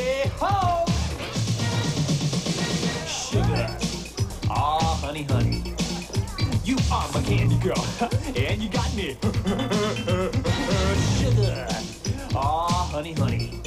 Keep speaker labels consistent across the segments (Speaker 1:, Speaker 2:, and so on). Speaker 1: Ah, go. and you got me. Sugar. Aw, honey, honey.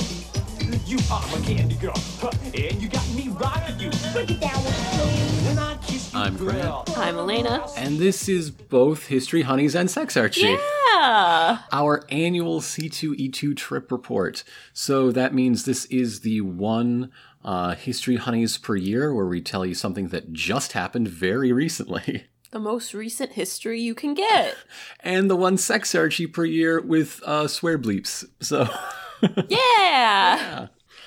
Speaker 1: You are my candy girl. and you got me rocking you. Break it down with me. And I kiss you,
Speaker 2: I'm Grant.
Speaker 1: girl.
Speaker 3: I'm Elena.
Speaker 2: And this is both History Honeys and Sex Archie.
Speaker 3: Yeah.
Speaker 2: Our annual C2E2 trip report. So that means this is the one uh, History Honeys per year where we tell you something that just happened very recently.
Speaker 3: The most recent history you can get.
Speaker 2: And the one Sex Archie per year with uh, swear bleeps. So
Speaker 3: Yeah.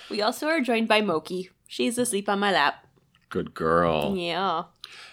Speaker 3: We also are joined by Moki. She's asleep on my lap.
Speaker 2: good girl.
Speaker 3: Yeah.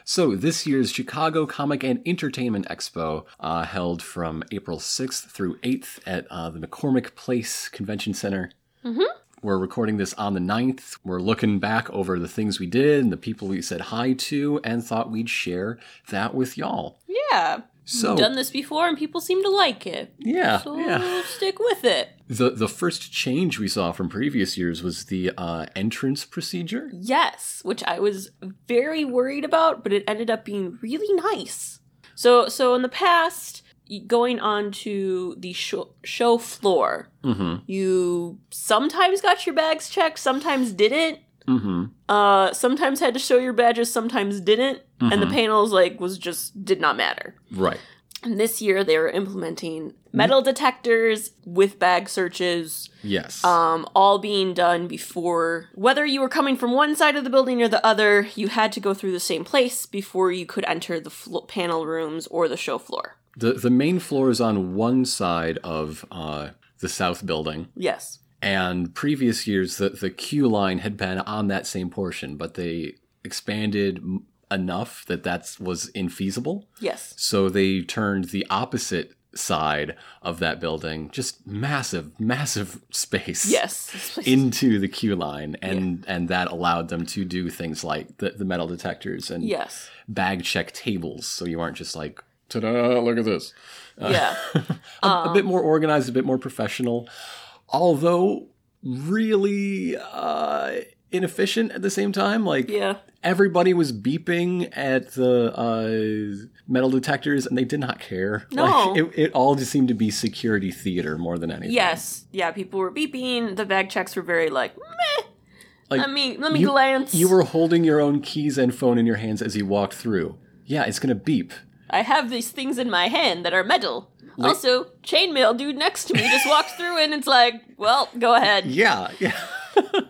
Speaker 2: So, this year's Chicago Comic and Entertainment Expo, uh, held from April 6th through 8th at uh, the McCormick Place Convention Center. Mm-hmm. We're recording this on the 9th. We're looking back over the things we did and the people we said hi to and thought we'd share that with y'all.
Speaker 3: Yeah.
Speaker 2: So,
Speaker 3: Done this before and people seem to like it.
Speaker 2: yeah,
Speaker 3: So
Speaker 2: Oh. yeah.
Speaker 3: stick with it.
Speaker 2: The, the first change we saw from previous years was the uh, entrance procedure.
Speaker 3: Yes, which I was very worried about, but it ended up being really nice. So, so in the past, y- going on to the show, show floor,
Speaker 2: Mm
Speaker 3: you sometimes got your bags checked, sometimes didn't.
Speaker 2: hmm. Mm hmm.
Speaker 3: Uh, sometimes had to show your badges, sometimes didn't, and the panels like was just did not matter.
Speaker 2: Right.
Speaker 3: And this year they were implementing metal detectors with bag searches
Speaker 2: Yes.
Speaker 3: um, all being done before whether you were coming from one side of the building or the other you had to go through the same place before you could enter the flo- panel rooms or the show floor
Speaker 2: The the main floor is on one side of uh, the south building,
Speaker 3: yes
Speaker 2: and previous years the the queue line had been on that same portion, but they expanded m- enough that that was infeasible,
Speaker 3: yes
Speaker 2: so they turned the opposite side of that building, just massive, massive space.
Speaker 3: yes This place-
Speaker 2: Into the queue line, and and that allowed them to do things like the, the metal detectors and
Speaker 3: yes
Speaker 2: bag check tables, so you aren't just like, ta-da! Look at this.
Speaker 3: yeah
Speaker 2: a, a
Speaker 3: Um,
Speaker 2: bit more organized, a bit more professional, although really uh, inefficient at the same time. Like
Speaker 3: yeah
Speaker 2: everybody was beeping at the uh, metal detectors, and they did not care.
Speaker 3: No.
Speaker 2: Like, it, it all just seemed to be security theater more than anything.
Speaker 3: yes yeah people were beeping the bag checks were very like meh
Speaker 2: Like,
Speaker 3: let me let me
Speaker 2: you-
Speaker 3: glance
Speaker 2: you were holding your own keys and phone in your hands as you walked through. Yeah, it's gonna beep.
Speaker 3: i have these things in my hand that are metal also chainmail dude next to me just walks through and it's like well go ahead
Speaker 2: Yeah, yeah.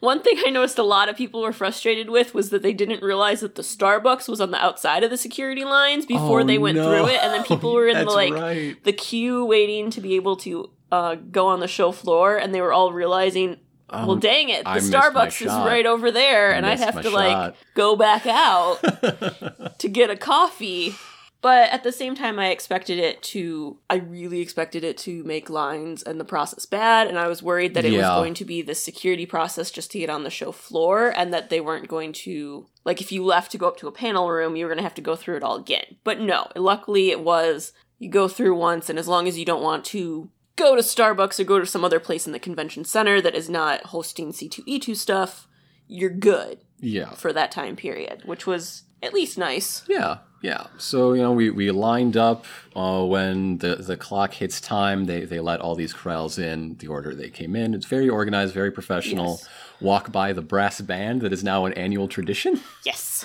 Speaker 3: One thing I noticed a lot of people were frustrated with was that they didn't realize that the Starbucks was on the outside of the security lines before
Speaker 2: Oh,
Speaker 3: they went
Speaker 2: no.
Speaker 3: through it, and then people were in the
Speaker 2: That's
Speaker 3: like
Speaker 2: right.
Speaker 3: the queue waiting to be able to uh, go on the show floor, and they were all realizing, well, dang it, the
Speaker 2: Um, I missed my
Speaker 3: Starbucks is
Speaker 2: shot.
Speaker 3: right over there, and I'd
Speaker 2: missed
Speaker 3: have
Speaker 2: my
Speaker 3: to like
Speaker 2: shot."
Speaker 3: go back out to get a coffee. But at the same time, I expected it to, I really expected it to make lines and the process bad. And I was worried that it was
Speaker 2: Yeah.
Speaker 3: going to be this security process just to get on the show floor and that they weren't going to, like, if you left to go up to a panel room, you were going to have to go through it all again. But no, luckily it was you go through once, and as long as you don't want to go to Starbucks or go to some other place in the convention center that is not hosting C2E2 stuff, you're good
Speaker 2: Yeah.
Speaker 3: for that time period, which was at least nice.
Speaker 2: Yeah, yeah. So you know, we, we lined up uh, when the, the clock hits time. They they let all these corrals in the order they came in. It's very organized, very professional.
Speaker 3: Yes.
Speaker 2: Walk by the brass band that is now an annual tradition.
Speaker 3: Yes.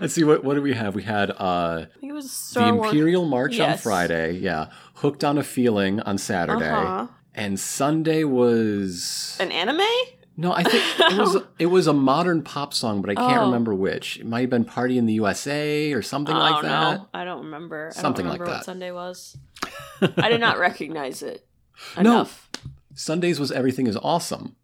Speaker 2: Let's see what what do we have. We had uh,
Speaker 3: I think it was Star
Speaker 2: the
Speaker 3: Wars-
Speaker 2: Imperial March on
Speaker 3: Yes.
Speaker 2: Friday. Yeah, hooked on a feeling on Saturday.
Speaker 3: Uh-huh.
Speaker 2: And Sunday was
Speaker 3: An anime?
Speaker 2: no, I think it was it was a modern pop song, but I can't
Speaker 3: Oh.
Speaker 2: remember which. It might have been "Party in the USA" or something
Speaker 3: oh,
Speaker 2: like that.
Speaker 3: No. I don't remember.
Speaker 2: Something
Speaker 3: I
Speaker 2: like
Speaker 3: don't remember
Speaker 2: that.
Speaker 3: what Sunday was. I did not recognize it.
Speaker 2: No.
Speaker 3: Enough.
Speaker 2: Sundays was everything is awesome.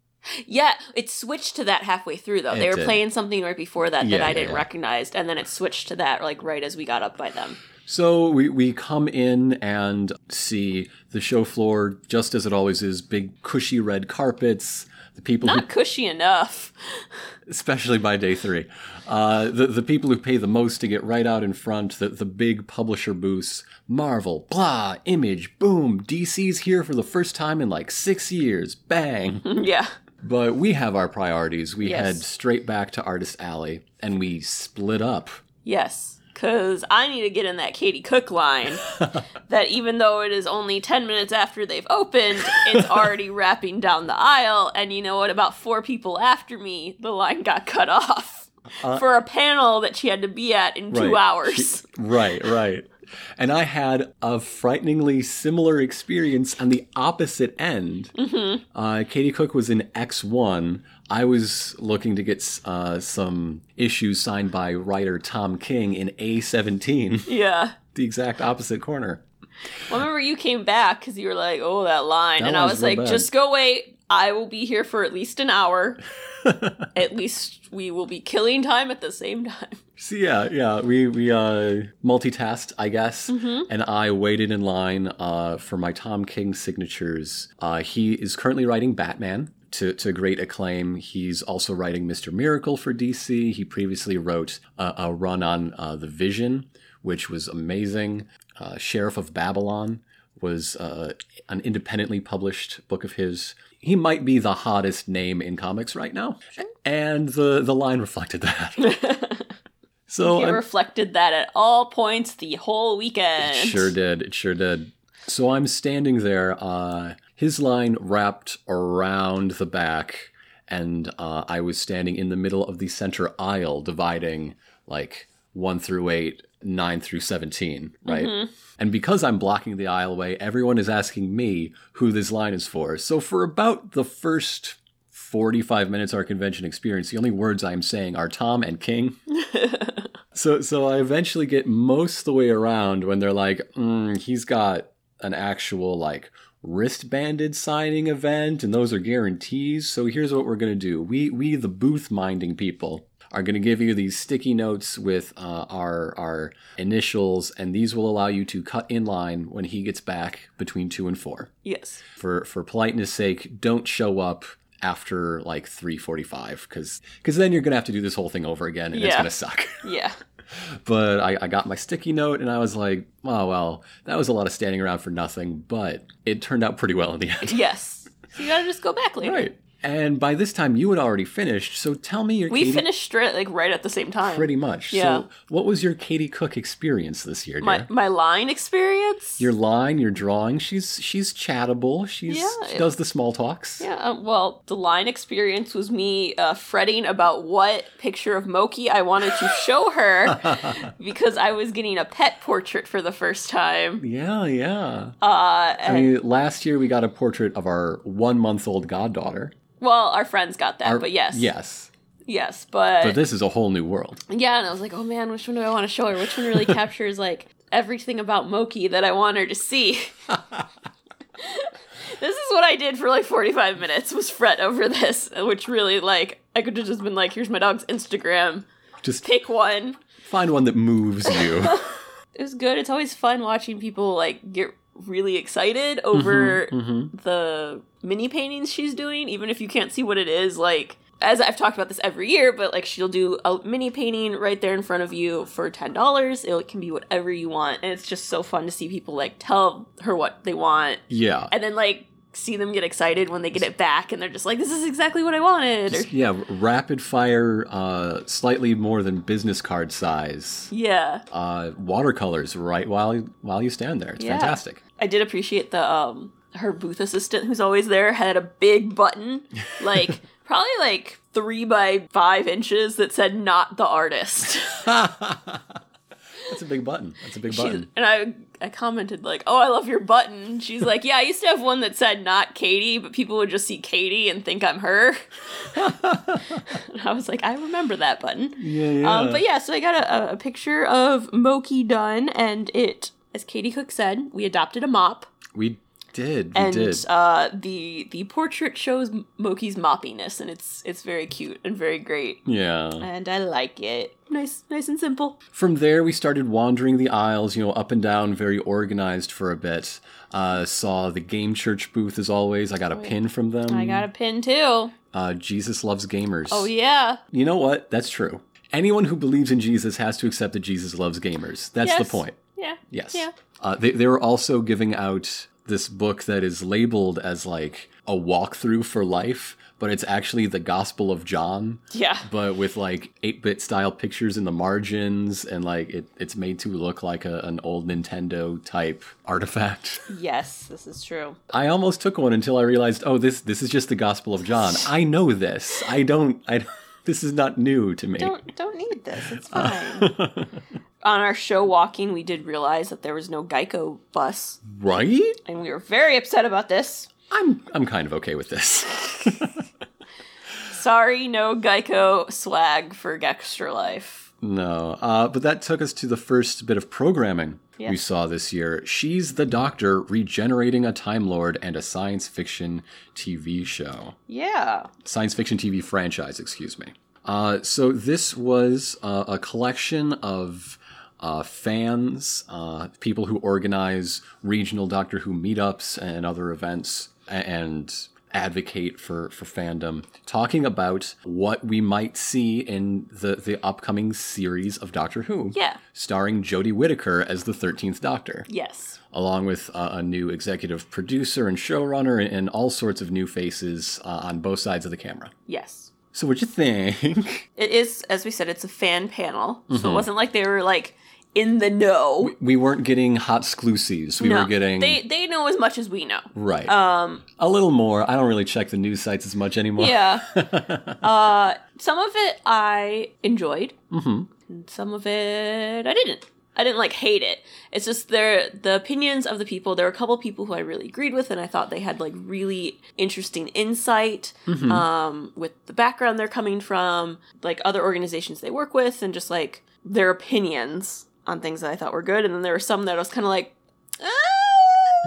Speaker 3: Yeah, it switched to that halfway through though.
Speaker 2: It
Speaker 3: they were
Speaker 2: did.
Speaker 3: playing something right before that
Speaker 2: Yeah,
Speaker 3: that I
Speaker 2: yeah,
Speaker 3: didn't
Speaker 2: yeah.
Speaker 3: recognize, and then it switched to that like right as we got up by them.
Speaker 2: So we, we come in and see the show floor just as it always is big, cushy red carpets. The people, who,
Speaker 3: Not cushy enough.
Speaker 2: especially by day three, uh, the, the people who pay the most to get right out in front, the, the big publisher booths Marvel, blah, image, boom, DC's here for the first time in like six years, bang.
Speaker 3: yeah.
Speaker 2: but we have our priorities. We
Speaker 3: Yes.
Speaker 2: head straight back to Artist Alley and we split up.
Speaker 3: Yes. because I need to get in that Katie Cook line that even though it is only 10 minutes after they've opened, it's already wrapping down the aisle. And you know what? About four people after me, the line got cut off for a panel that she had to be at in two
Speaker 2: Uh, Right.
Speaker 3: hours.
Speaker 2: Right, right. And I had a frighteningly similar experience on the opposite end. Uh, Katie Cook was in X1. I was looking to get uh, some issues signed by writer Tom King in A17,
Speaker 3: yeah.
Speaker 2: the exact opposite corner.
Speaker 3: Well, I remember you came back because you were like, oh, that line.
Speaker 2: That
Speaker 3: and I
Speaker 2: line's
Speaker 3: was
Speaker 2: real
Speaker 3: like,
Speaker 2: bad.
Speaker 3: just go wait. I will be here for at least an hour. at least we will be killing time at the same time.
Speaker 2: So yeah, yeah, we we uh, multitasked, I guess, and I waited in line uh, for my Tom King signatures. Uh, he is currently writing Batman to to great acclaim. He's also writing Mister Miracle for DC. He previously wrote uh, a run on uh, the Vision, which was amazing. Uh, Sheriff of Babylon was uh, an independently published book of his. He might be the hottest name in comics right now, and the the line reflected that. So
Speaker 3: It
Speaker 2: I'm-
Speaker 3: reflected that at all points the whole weekend.
Speaker 2: It sure did. It sure did. So I'm standing there, uh, his line wrapped around the back, and uh, I was standing in the middle of the center aisle, dividing like one through eight, nine through 17, right? And because I'm blocking the aisleway, everyone is asking me who this line is for. So for about the first 45 minutes of our convention experience, the only words I'm saying are Tom and King. So so I eventually get most of the way around when they're like, mm, he's got an actual like wristbanded signing event, and those are guarantees. So here's what we're gonna do: we we the booth minding people are gonna give you these sticky notes with uh, our our initials, and these will allow you to cut in line when he gets back between two and four.
Speaker 3: Yes.
Speaker 2: For for politeness' sake, don't show up after like 3:45 because because then you're gonna have to do this whole thing over again, and it's
Speaker 3: Yeah.
Speaker 2: gonna suck
Speaker 3: Yeah.
Speaker 2: but I, I got my sticky note and I was like, oh, well, that was a lot of standing around for nothing, but it turned out pretty well in the end.
Speaker 3: Yes. So you gotta just go back later.
Speaker 2: right. And by this time, you had already finished. So tell me your
Speaker 3: We
Speaker 2: Katie
Speaker 3: finished straight like right at the same time.
Speaker 2: pretty much.
Speaker 3: Yeah.
Speaker 2: So what was your Katie Cook experience this year, dear?
Speaker 3: my my line experience.
Speaker 2: your line, your drawing. She's she's chattable. She's
Speaker 3: Yeah,
Speaker 2: she
Speaker 3: it-
Speaker 2: does the small talks.
Speaker 3: yeah, um, well, the line experience was me uh, fretting about what picture of Moki I wanted to show her because I was getting a pet portrait for the first time.
Speaker 2: Yeah, yeah.
Speaker 3: Uh,
Speaker 2: I
Speaker 3: and,
Speaker 2: mean, last year we got a portrait of our one month old goddaughter.
Speaker 3: well, our friends got that,
Speaker 2: Our-
Speaker 3: but yes,
Speaker 2: Yes.
Speaker 3: yes,
Speaker 2: But this is a whole new world.
Speaker 3: Yeah, and I was like, oh man, which one do I want to show her? Which one really captures like everything about Moki that I want her to see? this is what I did for like 45 minutes was fret over this, which really like I could have just been like, here's my dog's Instagram,
Speaker 2: Just
Speaker 3: pick one.
Speaker 2: find one that moves you.
Speaker 3: It was good. It's always fun watching people like get really excited over
Speaker 2: hmm
Speaker 3: the mini paintings she's doing, even if you can't see what it is, like as I've talked about this every year, but like she'll do a mini painting right there in front of you for ten dollars. It can be whatever you want, and it's just so fun to see people like tell her what they want,
Speaker 2: Yeah.
Speaker 3: and then like see them get excited when they get it back, and they're just like, "This is exactly what I wanted." Or,
Speaker 2: Just, yeah, r- rapid fire, uh, slightly more than business card size.
Speaker 3: yeah,
Speaker 2: Uh, watercolors right while you, while you stand there. It's
Speaker 3: Yeah.
Speaker 2: fantastic.
Speaker 3: I did appreciate the um her booth assistant who's always there had a big button, like probably like three by five inches that said "Not the artist."
Speaker 2: That's a big button. That's a big
Speaker 3: She-
Speaker 2: button.
Speaker 3: and I I commented like, "Oh, I love your button." She's like, "Yeah, I used to have one that said not Katie, but people would just see Katie and think I'm her." and I was like, "I remember that button."
Speaker 2: Yeah, yeah.
Speaker 3: Um, but yeah, so I got a, a picture of Moki Dunn, and it, as Katie Cook said, we adopted a mop,
Speaker 2: we did. We
Speaker 3: and
Speaker 2: did.
Speaker 3: uh, the the portrait shows Moki's moppiness, and it's it's very cute and very great,
Speaker 2: yeah.
Speaker 3: and I like it. Nice, nice and simple.
Speaker 2: From there, we started wandering the aisles, you know, up and down, very organized for a bit. Uh, saw the Game Church booth as always. I got a pin from them.
Speaker 3: I got a pin too.
Speaker 2: uh, Jesus loves gamers.
Speaker 3: Oh yeah.
Speaker 2: You know what? That's true. Anyone who believes in Jesus has to accept that Jesus loves gamers. That's
Speaker 3: Yes.
Speaker 2: the point.
Speaker 3: Yeah.
Speaker 2: Yes.
Speaker 3: Yeah.
Speaker 2: Uh, they, they were also giving out this book that is labeled as like a walkthrough for life, but it's actually the Gospel of John,
Speaker 3: Yeah.
Speaker 2: but with like 8 bit style pictures in the margins, and like it, it's made to look like a, an old Nintendo type artifact.
Speaker 3: Yes, this is true.
Speaker 2: I almost took one until I realized, oh, this this is just the Gospel of John. I know this. I don't. I don't- this is not new to me.
Speaker 3: Don't don't need this. It's
Speaker 2: Uh.
Speaker 3: fine. On our show walking, we did realize that there was no Geico bus,
Speaker 2: Right?
Speaker 3: and we were very upset about this.
Speaker 2: I'm I'm kind of okay with this.
Speaker 3: Sorry, no Geico swag for Extra Life.
Speaker 2: no, uh, but that took us to the first bit of programming
Speaker 3: Yeah.
Speaker 2: we saw this year. She's the Doctor regenerating a Time Lord and a science fiction TV show.
Speaker 3: Yeah.
Speaker 2: science fiction TV franchise, excuse me. Uh, so this was uh, a collection of uh, fans, uh, people who organize regional Doctor Who meetups and other events, a- and advocate for for fandom, talking about what we might see in the the upcoming series of Doctor Who.
Speaker 3: Yeah.
Speaker 2: Starring Jodie Whittaker as the 13th Doctor
Speaker 3: Yes.
Speaker 2: along with uh, a new executive producer and showrunner and, and all sorts of new faces uh, on both sides of the camera.
Speaker 3: Yes.
Speaker 2: So, what'd you think?
Speaker 3: It is, as we said, it's a fan panel, so it wasn't like they were like in the know.
Speaker 2: Mm-hmm. we weren't getting hot sclusies. We
Speaker 3: no,
Speaker 2: were getting
Speaker 3: they they know as much as we know.
Speaker 2: right
Speaker 3: Um,
Speaker 2: a little more. I don't really check the news sites as much anymore.
Speaker 3: yeah. uh, some of it I enjoyed,
Speaker 2: hmm
Speaker 3: and some of it I didn't. I didn't like hate it. It's just their the opinions of the people. There were a couple people who I really agreed with, and I thought they had like really interesting insight um, with the background they're coming from, like other organizations they work with, and just like their opinions on things that I thought were good. And then there were some that I was kind of like,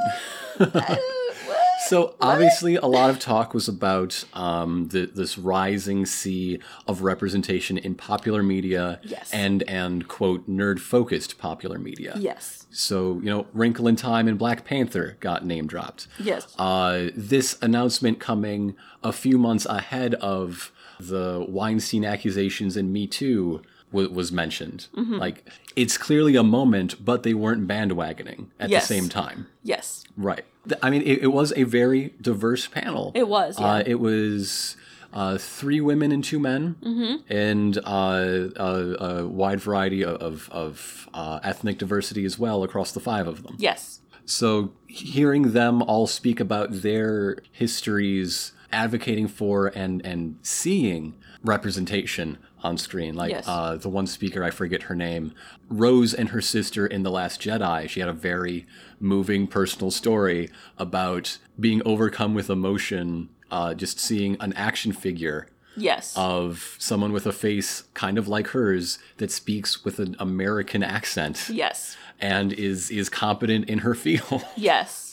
Speaker 3: "Ah, uh, what?"
Speaker 2: So obviously, a lot of talk was about um, the, this rising sea of representation in popular media
Speaker 3: Yes.
Speaker 2: and and quote nerd focused popular media.
Speaker 3: yes,
Speaker 2: So you know, Wrinkle in Time and Black Panther got name dropped.
Speaker 3: yes,
Speaker 2: uh, this announcement coming a few months ahead of the Weinstein accusations and Me Too w- was mentioned.
Speaker 3: Mm-hmm.
Speaker 2: Like, it's clearly a moment, but they weren't bandwagoning at
Speaker 3: Yes.
Speaker 2: the same time.
Speaker 3: yes,
Speaker 2: Right. Th- I mean, it, it was a very diverse panel.
Speaker 3: It was, yeah.
Speaker 2: Uh, it was uh, three women and two men,
Speaker 3: Mm-hmm.
Speaker 2: and uh, a, a wide variety of, of, of uh, ethnic diversity as well across the five of them.
Speaker 3: yes.
Speaker 2: So hearing them all speak about their histories, advocating for and and seeing representation on screen, like
Speaker 3: Yes.
Speaker 2: uh, the one speaker I forget her name, Rose and her sister in the Last Jedi. She had a very moving personal story about being overcome with emotion, uh, just seeing an action figure
Speaker 3: Yes.
Speaker 2: of someone with a face kind of like hers that speaks with an American accent
Speaker 3: yes.
Speaker 2: and is is competent in her field.
Speaker 3: Yes.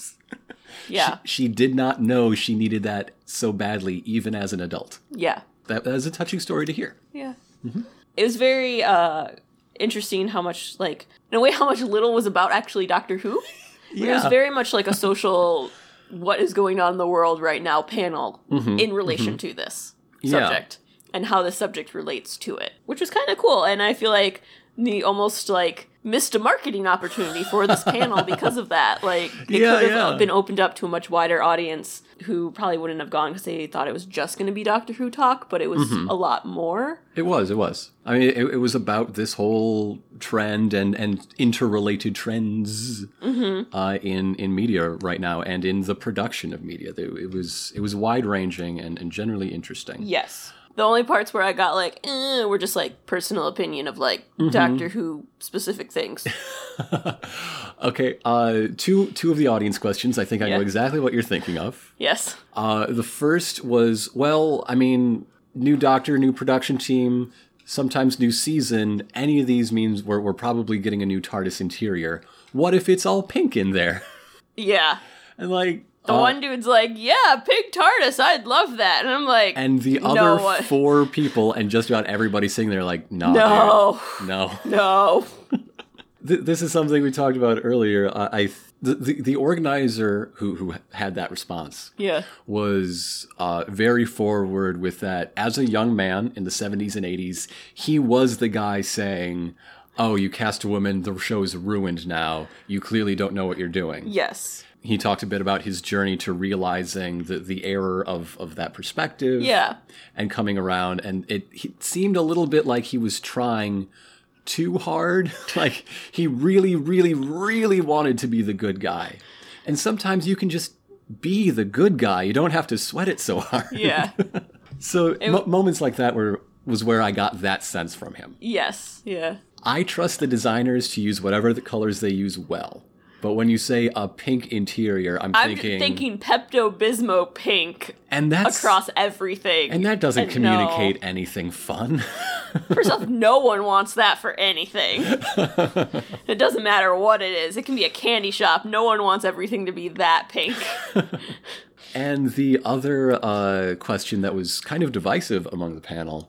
Speaker 3: Yeah.
Speaker 2: She did not know she needed that so badly, even as an adult.
Speaker 3: yeah.
Speaker 2: That, that is a touching story to hear.
Speaker 3: Yeah. It was very uh interesting how much like in a way how much little was about actually Doctor Who. It was very much like a social what is going on in the world right now panel in relation to this
Speaker 2: Mm-hmm. Yeah.
Speaker 3: subject and how the subject relates to it, which was kind of cool and I feel like the almost like missed a marketing opportunity for this panel because of that. Like it
Speaker 2: Yeah,
Speaker 3: could have
Speaker 2: yeah.
Speaker 3: uh, been opened up to a much wider audience who probably wouldn't have gone because they thought it was just going to be Doctor Who talk, but it was
Speaker 2: Mm-hmm.
Speaker 3: a lot more.
Speaker 2: It was. It was. I mean, it, it was about this whole trend and and interrelated trends
Speaker 3: Mm-hmm.
Speaker 2: uh, in in media right now and in the production of media. It, it was it was wide ranging and, and generally interesting.
Speaker 3: Yes. The only parts where I got like, eh, were just like personal opinion of like
Speaker 2: Mm-hmm.
Speaker 3: Doctor Who specific things.
Speaker 2: Okay, uh, two two of the audience questions. I think I know
Speaker 3: Yeah.
Speaker 2: exactly what you're thinking of.
Speaker 3: yes.
Speaker 2: Uh, the first was, well, I mean, new doctor, new production team, sometimes new season. Any of these means we're, we're probably getting a new TARDIS interior. What if it's all pink in there?
Speaker 3: Yeah.
Speaker 2: And like,
Speaker 3: The
Speaker 2: uh,
Speaker 3: one dude's like, yeah, Pig TARDIS, I'd love that. And I'm like,
Speaker 2: and the
Speaker 3: No,
Speaker 2: other
Speaker 3: what-
Speaker 2: four people, and just about everybody sitting there like, nah,
Speaker 3: no,
Speaker 2: dude, no.
Speaker 3: no.
Speaker 2: Th- this is something we talked about earlier. Uh, I th- the, the the organizer who who had that response
Speaker 3: Yeah.
Speaker 2: was uh, very forward with that. As a young man in the 70s and 80s, he was the guy saying, Oh, you cast a woman, the show's ruined now. You clearly don't know what you're doing.
Speaker 3: Yes.
Speaker 2: He talked a bit about his journey to realizing the, the error of, of that perspective
Speaker 3: Yeah.
Speaker 2: and coming around. And it, it seemed a little bit like he was trying too hard. like he really, really, really wanted to be the good guy. And sometimes you can just be the good guy. You don't have to sweat it so hard.
Speaker 3: Yeah.
Speaker 2: So mo- moments like that were was where I got that sense from him.
Speaker 3: yes. Yeah.
Speaker 2: I trust the designers to use whatever the colors they use well. But when you say a pink interior, I'm,
Speaker 3: I'm
Speaker 2: thinking,
Speaker 3: thinking Pepto Bismol pink
Speaker 2: and that's
Speaker 3: across everything.
Speaker 2: and that doesn't
Speaker 3: no.
Speaker 2: communicate anything fun.
Speaker 3: First off, no one wants that for anything. it doesn't matter what it is. It can be a candy shop. No one wants everything to be that pink.
Speaker 2: and the other uh, question that was kind of divisive among the panel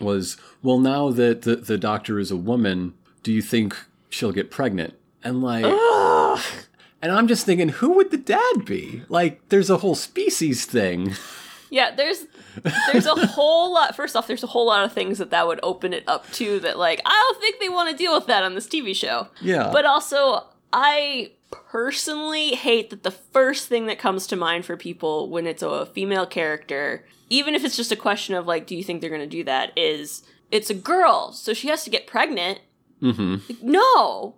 Speaker 2: was, well, now that the, the doctor is a woman, do you think she'll get pregnant? And like, and I'm just thinking, who would the dad be? Like, there's a whole species thing.
Speaker 3: Yeah, there's there's a whole lot. First off, there's a whole lot of things that that would open it up to that like I don't think they want to deal with that on this TV show.
Speaker 2: Yeah.
Speaker 3: But also, I personally hate that the first thing that comes to mind for people when it's a female character, even if it's just a question of like do you think they're going to do that is it's a girl, so she has to get pregnant.
Speaker 2: Mm-hmm.
Speaker 3: No.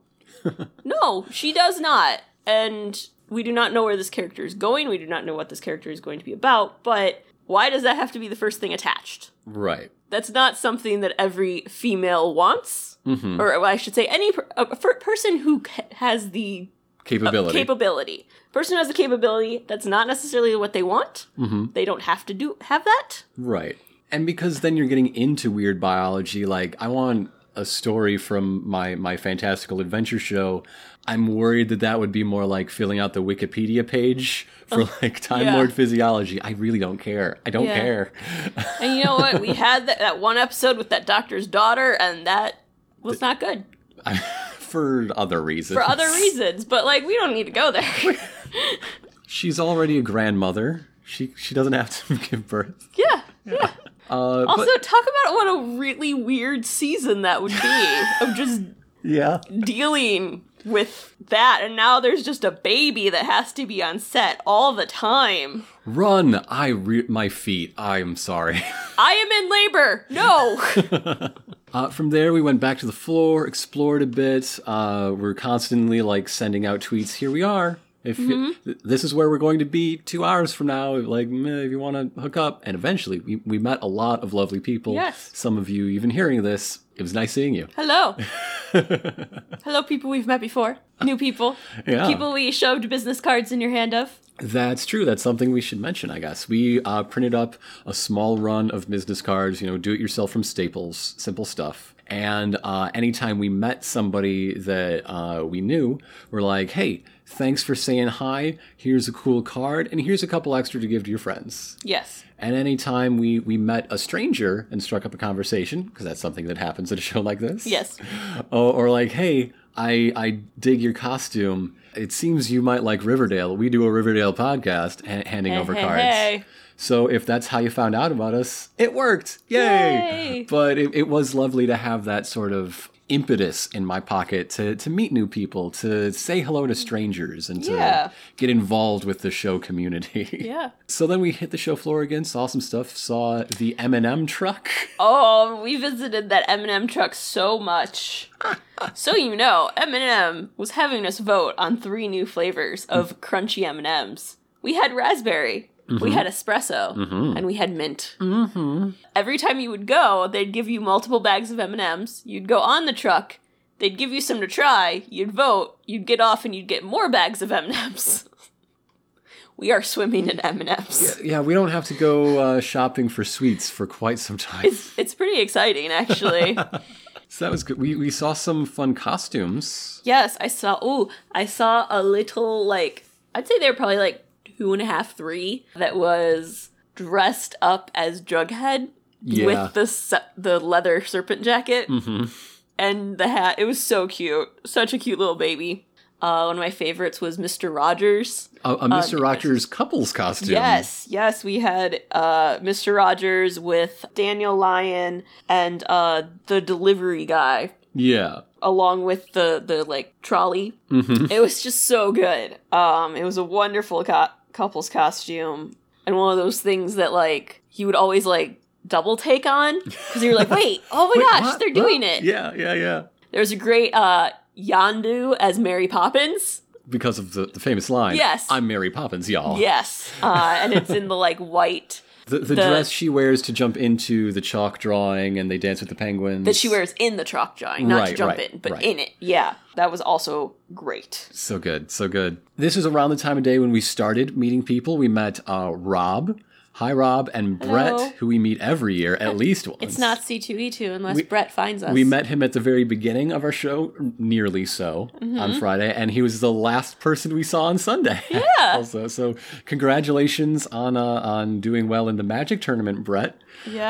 Speaker 3: no, she does not. And we do not know where this character is going. We do not know what this character is going to be about, but why does that have to be the first thing attached?
Speaker 2: Right.
Speaker 3: That's not something that every female wants,
Speaker 2: Mm-hmm.
Speaker 3: or I should say, any per- a per- person who c- has the
Speaker 2: Capability.
Speaker 3: capability. Person who has the capability, that's not necessarily what they want.
Speaker 2: mm-hmm.
Speaker 3: They don't have to do have that.
Speaker 2: Right. And because then you're getting into weird biology, like I want a story from my my fantastical adventure show. I'm worried that that would be more like filling out the Wikipedia page for like Time
Speaker 3: yeah.
Speaker 2: Lord physiology. I really don't care. I don't
Speaker 3: Yeah.
Speaker 2: care.
Speaker 3: And you know what? we had that, that one episode with that doctor's daughter, and that was not good.
Speaker 2: for other reasons.
Speaker 3: for other reasons, but like we don't need to go there.
Speaker 2: She's already a grandmother. She she doesn't have to give birth.
Speaker 3: yeah.
Speaker 2: Uh,
Speaker 3: Also,
Speaker 2: but,
Speaker 3: talk about what a really weird season that would be of just
Speaker 2: yeah.
Speaker 3: dealing with that, and now there's just a baby that has to be on set all the time.
Speaker 2: Run. I re- my feet. I'm sorry.
Speaker 3: I am in labor. No.
Speaker 2: Uh, from there, we went back to the floor, explored a bit. Uh, we're constantly like sending out tweets. Here we are. If th- this is where we're going to be two hours from now, like meh, if you want to hook up, and eventually we, we met a lot of lovely people.
Speaker 3: Yes.
Speaker 2: Some of you even hearing this, it was nice seeing you.
Speaker 3: Hello. Hello, people we've met before. New people.
Speaker 2: Yeah.
Speaker 3: People we shoved business cards in your hand of.
Speaker 2: That's true. That's something we should mention, I guess. We uh, printed up a small run of business cards, you know, do it yourself from Staples, simple stuff. And uh, anytime we met somebody that uh, we knew, we're like, hey, thanks for saying hi. Here's a cool card, and here's a couple extra to give to your friends.
Speaker 3: Yes.
Speaker 2: And anytime we, we met a stranger and struck up a conversation, because that's something that happens at a show like this.
Speaker 3: Yes.
Speaker 2: Or, or like, hey, I I dig your costume. It seems you might like Riverdale. We do a Riverdale podcast, ha- handing over
Speaker 3: Hey,
Speaker 2: cards.
Speaker 3: hey.
Speaker 2: So if that's how you found out about us, it worked. Yay!
Speaker 3: Yay.
Speaker 2: But it, it was lovely to have that sort of impetus in my pocket to to meet new people, to say hello to strangers, and to
Speaker 3: Yeah.
Speaker 2: get involved with the show community.
Speaker 3: Yeah.
Speaker 2: So then we hit the show floor again, saw some stuff, saw the M&M truck.
Speaker 3: Oh, we visited that Eminem truck so much. so you know, Eminem was having us vote on three new flavors of crunchy M&Ms. We had raspberry, we had espresso, and we had mint. Mm-hmm. Every time you would go, they'd give you multiple bags of M&Ms. You'd go on the truck, they'd give you some to try, you'd vote, you'd get off and you'd get more bags of M&Ms. we are swimming in M&Ms.
Speaker 2: Yeah, we don't have to go uh, shopping for sweets for quite some time.
Speaker 3: It's it's pretty exciting actually.
Speaker 2: So that was good. We we saw some fun costumes.
Speaker 3: Yes, I saw. Ooh, I saw a little like I'd say they were probably like two and a half, three. That was dressed up as Jughead
Speaker 2: Yeah.
Speaker 3: with the se- the leather serpent jacket and the hat. It was so cute. Such a cute little baby. Uh, one of my favorites was Mister Rogers.
Speaker 2: A, a Mr. Rogers couples costume.
Speaker 3: uh, Yes, yes, we had uh, Mr. Rogers with Daniel Lyon and uh, the delivery guy
Speaker 2: Yeah.
Speaker 3: along with the the like trolley.
Speaker 2: hmm
Speaker 3: It was just so good. Um, it was a wonderful co- couple's costume and one of those things that like he would always like double take on because you were like, wait, oh my
Speaker 2: Wait,
Speaker 3: gosh,
Speaker 2: what?
Speaker 3: they're doing
Speaker 2: What?
Speaker 3: it.
Speaker 2: Yeah, yeah, yeah.
Speaker 3: There's a great uh Yandu as Mary Poppins.
Speaker 2: Because of the, the famous line.
Speaker 3: Yes.
Speaker 2: I'm Mary Poppins, y'all.
Speaker 3: Yes, uh, and it's in the like white
Speaker 2: The, the,
Speaker 3: The-
Speaker 2: dress she wears to jump into the chalk drawing and they dance with the penguins.
Speaker 3: that she wears in the chalk drawing, not to
Speaker 2: Right,
Speaker 3: jump
Speaker 2: right,
Speaker 3: in, but
Speaker 2: right.
Speaker 3: in it. Yeah, that was also great.
Speaker 2: So good, so good. This is around the time of day when we started meeting people. We met uh, Rob. Hi, Rob. And Brett,
Speaker 3: Hello.
Speaker 2: who we meet every year at least once.
Speaker 3: It's not C two E two unless
Speaker 2: We-
Speaker 3: Brett finds us.
Speaker 2: We met him at the very beginning of our show, nearly so, on Friday, and he was the last person we saw on Sunday. Yeah. also, so congratulations on uh, on doing well in the Magic tournament, Brett.
Speaker 3: Yeah.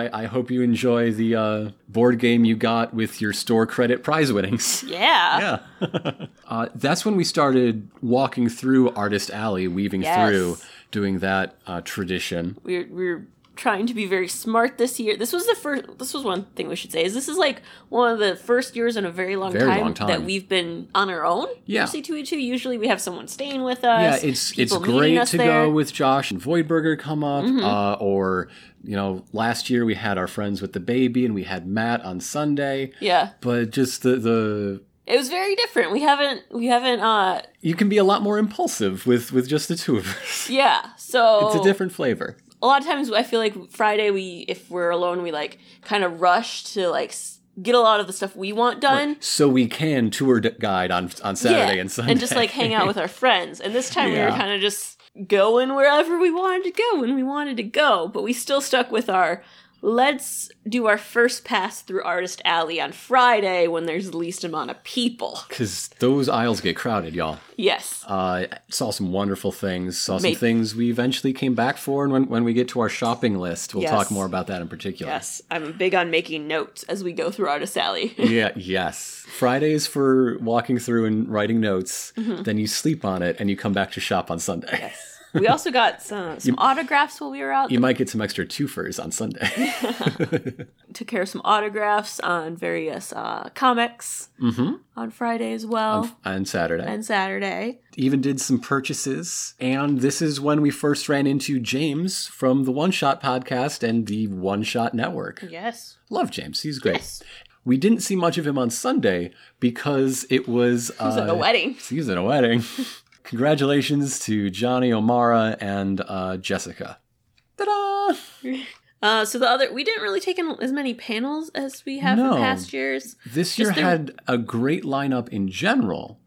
Speaker 2: And I, I hope you enjoy the uh, board game you got with your store credit prize winnings.
Speaker 3: yeah.
Speaker 2: Yeah. uh, that's when we started walking through Artist Alley, weaving
Speaker 3: Yes.
Speaker 2: through, doing that uh, tradition.
Speaker 3: we're we're trying to be very smart this year. This was the first. This was one thing we should say is this is like one of the first years in a very long,
Speaker 2: Very
Speaker 3: time,
Speaker 2: long time.
Speaker 3: that we've been on our own.
Speaker 2: Yeah.
Speaker 3: C two E two. Usually we have someone staying with
Speaker 2: yeah,
Speaker 3: us.
Speaker 2: it's it's
Speaker 3: people meeting
Speaker 2: great
Speaker 3: us
Speaker 2: to
Speaker 3: there. Mm-hmm.
Speaker 2: go with Josh and Voidberger come up, uh, or you know, last year we had our friends with the baby and we had Matt on Sunday,
Speaker 3: Yeah,
Speaker 2: but just the the
Speaker 3: it was very different. We haven't we haven't. uh
Speaker 2: you can be a lot more impulsive with with just the two of us.
Speaker 3: Yeah, so
Speaker 2: It's a different flavor.
Speaker 3: a lot of times I feel like Friday we if we're alone we like kind of rush to like s- get a lot of the stuff we want done.
Speaker 2: So we can tour d- guide on on Saturday and Sunday
Speaker 3: just like hang out with our friends. And this time we
Speaker 2: Yeah.
Speaker 3: were kind of just going wherever we wanted to go when we wanted to go, but we still stuck with our let's do our first pass through Artist Alley on Friday when there's the least amount of people.
Speaker 2: because those aisles get crowded, y'all.
Speaker 3: Yes.
Speaker 2: Uh, saw some wonderful things. Saw some
Speaker 3: Mate.
Speaker 2: things we eventually came back for, and when when we get to our shopping list, we'll
Speaker 3: Yes.
Speaker 2: talk more about that in particular.
Speaker 3: Yes. I'm big on making notes as we go through Artist Alley.
Speaker 2: yeah, yes. Friday is for walking through and writing notes. Then you sleep on it and you come back to shop on Sunday.
Speaker 3: Mm-hmm. yes. We also got some, some autographs while we were out.
Speaker 2: You might get some extra twofers on Sunday.
Speaker 3: Took care of some autographs on various uh, comics on Friday as well
Speaker 2: Mm-hmm. on Saturday.
Speaker 3: and Saturday.
Speaker 2: Even did some purchases. And this is when we first ran into James from the One Shot podcast and the One Shot Network.
Speaker 3: Yes.
Speaker 2: Love James. He's great.
Speaker 3: Mm. Yes.
Speaker 2: We didn't see much of him on Sunday because it was. Uh,
Speaker 3: was at a wedding.
Speaker 2: He was at a wedding. Congratulations to Johnny O'Mara and uh, Jessica. Ta-da!
Speaker 3: Uh, so the other, we didn't really take in as many panels as we have
Speaker 2: No.
Speaker 3: in past years.
Speaker 2: This year
Speaker 3: Just there- Mm-hmm.
Speaker 2: had a great lineup in general,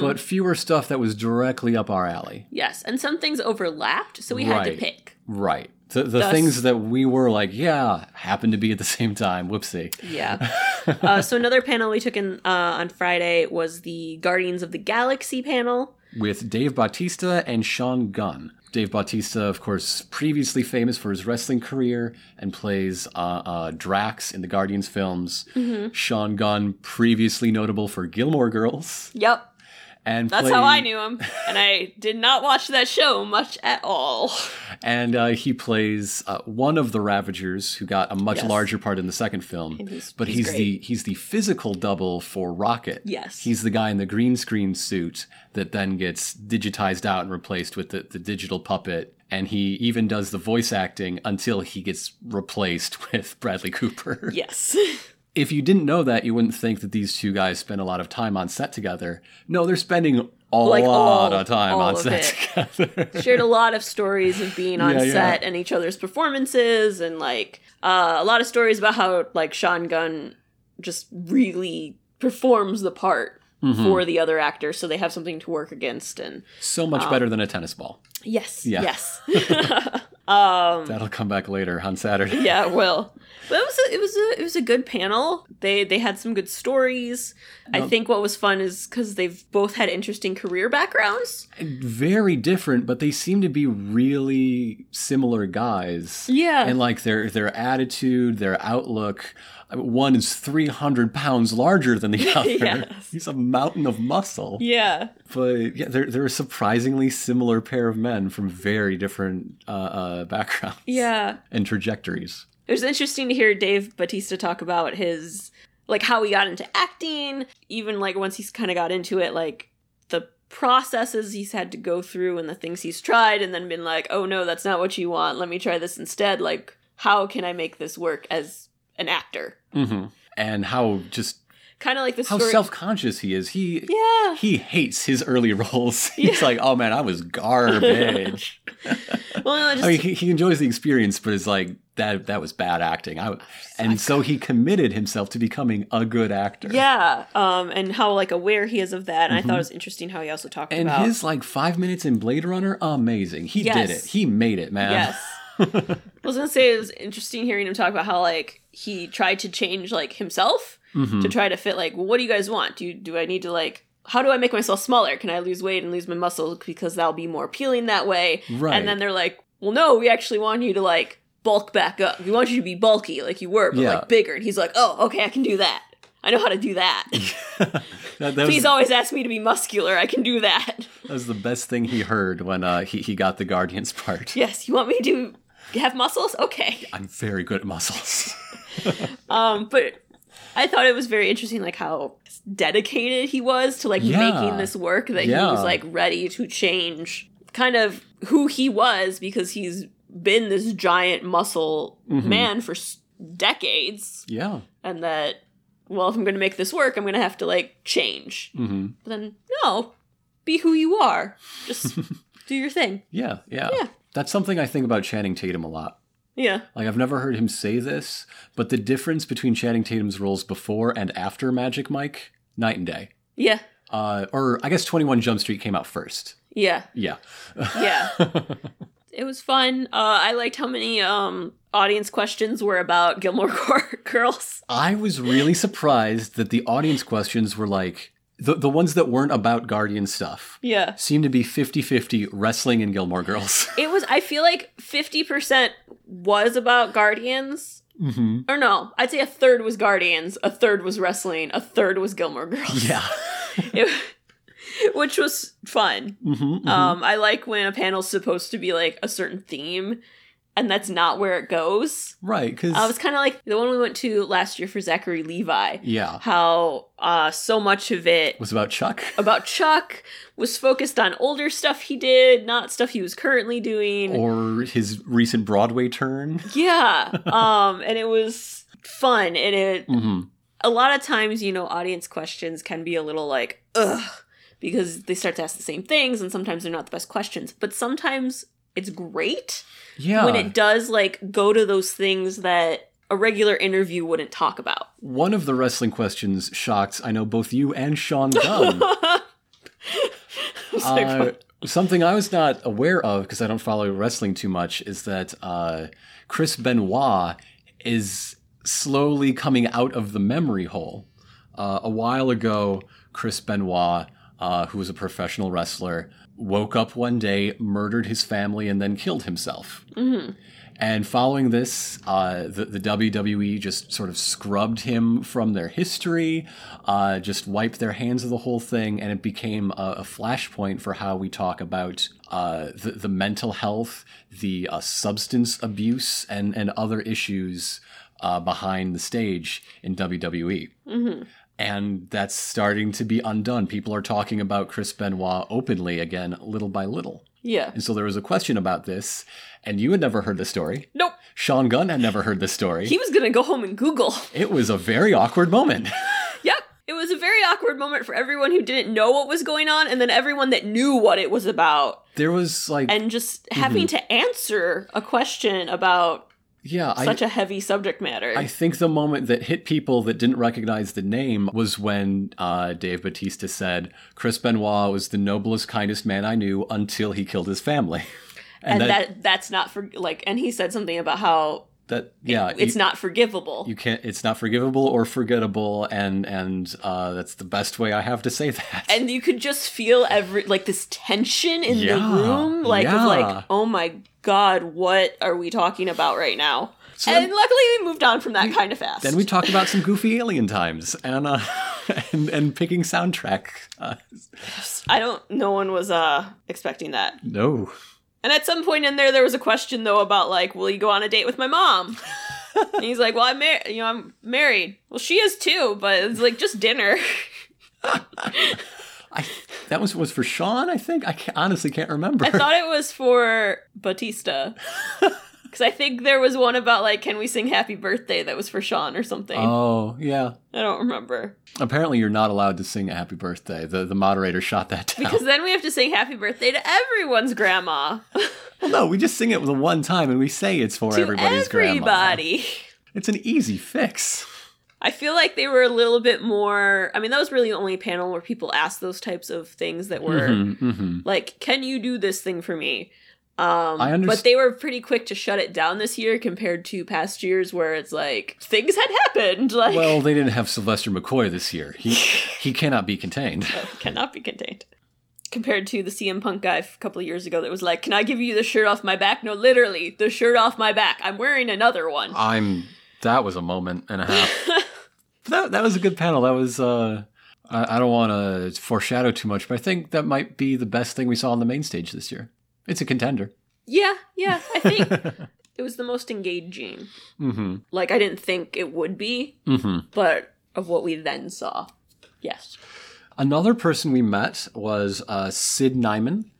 Speaker 2: but fewer stuff that was directly up our alley.
Speaker 3: Yes, and some things overlapped, so we had to
Speaker 2: Right.
Speaker 3: pick.
Speaker 2: Right. The, the
Speaker 3: Thus-
Speaker 2: things that we were like, yeah, happened to be at the same time. Whoopsie.
Speaker 3: Yeah. uh, so another panel we took in uh, on Friday was the Guardians of the Galaxy panel.
Speaker 2: With Dave Bautista and Sean Gunn. Dave Bautista, of course, previously famous for his wrestling career and plays uh, uh, Drax in the Guardians films.
Speaker 3: Mm-hmm.
Speaker 2: Sean Gunn, previously notable for Gilmore Girls,
Speaker 3: Yep,
Speaker 2: and
Speaker 3: that's how I
Speaker 2: played-
Speaker 3: knew him, and I did not watch that show much at all.
Speaker 2: and uh, he plays uh, one of the Ravagers, who got a much
Speaker 3: Yes.
Speaker 2: larger part in the second film.
Speaker 3: he's-
Speaker 2: but he's,
Speaker 3: he's
Speaker 2: the he's the physical double for Rocket.
Speaker 3: Yes.
Speaker 2: he's the guy in the green screen suit that then gets digitized out and replaced with the, the digital puppet. And he even does the voice acting until he gets replaced with Bradley Cooper.
Speaker 3: Yes,
Speaker 2: If you didn't know that, you wouldn't think that these two guys spend a lot of time on set together. No, they're spending a
Speaker 3: Like
Speaker 2: lot
Speaker 3: all-
Speaker 2: of time
Speaker 3: all
Speaker 2: on
Speaker 3: of
Speaker 2: set together.
Speaker 3: shared a lot of stories of being on
Speaker 2: Yeah, yeah.
Speaker 3: set and each other's performances, and like uh, a lot of stories about how like Sean Gunn just really performs the part
Speaker 2: Mhm.
Speaker 3: for the other actor so they have something to work against and
Speaker 2: So
Speaker 3: Um,
Speaker 2: much better than a tennis ball.
Speaker 3: yes
Speaker 2: Yeah.
Speaker 3: yes um
Speaker 2: That'll come back later on Saturday.
Speaker 3: yeah it will but it was a, it was a it was a good panel they they had some good stories i think what was fun is because they've both had interesting career backgrounds
Speaker 2: Very different, but they seem to be really similar guys.
Speaker 3: Yeah.
Speaker 2: And like their their attitude, their outlook. I mean, One is three hundred pounds larger than the other.
Speaker 3: Yes.
Speaker 2: He's a mountain of muscle.
Speaker 3: yeah
Speaker 2: But yeah, they're they're a surprisingly similar pair of men from very different uh, uh, backgrounds
Speaker 3: yeah
Speaker 2: and trajectories.
Speaker 3: it was interesting to hear dave batista talk about his like how he got into acting, even like once he's kind of got into it, like the processes he's had to go through and the things he's tried, and then been like, oh no, that's not what you want. Let me try this instead. Like, how can I make this work as an actor?
Speaker 2: hmm And how just
Speaker 3: Kind Mm-hmm. of like the
Speaker 2: how
Speaker 3: story.
Speaker 2: self conscious he is. He
Speaker 3: yeah.
Speaker 2: he hates his early roles. He's like, oh man, I was garbage.
Speaker 3: Well, I just
Speaker 2: I mean, he, he enjoys the experience, but it's like that that was bad acting.
Speaker 3: Oh,
Speaker 2: I, and so he committed himself to becoming a good actor.
Speaker 3: yeah. Um, and how like aware he is of that. And I thought it was interesting how he also talked
Speaker 2: And
Speaker 3: about
Speaker 2: his like five minutes in Blade Runner, amazing. He
Speaker 3: Yes.
Speaker 2: did it. He made it, man.
Speaker 3: Yes. I was gonna say it was interesting hearing him talk about how like he tried to change like himself
Speaker 2: Mm-hmm.
Speaker 3: to try to fit like well, what do you guys want? Do you, do I need to like how do I make myself smaller? Can I lose weight and lose my muscle because that'll be more appealing that way?
Speaker 2: Right.
Speaker 3: And then they're like, well, no, we actually want you to like bulk back up. We want you to be bulky like you were, but
Speaker 2: Yeah.
Speaker 3: like bigger. And he's like, oh, okay, I can do that. I know how to do that.
Speaker 2: That, that, was,
Speaker 3: Please
Speaker 2: that
Speaker 3: always ask me to be muscular. I can do that.
Speaker 2: was the best thing he heard when uh, he he got the Guardians part.
Speaker 3: yes, you want me to have muscles? Okay.
Speaker 2: I'm very good at muscles.
Speaker 3: Um, but I thought it was very interesting, like how dedicated he was to like
Speaker 2: Yeah.
Speaker 3: making this work. That
Speaker 2: Yeah.
Speaker 3: he was like ready to change, kind of who he was because he's been this giant muscle
Speaker 2: Mm-hmm.
Speaker 3: man for s- decades,
Speaker 2: yeah.
Speaker 3: and that well, if I'm going to make this work, I'm going to have to like change.
Speaker 2: hmm
Speaker 3: But then no, be who you are. Just do your thing.
Speaker 2: yeah. Yeah.
Speaker 3: Yeah.
Speaker 2: That's something I think about Channing Tatum a lot.
Speaker 3: Yeah.
Speaker 2: Like I've never heard him say this, but the difference between Channing Tatum's roles before and after Magic Mike, night and day.
Speaker 3: Yeah.
Speaker 2: Uh, or I guess 21 Jump Street came out first.
Speaker 3: Yeah.
Speaker 2: Yeah.
Speaker 3: yeah it was fun uh i liked how many um audience questions were about gilmore Gir- girls
Speaker 2: I was really surprised that the audience questions were like the, the ones that weren't about Guardian stuff
Speaker 3: yeah
Speaker 2: seemed to be 50-50 wrestling and Gilmore Girls.
Speaker 3: it was i feel like 50% was about guardians
Speaker 2: mm-hmm.
Speaker 3: or no i'd say a third was guardians a third was wrestling a third was gilmore girls
Speaker 2: Yeah.
Speaker 3: It- which was fun
Speaker 2: hmm
Speaker 3: um i like when a panel's supposed to be like a certain theme and that's not where it goes
Speaker 2: right, because
Speaker 3: i was kind of like the one we went to last year for zachary levi
Speaker 2: yeah,
Speaker 3: how uh, so much of it
Speaker 2: was about Chuck.
Speaker 3: about Chuck was focused on older stuff he did, not stuff he was currently doing.
Speaker 2: Or his recent Broadway turn.
Speaker 3: yeah, um, and it was fun. And it
Speaker 2: hmm
Speaker 3: a lot of times, you know, audience questions can be a little like ugh because they start to ask the same things, and sometimes they're not the best questions. But sometimes it's great
Speaker 2: Yeah.
Speaker 3: when it does like go to those things that a regular interview wouldn't talk about.
Speaker 2: One of the wrestling questions shocked, I know, both you and Sean Gunn.
Speaker 3: It's like,
Speaker 2: Uh, something I was not aware of because I don't follow wrestling too much is that uh, Chris Benoit is slowly coming out of the memory hole. Uh, a while ago, Chris Benoit, uh, who was a professional wrestler, woke up one day, murdered his family, and then killed himself. And following this, uh, the, the WWE just sort of scrubbed him from their history, uh, just wiped their hands of the whole thing, and it became a, a flashpoint for how we talk about uh, the, the mental health, the uh, substance abuse, and, and other issues uh, behind the stage in WWE. And that's starting to be undone. People are talking about Chris Benoit openly again, little by little.
Speaker 3: yeah.
Speaker 2: And so there was a question about this, and you had never heard the story.
Speaker 3: Nope.
Speaker 2: Sean Gunn had never heard the story.
Speaker 3: He was gonna go home and Google.
Speaker 2: it was a very awkward moment.
Speaker 3: Yep. It was a very awkward moment for everyone who didn't know what was going on and then everyone that knew what it was about.
Speaker 2: there was like,
Speaker 3: And just having
Speaker 2: Mm-hmm.
Speaker 3: to answer a question about
Speaker 2: yeah, I,
Speaker 3: such a heavy subject matter.
Speaker 2: I think the moment that hit people that didn't recognize the name was when uh, Dave Batista said, Chris Benoit was the noblest, kindest man I knew until he killed his family.
Speaker 3: and that, that's not for like and he said something about how
Speaker 2: that, yeah,
Speaker 3: it's
Speaker 2: Uh, you,
Speaker 3: not forgivable.
Speaker 2: you can't, it's not forgivable or forgettable. And, and uh, that's the best way I have to say that.
Speaker 3: and you could just feel every like this tension in
Speaker 2: Yeah,
Speaker 3: the room like of
Speaker 2: yeah.
Speaker 3: like oh my god what are we talking about right now
Speaker 2: So
Speaker 3: and
Speaker 2: then-
Speaker 3: luckily we moved on from that kind of fast
Speaker 2: Then we talked about some goofy alien times and uh, and, and picking soundtrack. Uh,
Speaker 3: i don't no one was uh expecting that
Speaker 2: no,
Speaker 3: And at some point in there, there was a question though about like, will you go on a date with my mom? And he's like, "Well, I'm mar- you know I'm married. Well, she is too, but it's like just dinner."
Speaker 2: I, that was was for Sean, I think. I can't, honestly can't remember.
Speaker 3: I thought it was for Batista. Because I think there was one about, like, can we sing happy birthday that was for Sean or something.
Speaker 2: oh yeah.
Speaker 3: I don't remember.
Speaker 2: Apparently, you're not allowed to sing a "Happy Birthday." The the moderator shot that down.
Speaker 3: Because then we have to sing happy birthday to everyone's grandma.
Speaker 2: Well, no, we just sing it the one time and we say it's for
Speaker 3: to
Speaker 2: everybody's grandma.
Speaker 3: everybody.
Speaker 2: It's an easy fix.
Speaker 3: I feel like they were a little bit more. I mean, that was really the only panel where people asked those types of things that were
Speaker 2: Mhm, mhm.
Speaker 3: like, can you do this thing for me? Um,
Speaker 2: I underst-
Speaker 3: but they were pretty quick to shut it down this year compared to past years where it's like things had happened. Like,
Speaker 2: Well, they didn't have Sylvester McCoy this year. He he cannot be contained.
Speaker 3: cannot be contained. Compared to the CM Punk guy a couple of years ago that was like, Can I give you the shirt off my back? No, literally, the shirt off my back. I'm wearing another
Speaker 2: Uh.
Speaker 3: one.
Speaker 2: I'm. That was a moment and a half. But that that was a good panel. That was. uh I, I don't want to foreshadow too much, but I think that might be the best thing we saw on the main stage this year. It's a contender.
Speaker 3: yeah, yeah. I think it was the most engaging.
Speaker 2: Mm-hmm.
Speaker 3: Like, I didn't think it would be,
Speaker 2: Mm-hmm.
Speaker 3: but of what we then saw. Yes.
Speaker 2: Another person we met was uh, Sid Nyman.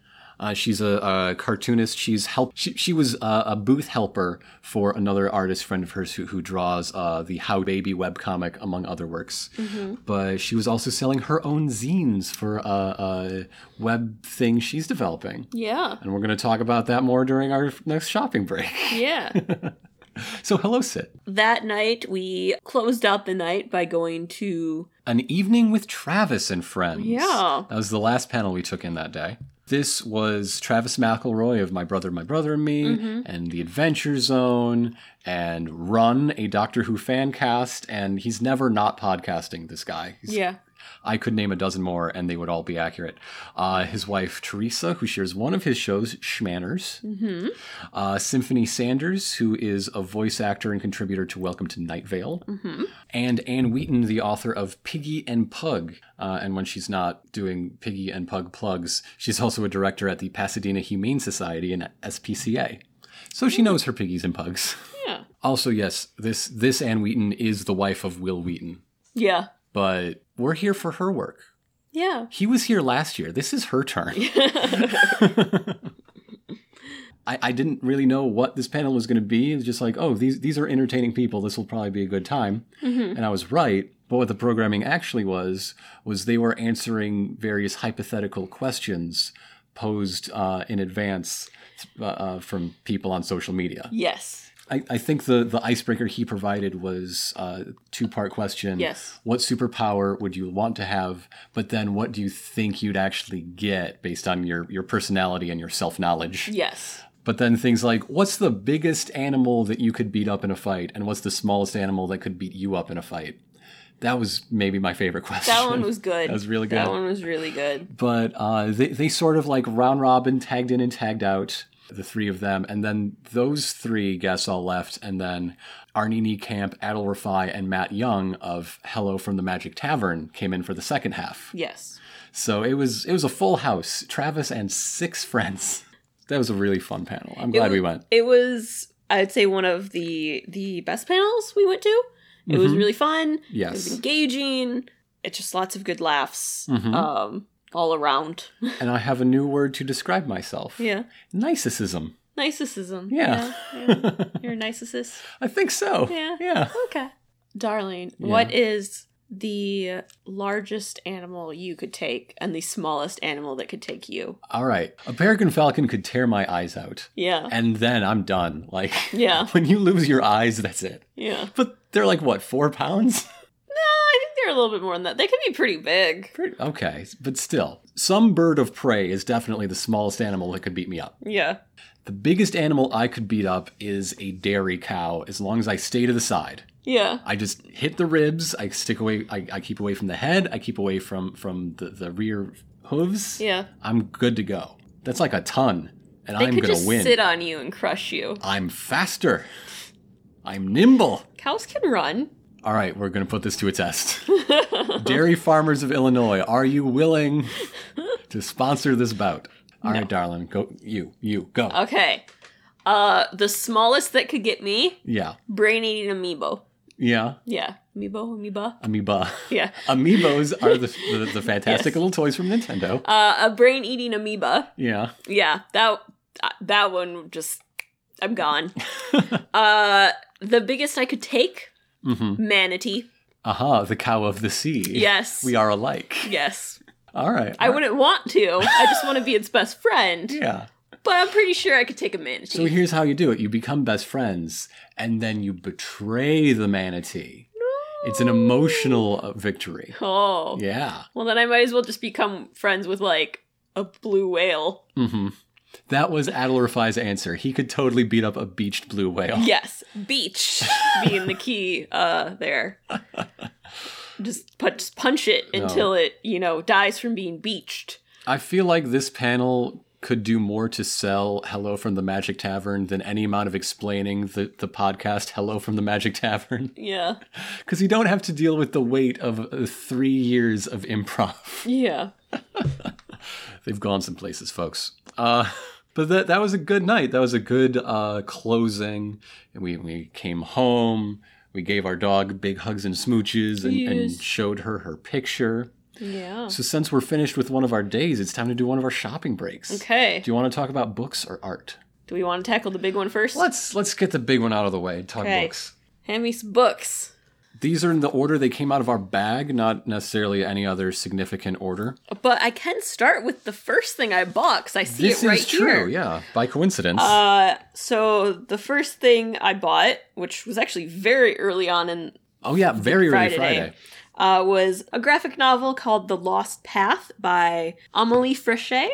Speaker 2: Uh, she's a, a cartoonist. She's help. She, she was uh, a booth helper for another artist friend of hers who, who draws uh, the How Baby webcomic, among other works. But she was also selling her own zines for a, a web thing she's developing,
Speaker 3: Yeah.
Speaker 2: and we're going to talk about that more during our next shopping break.
Speaker 3: Yeah.
Speaker 2: So, hello, Sid.
Speaker 3: that night, we closed out the night by going to.
Speaker 2: An Evening with Travis and Friends.
Speaker 3: Yeah.
Speaker 2: That was the last panel we took in that day. This was Travis McElroy of My Brother, My Brother and Me, and The Adventure Zone, and Run, a Doctor Who fan cast. And he's never not podcasting, this guy. He's-
Speaker 3: Yeah.
Speaker 2: I could name a dozen more, and they would all be accurate. Uh, his wife, Teresa, who shares one of his shows, Schmanners. Uh, Symphony Sanders, who is a voice actor and contributor to Welcome to Night Vale. And Anne Wheaton, the author of Piggy and Pug. Uh, and when she's not doing Piggy and Pug plugs, she's also a director at the Pasadena Humane Society and SPCA. So she knows her piggies and pugs.
Speaker 3: Yeah.
Speaker 2: Also, yes, this, this Anne Wheaton is the wife of Will Wheaton,
Speaker 3: Yeah.
Speaker 2: but we're here for her work.
Speaker 3: Yeah.
Speaker 2: He was here last year. This is her turn. I, I didn't really know what this panel was going to be. It was just like, oh, these these are entertaining people. This will probably be a good time. And I was right. But what the programming actually was was they were answering various hypothetical questions posed uh, in advance uh, uh, from people on social media.
Speaker 3: Yes.
Speaker 2: I, I think the, the icebreaker he provided was a two part question.
Speaker 3: Yes.
Speaker 2: What superpower would you want to have? But then what do you think you'd actually get based on your, your personality and your self knowledge?
Speaker 3: Yes.
Speaker 2: But then things like what's the biggest animal that you could beat up in a fight? And what's the smallest animal that could beat you up in a fight? That was maybe my favorite question.
Speaker 3: That one was good.
Speaker 2: That was really
Speaker 3: That
Speaker 2: good.
Speaker 3: one was really good.
Speaker 2: but uh, they, they sort of like round robin tagged in and tagged out the three of them and then those three guests all left and then arnie Niekamp, adil rafai and matt young of hello from the magic tavern came in for the second half
Speaker 3: Yes.
Speaker 2: so it was it was a full house travis and six friends that was a really fun panel i'm glad
Speaker 3: it,
Speaker 2: we went
Speaker 3: It was, I'd say, one of the the best panels we went to. It was really fun. It was
Speaker 2: Mm-hmm. yes
Speaker 3: engaging. It's just lots of good laughs
Speaker 2: Mhm.
Speaker 3: um, all around.
Speaker 2: and i have a new word to describe myself
Speaker 3: yeah.
Speaker 2: narcissism
Speaker 3: Narcissism.
Speaker 2: Yeah.
Speaker 3: yeah. You're a narcissist.
Speaker 2: i think so
Speaker 3: Yeah.
Speaker 2: yeah
Speaker 3: Okay. Darling,
Speaker 2: Yeah.
Speaker 3: what is the largest animal you could take and the smallest animal that could take you?
Speaker 2: all right american falcon could tear my eyes out
Speaker 3: Yeah.
Speaker 2: and then I'm done. Like,
Speaker 3: Yeah.
Speaker 2: when you lose your eyes, that's it.
Speaker 3: yeah.
Speaker 2: But they're like what four pounds?
Speaker 3: I think they're a little bit more than that. They could be pretty big.
Speaker 2: Pretty- okay, but still, some bird of prey is definitely the smallest animal that could beat me up.
Speaker 3: Yeah.
Speaker 2: The biggest animal I could beat up is a dairy cow, as long as I stay to the side.
Speaker 3: Yeah.
Speaker 2: I just hit the ribs. I stick away. I, I keep away from the head. I keep away from from the, the rear hooves.
Speaker 3: Yeah.
Speaker 2: I'm good to go. That's like a ton, and
Speaker 3: They
Speaker 2: I'm
Speaker 3: could
Speaker 2: gonna
Speaker 3: just
Speaker 2: win.
Speaker 3: sit on you and crush you.
Speaker 2: I'm faster. I'm nimble.
Speaker 3: Cows can run.
Speaker 2: All right, we're going to put this to a test. Dairy farmers of Illinois, are you willing to sponsor this bout? All right, darling, go you, you go.
Speaker 3: Okay. Uh, the smallest that could get me,
Speaker 2: Yeah.
Speaker 3: brain eating amiibo.
Speaker 2: Yeah.
Speaker 3: Yeah, amiibo, amoeba.
Speaker 2: Amoeba.
Speaker 3: Yeah,
Speaker 2: Amiibos are the, the, the fantastic little toys from Nintendo.
Speaker 3: uh, a brain eating amoeba.
Speaker 2: Yeah.
Speaker 3: Yeah, that uh, that one just I'm gone. uh, the biggest I could take,
Speaker 2: Mm-hmm.
Speaker 3: manatee.
Speaker 2: Aha, the cow of the sea.
Speaker 3: Yes.
Speaker 2: We are alike.
Speaker 3: Yes,
Speaker 2: All right.
Speaker 3: I wouldn't want to. I just want to be its best friend.
Speaker 2: Yeah.
Speaker 3: But I'm pretty sure I could take a manatee.
Speaker 2: So here's how you do it you become best friends, and then you betray the manatee. It's an emotional uh, victory.
Speaker 3: oh,
Speaker 2: Yeah.
Speaker 3: well then I might as well just become friends with like a blue whale.
Speaker 2: hmm That was Adlerfi's answer. He could totally beat up a beached blue whale.
Speaker 3: Yes, beach being the key uh there. Just put just punch it
Speaker 2: No.
Speaker 3: until it you know dies from being beached.
Speaker 2: I feel like this panel could do more to sell Hello from the Magic Tavern than any amount of explaining the, the podcast Hello from the Magic Tavern.
Speaker 3: Yeah,
Speaker 2: Because you don't have to deal with the weight of uh, three years of improv.
Speaker 3: yeah.
Speaker 2: They've gone some places, folks. Uh, but that, that was a good night. That was a good uh, closing. And we, we came home. We gave our dog big hugs and smooches and, and
Speaker 3: Yes.
Speaker 2: showed her her picture.
Speaker 3: Yeah.
Speaker 2: So, since we're finished with one of our days, it's time to do one of our shopping breaks.
Speaker 3: Okay.
Speaker 2: Do you want to talk about books or art?
Speaker 3: Do we want to tackle the big one first?
Speaker 2: Let's let's get the big one out of the way. Talk
Speaker 3: Okay.
Speaker 2: books.
Speaker 3: Hand me some books.
Speaker 2: These are in the order they came out of our bag, not necessarily any other significant order.
Speaker 3: But I can start with the first thing I bought because I see
Speaker 2: this
Speaker 3: it right
Speaker 2: is true,
Speaker 3: here.
Speaker 2: yeah, by coincidence.
Speaker 3: Uh, so the first thing I bought, which was actually very early on in
Speaker 2: oh yeah, very early
Speaker 3: Friday,
Speaker 2: Friday.
Speaker 3: uh, was a graphic novel called The Lost Path by Amelie Frechet.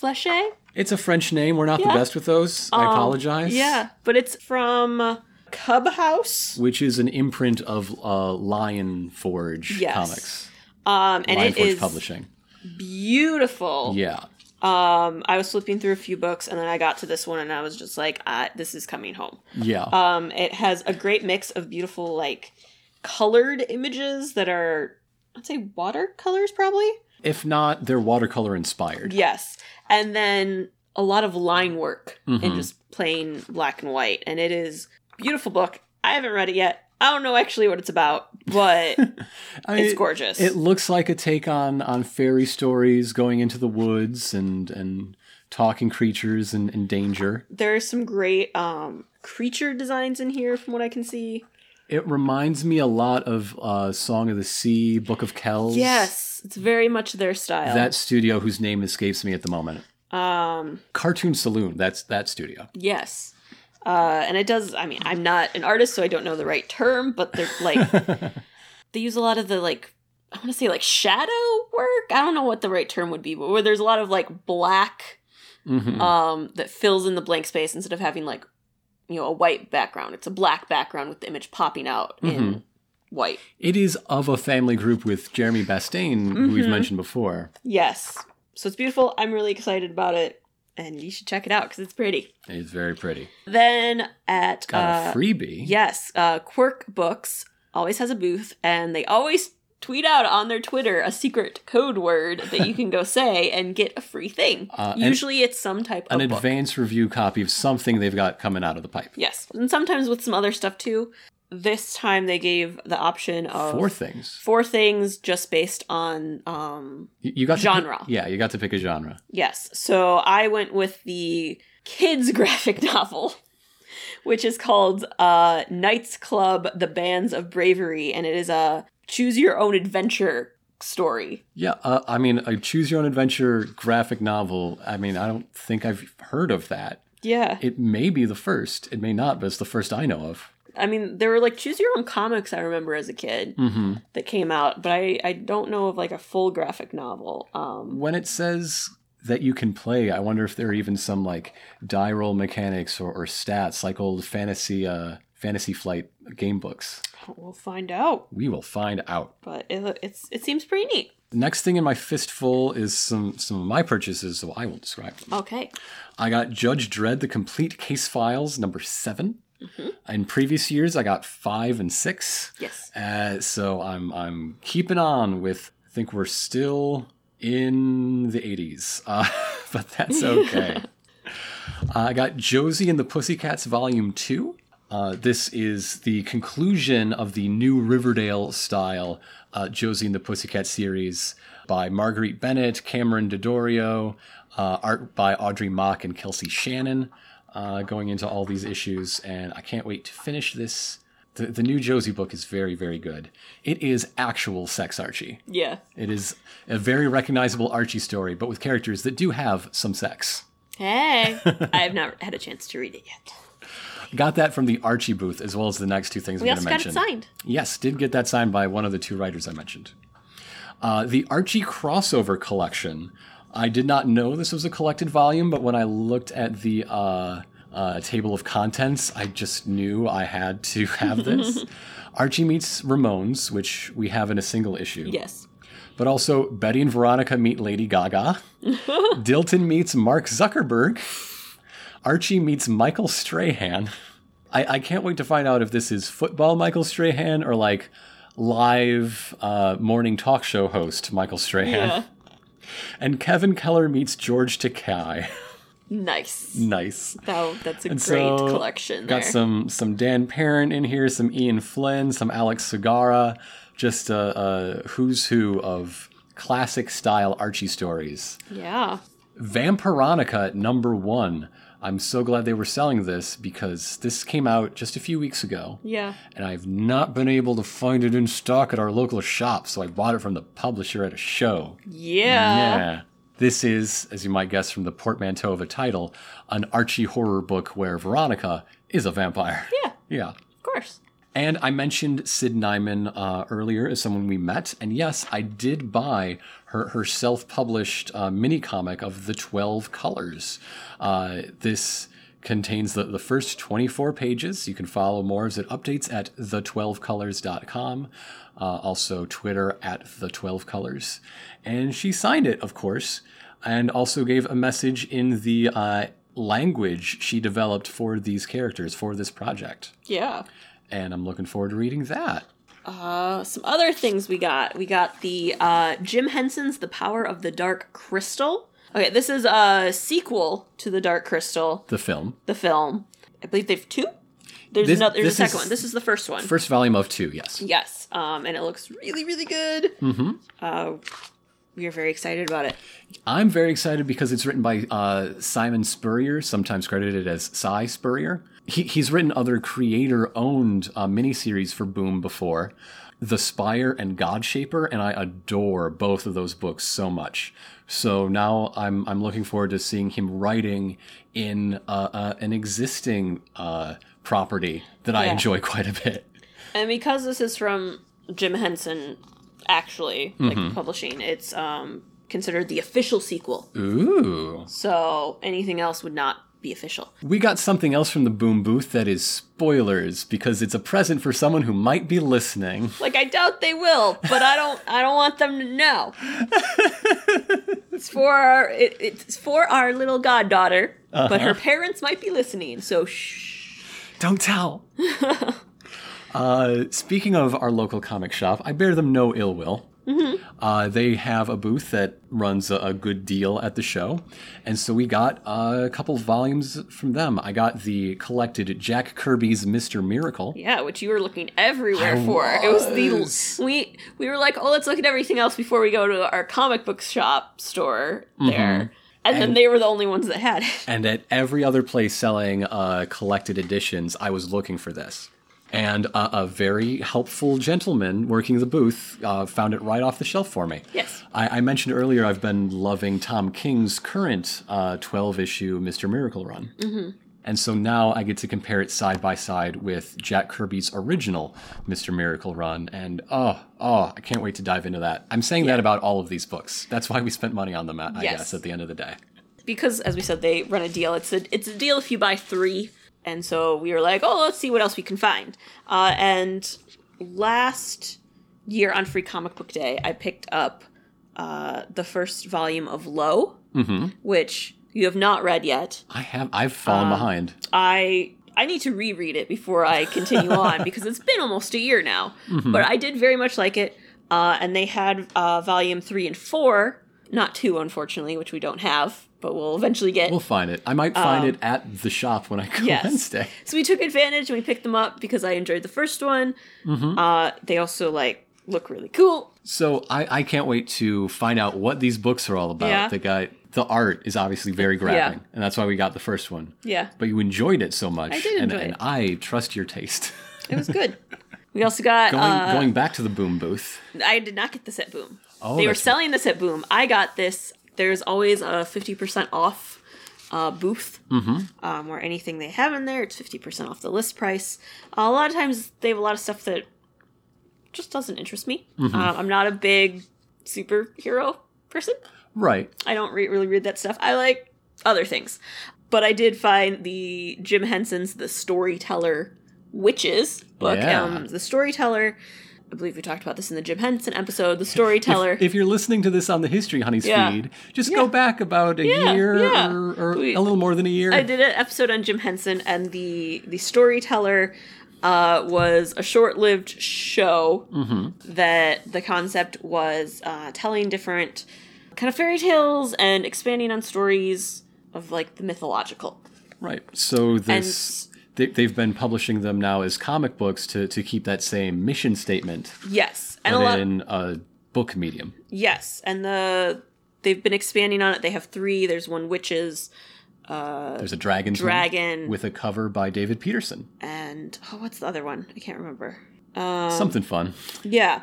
Speaker 3: Flechet?
Speaker 2: It's a French name. We're not
Speaker 3: Yeah. Um,
Speaker 2: the best with those. I apologize.
Speaker 3: Yeah, but it's from Cub House.
Speaker 2: Which is an imprint of uh, Lion Forge
Speaker 3: Yes.
Speaker 2: comics.
Speaker 3: Um, and
Speaker 2: Lion
Speaker 3: it
Speaker 2: Forge
Speaker 3: is
Speaker 2: Publishing.
Speaker 3: beautiful.
Speaker 2: Yeah.
Speaker 3: Um, I was flipping through a few books and then I got to this one and I was just like, ah, this is coming home.
Speaker 2: Yeah.
Speaker 3: Um, it has a great mix of beautiful, like, colored images that are, I'd say, watercolors, probably.
Speaker 2: if not, they're watercolor inspired.
Speaker 3: Yes. And then a lot of line work
Speaker 2: Mhm.
Speaker 3: and just plain black and white. And it is beautiful book. I haven't read it yet. I don't know actually what it's about, but
Speaker 2: I-
Speaker 3: it's gorgeous.
Speaker 2: It looks like a take on on fairy stories, going into the woods and and talking creatures and, and danger.
Speaker 3: there are some great um, creature designs in here from what I can see.
Speaker 2: It reminds me a lot of uh, Song of the Sea, Book of Kells.
Speaker 3: Yes, it's very much their style.
Speaker 2: that studio whose name escapes me at the moment.
Speaker 3: um,
Speaker 2: Cartoon Saloon. That's that studio.
Speaker 3: Yes. Uh, and it does, I mean, I'm not an artist, so I don't know the right term, but they're like, they use a lot of the like, I want to say like shadow work. I don't know what the right term would be, but where there's a lot of like black
Speaker 2: Mhm.
Speaker 3: um, that fills in the blank space instead of having like, you know, a white background. It's a black background with the image popping out in white.
Speaker 2: it is of a family group with Jeremy Bastain, who we've
Speaker 3: Mhm.
Speaker 2: mentioned before.
Speaker 3: Yes. So it's beautiful. I'm really excited about it, and you should check it out because it's pretty.
Speaker 2: It's very pretty.
Speaker 3: Then at
Speaker 2: Got
Speaker 3: uh,
Speaker 2: a freebie.
Speaker 3: Yes, uh, Quirk Books always has a booth, and they always tweet out on their Twitter a secret code word that you can go say and get a free thing.
Speaker 2: Uh, an-
Speaker 3: Usually, it's some type
Speaker 2: An
Speaker 3: of book.
Speaker 2: advance review copy of something they've got coming out of the pipe.
Speaker 3: Yes, and sometimes with some other stuff too. This time they gave the option of
Speaker 2: Four things.
Speaker 3: four things just based on um
Speaker 2: You you got to pick-
Speaker 3: Genre.
Speaker 2: yeah, you got to pick a genre.
Speaker 3: yes. So I went with the kids graphic novel. Which is called uh, Knights Club: The Bands of Bravery, and it is a choose your own adventure story.
Speaker 2: Yeah, uh, I mean, a choose your own adventure graphic novel. I mean, I don't think I've heard of that.
Speaker 3: Yeah,
Speaker 2: It may be the first. It may not, but it's the first I know of.
Speaker 3: I mean there were like choose your own comics I remember as a kid
Speaker 2: hmm
Speaker 3: that came out, but I I don't know of like a full graphic novel. Um,
Speaker 2: When it says that you can play, I wonder if there are even some like die roll mechanics or, or stats, like old fantasy uh, fantasy flight game books.
Speaker 3: we'll find out,
Speaker 2: We will find out.
Speaker 3: but it, it's it seems pretty neat.
Speaker 2: The next thing in my fistful is some some of my purchases, so I will describe them.
Speaker 3: Okay.
Speaker 2: I got Judge Dredd: The Complete Case Files number 7 In previous years, I got five and six.
Speaker 3: Yes.
Speaker 2: Uh, so I'm I'm keeping on with. I think we're still in the 80s, uh, but that's okay. Uh, I got Josie and the Pussycats Volume 2. Uh, this is the conclusion of the new Riverdale style uh, Josie and the Pussycat series by Marguerite Bennett, Cameron Dodorio, uh, art by Audrey Mock and Kelsey Shannon, uh, going into all these issues. And I can't wait to finish this. The, the new Josie book is very, very good. It is actual sex Archie.
Speaker 3: Yeah.
Speaker 2: It is a very recognizable Archie story, but with characters that do have some sex.
Speaker 3: Hey, I have not had a chance to read it yet.
Speaker 2: Got that from the Archie booth, as well as the next two things
Speaker 3: We
Speaker 2: I'm going
Speaker 3: also
Speaker 2: to
Speaker 3: got
Speaker 2: mention.
Speaker 3: it signed.
Speaker 2: Yes, did get that signed by one of the two writers I mentioned. Uh, the Archie crossover collection. I did not know this was a collected volume, but when I looked at the uh, uh, table of contents, I just knew I had to have this. Archie meets Ramones, which we have in a single issue.
Speaker 3: Yes.
Speaker 2: But also Betty and Veronica meet Lady Gaga. Dilton meets Mark Zuckerberg. Archie meets Michael Strahan. I, I can't wait to find out if this is football Michael Strahan or like live uh, morning talk show host Michael Strahan.
Speaker 3: Yeah.
Speaker 2: And Kevin Keller meets George Takei.
Speaker 3: Nice.
Speaker 2: nice.
Speaker 3: That, that's a great
Speaker 2: so,
Speaker 3: collection.
Speaker 2: Got
Speaker 3: there.
Speaker 2: some some Dan Parent in here, some Ian Flynn, some Alex Segara, just a, a who's who of classic style Archie stories.
Speaker 3: Yeah.
Speaker 2: Vampironica number one. I'm so glad they were selling this because this came out just a few weeks ago,
Speaker 3: Yeah.
Speaker 2: and I've not been able to find it in stock at our local shop, so I bought it from the publisher at a show.
Speaker 3: Yeah.
Speaker 2: Yeah. Uh, This is, as you might guess from the portmanteau of a title, an Archie horror book where Veronica is a vampire.
Speaker 3: Yeah.
Speaker 2: Yeah.
Speaker 3: Of course.
Speaker 2: And I mentioned Sid Nyman uh, earlier as someone we met. And yes, I did buy her, her self published uh, mini comic of The 12 Colors. Uh, this contains the, the first 24 pages. You can follow more as it updates at the12colors.com. Uh, also, Twitter at the12colors. And she signed it, of course, and also gave a message in the uh, language she developed for these characters for this project
Speaker 3: Yeah.
Speaker 2: and I'm looking forward to reading that.
Speaker 3: Uh, some other things we got. We got the uh, Jim Henson's The Power of the Dark Crystal. Okay, this is a sequel to The Dark Crystal,
Speaker 2: The film,
Speaker 3: the film. I believe they've two. There's
Speaker 2: This-
Speaker 3: another. There's
Speaker 2: this
Speaker 3: a second
Speaker 2: is-
Speaker 3: one. This is the first one.
Speaker 2: first volume of two, yes.
Speaker 3: Yes, um, and it looks really, really good. Mm-hmm. Uh, we are very excited about it.
Speaker 2: I'm very excited because it's written by uh, Simon Spurrier, sometimes credited as Cy Spurrier. He, he's written other creator-owned uh, miniseries for Boom before, The Spire and Godshaper, and I adore both of those books so much. So now I'm I'm looking forward to seeing him writing in uh, uh, an existing uh, property that I
Speaker 3: Yeah.
Speaker 2: enjoy quite a bit.
Speaker 3: And because this is from Jim Henson, actually, like publishing, it's um, considered the official sequel.
Speaker 2: Ooh.
Speaker 3: So anything else would not be official.
Speaker 2: We got something else from the Boom Booth that is spoilers because it's a present for someone who might be listening.
Speaker 3: Like I doubt they will, but I don't. I don't want them to know. it's for our. It, it's for our little goddaughter, but her parents might be listening. So shh.
Speaker 2: Don't tell. uh, speaking of our local comic shop, I bear them no ill will. Uh, they have a booth that runs a, a good deal at the show. And so we got uh, a couple volumes from them. I got the collected Jack Kirby's Mr. Miracle.
Speaker 3: Yeah, which you were looking everywhere
Speaker 2: I
Speaker 3: for. It was
Speaker 2: was.
Speaker 3: the we we were like, oh, let's look at everything else before we go to our comic book shop store
Speaker 2: Mm-hmm.
Speaker 3: there. And, then they were the only ones that had it.
Speaker 2: And at every other place selling uh, collected editions, I was looking for this. And uh, a very helpful gentleman working the booth uh, found it right off the shelf for me.
Speaker 3: Yes.
Speaker 2: I, I mentioned earlier I've been loving Tom King's current uh, 12 issue Mr. Miracle run. Mm-hmm. And so now I get to compare it side by side with Jack Kirby's original Mr. Miracle run. And oh, oh, I can't wait to dive into that. I'm saying that about all of these books. That's why we spent money on them, I
Speaker 3: Yes.
Speaker 2: guess, at the end of the day.
Speaker 3: Because as we said, they run a deal. It's a it's a deal if you buy three. And so we were like, oh, let's see what else we can find. Uh, and last year on Free Comic Book Day, I picked up uh, the first volume of Low,
Speaker 2: Mm-hmm.
Speaker 3: which you have not read yet.
Speaker 2: I have I've
Speaker 3: Um,
Speaker 2: fallen behind.
Speaker 3: I I need to reread it before I continue on because it's been almost a year now.
Speaker 2: Mm-hmm.
Speaker 3: But I did very much like it, uh, and they had uh, volume three and four, not two, unfortunately, which we don't have. but we'll eventually get.
Speaker 2: We'll find it. I might find it at the shop when I go
Speaker 3: um, yes.
Speaker 2: Wednesday.
Speaker 3: so we took advantage and we picked them up because I enjoyed the first one.
Speaker 2: Mm-hmm.
Speaker 3: Uh, they also like look really cool.
Speaker 2: So I, I can't wait to find out what these books are all about.
Speaker 3: Yeah.
Speaker 2: The guy, the art is obviously very grabbing, and that's why we got the first one.
Speaker 3: Yeah,
Speaker 2: But you enjoyed it so much,
Speaker 3: I did
Speaker 2: and,
Speaker 3: enjoy
Speaker 2: and
Speaker 3: it.
Speaker 2: I trust your taste.
Speaker 3: it was good. we also got.
Speaker 2: going,
Speaker 3: uh,
Speaker 2: going back to the boom booth.
Speaker 3: I did not get this at Boom.
Speaker 2: Oh,
Speaker 3: they were
Speaker 2: that's right.
Speaker 3: selling this at Boom. I got this. There's always a 50% off uh, booth
Speaker 2: Mm-hmm.
Speaker 3: um, or anything they have in there. It's 50% off the list price. a lot of times they have a lot of stuff that just doesn't interest me.
Speaker 2: Mm-hmm.
Speaker 3: Um, I'm not a big superhero person.
Speaker 2: Right.
Speaker 3: I don't re- really read that stuff. I like other things. But I did find the Jim Henson's The Storyteller Witches book.
Speaker 2: Yeah.
Speaker 3: Um, the Storyteller, I believe we talked about this in the Jim Henson episode. The Storyteller.
Speaker 2: If you're listening to this on the History Honeys
Speaker 3: Yeah.
Speaker 2: feed, just
Speaker 3: Yeah.
Speaker 2: go back about a
Speaker 3: Yeah,
Speaker 2: year
Speaker 3: yeah.
Speaker 2: or, or
Speaker 3: We-
Speaker 2: a little more than a year.
Speaker 3: I did an episode on Jim Henson, and the the storyteller uh, was a short lived show
Speaker 2: Mm-hmm.
Speaker 3: that the concept was uh, telling different kind of fairy tales and expanding on stories of like the mythological.
Speaker 2: Right. So this they, they've been publishing them now as comic books to to keep that same mission statement,
Speaker 3: Yes, and
Speaker 2: but
Speaker 3: a lot.
Speaker 2: in a book medium.
Speaker 3: yes, and the they've been expanding on it. They have three. There's one witches
Speaker 2: There's a dragon's one
Speaker 3: Dragon.
Speaker 2: with a cover by David Peterson.
Speaker 3: and oh, what's the other one? I can't remember. Um,
Speaker 2: Something fun.
Speaker 3: Yeah.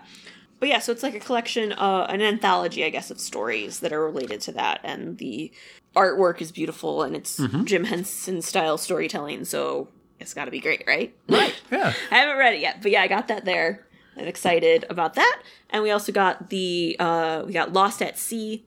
Speaker 3: But yeah, so it's like a collection, uh, an anthology, I guess, of stories that are related to that. And the artwork is beautiful and it's Jim Henson style storytelling. So it's got to be great, right? Right.
Speaker 2: Yeah.
Speaker 3: I haven't read it yet. But yeah, I got that there. I'm excited about that. And we also got the, uh, we got Lost at Sea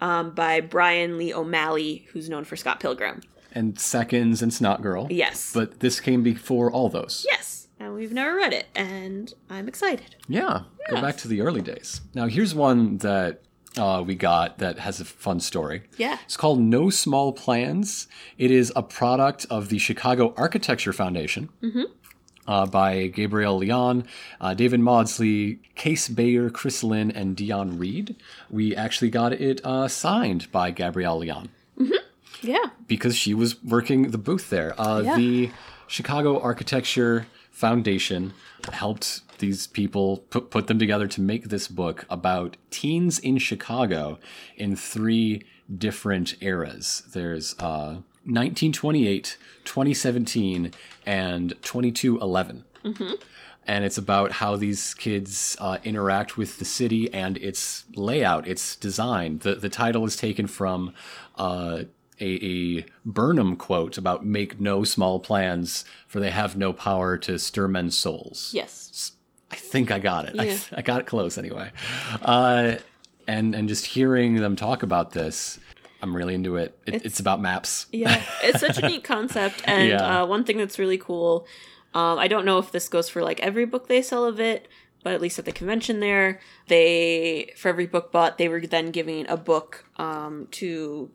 Speaker 3: um, by Brian Lee O'Malley, who's known for Scott Pilgrim.
Speaker 2: And seconds and Snot Girl.
Speaker 3: Yes.
Speaker 2: But this came before all those.
Speaker 3: yes. And we've never read it. And I'm excited.
Speaker 2: Yeah. Go
Speaker 3: Yes.
Speaker 2: back to the early days. Now here's one that uh, we got that has a fun story.
Speaker 3: Yeah.
Speaker 2: It's called No Small Plans. It is a product of the Chicago Architecture Foundation uh, by Gabriel Leon, uh, David Maudsley, Case Bayer, Chris Lynn, and Dion Reed. We actually got it uh, signed by Gabrielle Leon
Speaker 3: Yeah.
Speaker 2: because she was working the booth there. Uh,
Speaker 3: Yeah.
Speaker 2: The Chicago Architecture Foundation helped these people put, put them together to make this book about teens in Chicago in three different eras. There's uh, 1928, 2017, and 2211. And it's about how these kids uh, interact with the city and its layout, its design. The, the title is taken from uh, a, a Burnham quote about make no small plans, for they have no power to stir men's souls.
Speaker 3: Yes.
Speaker 2: I think I got it.
Speaker 3: Yeah.
Speaker 2: I, I got it close anyway. Uh, and, and just hearing them talk about this, I'm really into it. it it's, about maps.
Speaker 3: Yeah, it's such a neat concept, and
Speaker 2: Yeah.
Speaker 3: uh, one thing that's really cool. Um, I don't know if this goes for like every book they sell of it, but at least at the convention there, they for every book bought, they were then giving a book um, to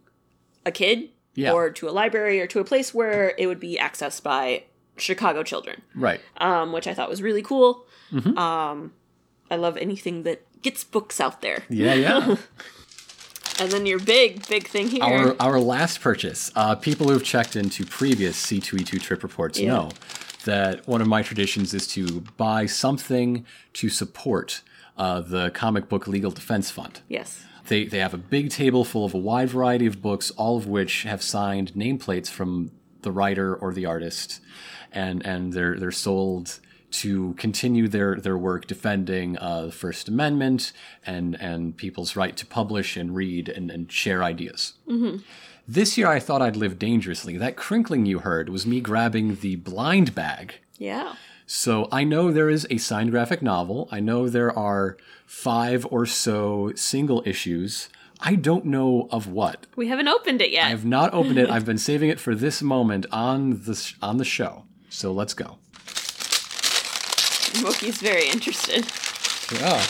Speaker 3: a kid
Speaker 2: Yeah.
Speaker 3: or to a library or to a place where it would be accessed by Chicago children,
Speaker 2: Right.
Speaker 3: um, which I thought was really cool.
Speaker 2: Mm-hmm.
Speaker 3: Um, I love anything that gets books out there,
Speaker 2: Yeah, yeah.
Speaker 3: and then your big big thing here.
Speaker 2: our our last purchase. Uh, people who've checked into previous C2E2 trip reports
Speaker 3: Yeah.
Speaker 2: know that one of my traditions is to buy something to support uh, the comic book legal defense fund.
Speaker 3: yes.
Speaker 2: They they have a big table full of a wide variety of books, all of which have signed nameplates from the writer or the artist, and and they're they're sold to continue their their work defending uh, the First Amendment and and people's right to publish and read and, and share ideas. This year, I thought I'd live dangerously. That crinkling you heard was me grabbing the blind bag.
Speaker 3: Yeah.
Speaker 2: So I know there is a signed graphic novel. I know there are five or so single issues. I don't know of what.
Speaker 3: We haven't opened it yet.
Speaker 2: I've not opened it. I've been saving it for this moment on the sh- on the show. So let's go.
Speaker 3: Moki's very interested.
Speaker 2: Yeah.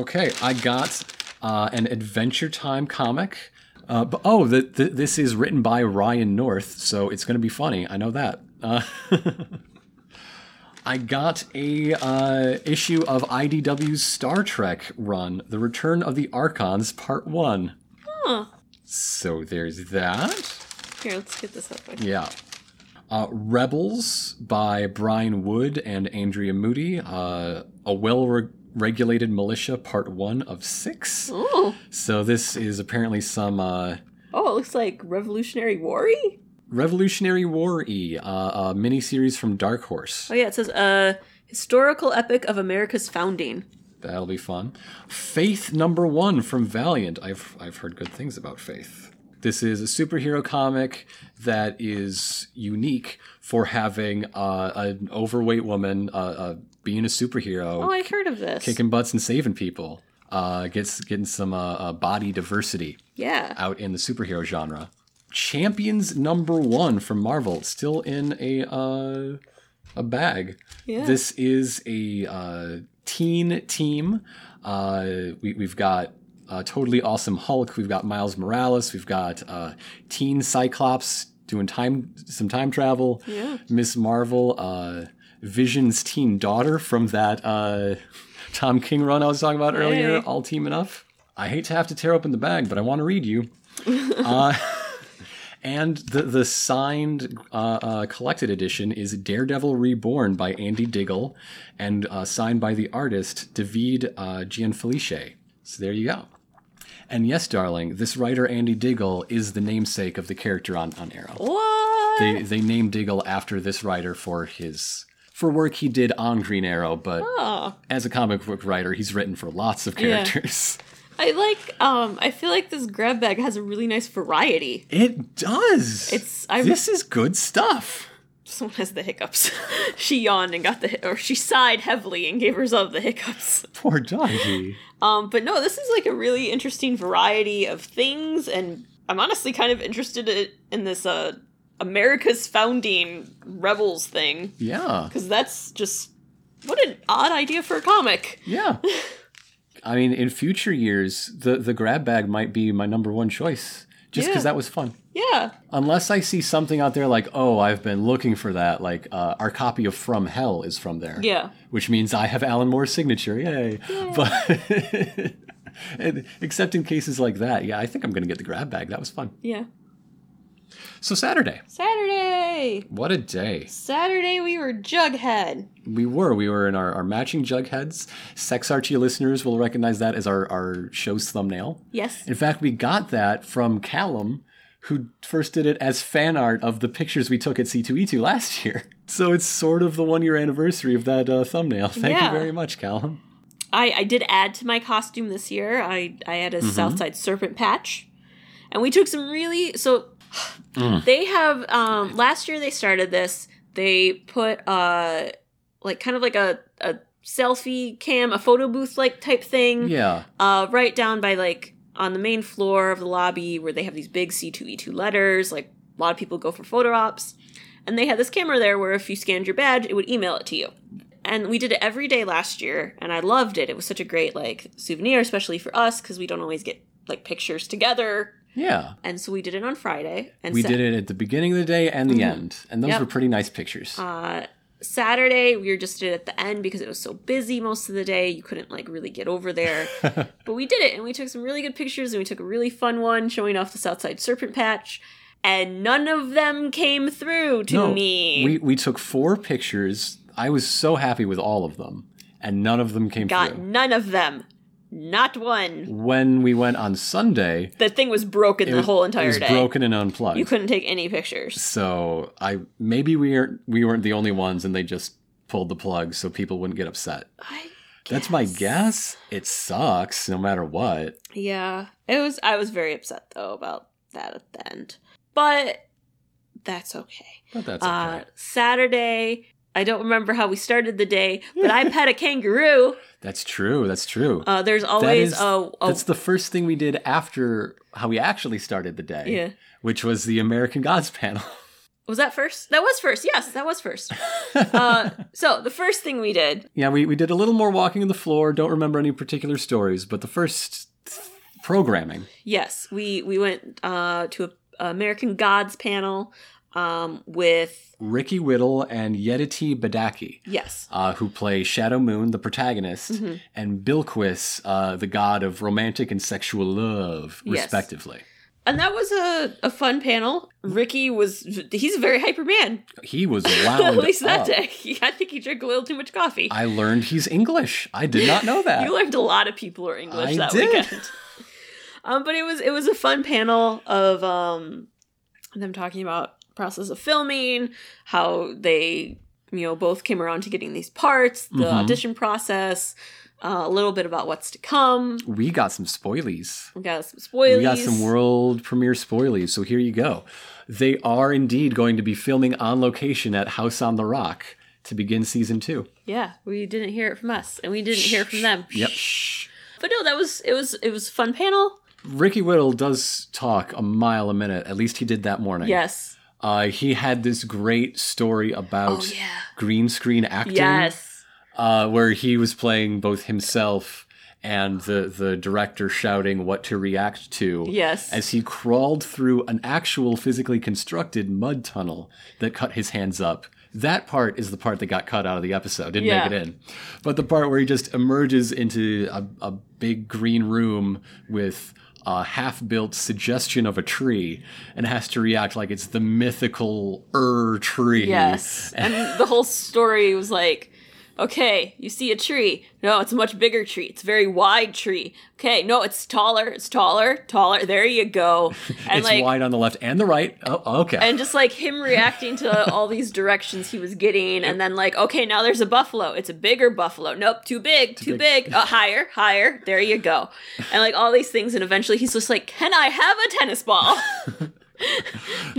Speaker 2: Okay, I got uh, an Adventure Time comic. Uh, but oh, the, th this is written by Ryan North, so it's going to be funny. I know that. Uh, I got a uh, issue of IDW's Star Trek run, The Return of the Archons, Part One. So there's that.
Speaker 3: Here, let's get this up.
Speaker 2: Yeah. Uh, Rebels by Brian Wood and Andrea Moody, uh, a well reg- regulated militia, part one of six.
Speaker 3: Ooh.
Speaker 2: So, this is apparently some uh,
Speaker 3: Oh, it looks like Revolutionary War-y?
Speaker 2: Revolutionary War E, uh, a miniseries from Dark Horse.
Speaker 3: Oh yeah, it says uh historical epic of America's founding.
Speaker 2: That'll be fun. Faith number one from Valiant. I've I've heard good things about Faith. This is a superhero comic that is unique for having uh, an overweight woman uh, uh, being a
Speaker 3: Oh,
Speaker 2: superhero,
Speaker 3: I've heard of this.
Speaker 2: kicking butts and saving people. Uh, gets getting some uh, uh, body diversity
Speaker 3: yeah.
Speaker 2: out in the superhero genre. Champions number one from Marvel, still in a uh, a bag.
Speaker 3: Yeah.
Speaker 2: This is a uh, teen team. Uh, we, we've got uh, totally awesome Hulk. We've got Miles Morales. We've got uh, teen Cyclops doing time some time travel.
Speaker 3: Yeah.
Speaker 2: Miss Marvel, uh, Vision's teen daughter from that uh, Tom King run I was talking about earlier.
Speaker 3: Hey.
Speaker 2: All teaming up. I hate to have to tear open the bag, but I want to read you. uh, and the the signed uh, uh, collected edition is Daredevil Reborn by Andy Diggle, and uh, signed by the artist David uh, Gianfelice. So there you go. And yes, darling, this writer Andy Diggle is the namesake of the character on on Arrow.
Speaker 3: What?
Speaker 2: They they named Diggle after this writer for his for work he did on Green Arrow, but
Speaker 3: oh.
Speaker 2: as a comic book writer, he's written for lots of
Speaker 3: Yeah.
Speaker 2: characters.
Speaker 3: I like um I feel like this grab bag has a really nice variety.
Speaker 2: It does.
Speaker 3: It's- I-
Speaker 2: this is good stuff.
Speaker 3: Someone has the hiccups. she yawned and got the hi- or she sighed heavily and gave herself the hiccups.
Speaker 2: Poor doggy.
Speaker 3: Um, but no, this is like a really interesting variety of things, and I'm honestly kind of interested i- in this uh, America's founding rebels thing
Speaker 2: yeah,
Speaker 3: because that's just what an odd idea for a comic.
Speaker 2: yeah. I mean, in future years, the the grab bag might be my number one choice, just because
Speaker 3: Yeah.
Speaker 2: that was fun.
Speaker 3: Yeah,
Speaker 2: Unless I see something out there like, oh, I've been looking for that. Like uh, our copy of From Hell is from there.
Speaker 3: yeah,
Speaker 2: Which means I have Alan Moore's signature. Yay! But and- except in cases like that, yeah, I think I'm gonna get the grab bag. That was fun.
Speaker 3: yeah.
Speaker 2: So Saturday,
Speaker 3: Saturday,
Speaker 2: what a day!
Speaker 3: Saturday we were Jughead.
Speaker 2: We were. We were in our, our matching jugheads. Sex Archie listeners will recognize that as our, our show's thumbnail.
Speaker 3: Yes,
Speaker 2: In fact, we got that from Callum, who first did it as fan art of the pictures we took at C2E2 last year. So it's sort of the one year anniversary of that uh, thumbnail. Thank
Speaker 3: Yeah.
Speaker 2: you very much, Callum.
Speaker 3: I I did add to my costume this year. I I had a Southside Serpent patch, and we took some really so they have um last year they started this they put uh like kind of like a, a selfie cam a photo booth like type thing
Speaker 2: Yeah.
Speaker 3: uh right down by like on the main floor of the lobby where they have these big c2e2 letters like a lot of people go for photo ops and they had this camera there where if you scanned your badge it would email it to you and we did it every day last year and i loved it it was such a great like souvenir especially for us because we don't always get like pictures together
Speaker 2: Yeah.
Speaker 3: and so we did it on friday and
Speaker 2: We
Speaker 3: Sa-
Speaker 2: did it at the beginning of the day and the end. And those
Speaker 3: Mm-hmm. Yep.
Speaker 2: were pretty nice pictures.
Speaker 3: uh, Saturday, we were just did it at the end because it was so busy most of the day. You couldn't like really get over there. but we did it and we took some really good pictures and we took a really fun one showing off the Southside Serpent Patch. And none of them came through to
Speaker 2: No,
Speaker 3: me.
Speaker 2: We, we took four pictures. I was so happy with all of them, and none of them came
Speaker 3: Got
Speaker 2: through.
Speaker 3: none of them. Not one.
Speaker 2: when we went on Sunday,
Speaker 3: The thing was broken the
Speaker 2: was-
Speaker 3: whole entire
Speaker 2: it was
Speaker 3: day.
Speaker 2: broken and unplugged.
Speaker 3: You couldn't take any pictures.
Speaker 2: so I maybe we aren't we weren't the only ones, and they just pulled the plug so people wouldn't get upset.
Speaker 3: I
Speaker 2: That's my guess. It sucks, no matter what.
Speaker 3: Yeah. It was I was very upset though about that at the end. But that's okay.
Speaker 2: But that's okay.
Speaker 3: Uh, Saturday. I don't remember how we started the day, but I pet a kangaroo.
Speaker 2: that's true. That's true.
Speaker 3: Uh, there's
Speaker 2: that
Speaker 3: always
Speaker 2: is,
Speaker 3: a, a
Speaker 2: that's the first thing we did after how we actually started the day,
Speaker 3: yeah.
Speaker 2: which was the American Gods panel.
Speaker 3: Was that first? That was first. Yes, that was first. uh, so the first thing we did,
Speaker 2: Yeah, we, we did a little more walking on the floor. Don't remember any particular stories, but the first programming.
Speaker 3: yes, we we went uh, to a American Gods panel um, with
Speaker 2: Ricky Whittle and Yediti Badaki,
Speaker 3: yes,
Speaker 2: uh, who play Shadow Moon, the protagonist,
Speaker 3: Mm-hmm.
Speaker 2: and Bilquis, uh, the god of romantic and sexual love,
Speaker 3: Yes.
Speaker 2: respectively.
Speaker 3: And that was a, a fun panel. Ricky was, he's a very hyper man.
Speaker 2: He was
Speaker 3: At
Speaker 2: wound
Speaker 3: least that
Speaker 2: up.
Speaker 3: day. I think he drank a little too much coffee.
Speaker 2: I learned he's English. I did not know that.
Speaker 3: You learned a lot of people are English
Speaker 2: I
Speaker 3: that
Speaker 2: did.
Speaker 3: weekend. Um, but it was it was a fun panel of um, them talking about process of filming, how they you know both came around to getting these parts, the
Speaker 2: Mhm.
Speaker 3: audition process, uh, a little bit about what's to come.
Speaker 2: we got some spoilies.
Speaker 3: We got some spoilers.
Speaker 2: We got some world premiere spoilies. So here you go. They are indeed going to be filming on location at House on the Rock to begin season two.
Speaker 3: Yeah, we didn't hear it from us, and we didn't hear from them.
Speaker 2: Yep.
Speaker 3: But no, that was it was it was a fun panel.
Speaker 2: Ricky Whittle does talk a mile a minute. At least he did that morning.
Speaker 3: Yes.
Speaker 2: Uh, he had this great story about
Speaker 3: Oh, yeah.
Speaker 2: green screen acting.
Speaker 3: Yes.
Speaker 2: uh, where he was playing both himself and the the director shouting what to react to.
Speaker 3: Yes.
Speaker 2: As he crawled through an actual physically constructed mud tunnel that cut his hands up. That part is the part that got cut out of the episode. Didn't
Speaker 3: Yeah.
Speaker 2: make it in. But the part where he just emerges into a, a big green room with a half built suggestion of a tree and has to react like it's the mythical er tree.
Speaker 3: Yes. And the whole story was like, okay, you see a tree. No, it's a much bigger tree. It's a very wide tree. Okay, no, it's taller. It's taller, taller. There you go. And
Speaker 2: it's
Speaker 3: like
Speaker 2: wide on the left and the right. Oh, okay.
Speaker 3: and just like him reacting to all these directions he was getting and then like, okay, now there's a buffalo. It's a bigger buffalo. Nope, too big, too, big.
Speaker 2: big.
Speaker 3: Uh, higher, higher. There you go. And like all these things and eventually he's just like, "Can I have a tennis ball?"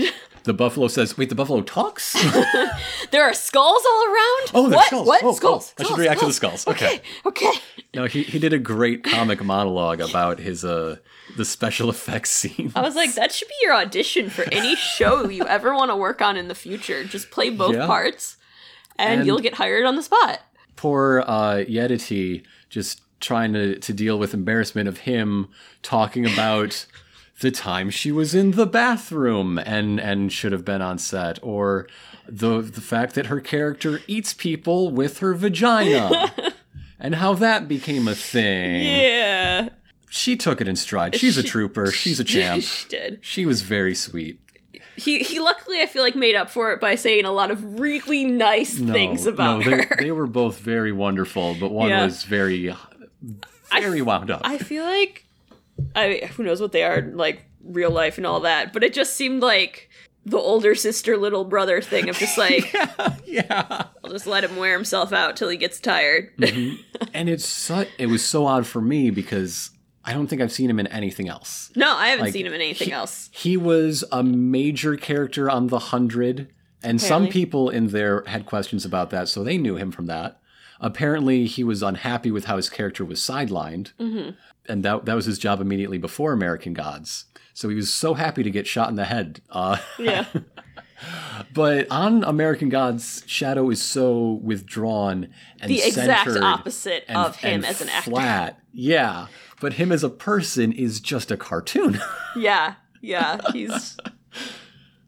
Speaker 2: The buffalo says, "Wait, the buffalo talks."
Speaker 3: there are skulls all
Speaker 2: Oh,
Speaker 3: around.
Speaker 2: there's
Speaker 3: what?
Speaker 2: skulls.
Speaker 3: What
Speaker 2: Oh,
Speaker 3: skulls?
Speaker 2: oh, I should react to the skulls. Okay.
Speaker 3: Okay. okay.
Speaker 2: no, he, he did a great comic monologue about his uh the special effects scene.
Speaker 3: I was like, that should be your audition for any show you ever want to work on in the future. Just play both
Speaker 2: Yeah.
Speaker 3: parts, and,
Speaker 2: And-
Speaker 3: you'll get hired on the spot.
Speaker 2: Poor uh, Yedity just trying to to deal with embarrassment of him talking about the time she was in the bathroom and and should have been on set or the the fact that her character eats people with her vagina. And how that became a thing.
Speaker 3: Yeah,
Speaker 2: She took it in stride. She's a
Speaker 3: She-
Speaker 2: trooper. She's a champ.
Speaker 3: she did.
Speaker 2: She was very sweet.
Speaker 3: He he. Luckily, I feel like made up for it by saying a lot of really nice
Speaker 2: No,
Speaker 3: things about
Speaker 2: no, they,
Speaker 3: her.
Speaker 2: They were both very wonderful, but one
Speaker 3: Yeah.
Speaker 2: was very, very wound up.
Speaker 3: I feel like I who knows what they are in, like real life and all that, but it just seemed like the older sister little brother thing of just like
Speaker 2: yeah, Mm.
Speaker 3: I'll just let him wear himself out till he gets tired.
Speaker 2: and it's so, it was so odd for me because I don't think I've seen him in anything else.
Speaker 3: no, I haven't
Speaker 2: Like,
Speaker 3: seen him in anything
Speaker 2: he-
Speaker 3: else.
Speaker 2: He was a major character on The Hundred, and some
Speaker 3: Apparently.
Speaker 2: people in there had questions about that, so they knew him from that. Apparently, he was unhappy with how his character was sidelined,
Speaker 3: Mm-hmm.
Speaker 2: and that that was his job immediately before American Gods. So he was so happy to get shot in the head. Uh,
Speaker 3: Yeah.
Speaker 2: But on American Gods, Shadow is so withdrawn and
Speaker 3: The exact
Speaker 2: centered
Speaker 3: opposite
Speaker 2: and-
Speaker 3: of him
Speaker 2: and
Speaker 3: as an actor.
Speaker 2: Flat, yeah. But him as a person is just a cartoon.
Speaker 3: Yeah, yeah, he's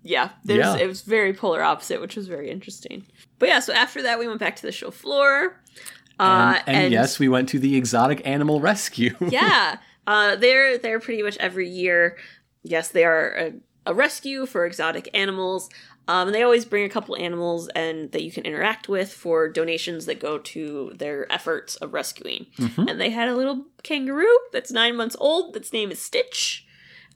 Speaker 3: yeah. There's
Speaker 2: Yeah.
Speaker 3: it was very polar opposite, which was very interesting. But yeah, so after that, we went back to the show floor. Uh,
Speaker 2: and, and yes, we went to the exotic animal rescue.
Speaker 3: yeah, uh, they're they're pretty much every year. Yes, they are a, a rescue for exotic animals. Um, and they always bring a couple animals and that you can interact with for donations that go to their efforts of rescuing. And they had a little kangaroo that's nine months old. That's name is Stitch.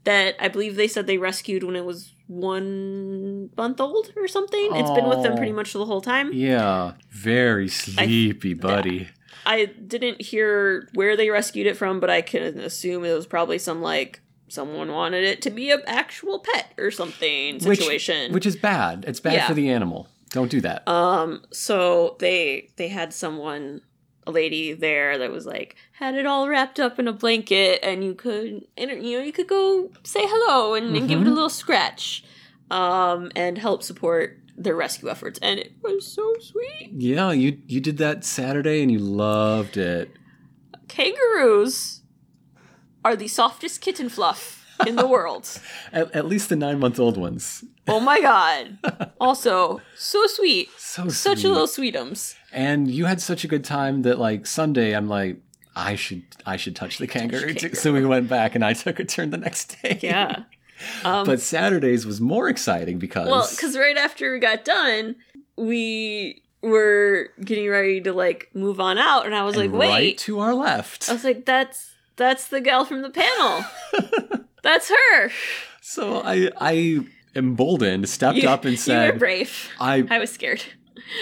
Speaker 3: That I believe they said they rescued when it was one month old or something. It's been with them
Speaker 2: Oh.
Speaker 3: pretty much the whole time.
Speaker 2: Yeah, very sleepy, buddy.
Speaker 3: I didn't hear where they rescued it from, but I can assume it was probably some like someone wanted it to be an actual pet or something
Speaker 2: Which-
Speaker 3: situation.
Speaker 2: which, is bad. It's bad
Speaker 3: Yeah.
Speaker 2: for the animal. Don't do that.
Speaker 3: um, so they they had someone, a lady there that was like had it all wrapped up in a blanket, and you could inter- you know you could go say hello and, and give it a
Speaker 2: Mhm.
Speaker 3: little scratch, um, and help support their rescue efforts, and it was so sweet.
Speaker 2: yeah, you you did that Saturday and you loved it.
Speaker 3: Kangaroos are the softest kitten fluff in the world.
Speaker 2: At, at least the nine month old ones.
Speaker 3: Oh my god. Also, so sweet.
Speaker 2: So
Speaker 3: Such
Speaker 2: sweet.
Speaker 3: a little sweetums.
Speaker 2: and you had such a good time that like Sunday I'm like I should I should touch the kangaroo. too.
Speaker 3: kangaroo.
Speaker 2: So we went back and I took a turn the next day.
Speaker 3: Yeah. Um,
Speaker 2: But Saturdays was more exciting because
Speaker 3: Well, because right after we got done, we were getting ready to like move on out, and I was
Speaker 2: and
Speaker 3: like, wait.
Speaker 2: right to our left.
Speaker 3: I was like, that's that's the gal from the panel. that's her.
Speaker 2: So I I emboldened, stepped
Speaker 3: You-
Speaker 2: up and
Speaker 3: you were
Speaker 2: said,
Speaker 3: brave.
Speaker 2: I,
Speaker 3: I was scared.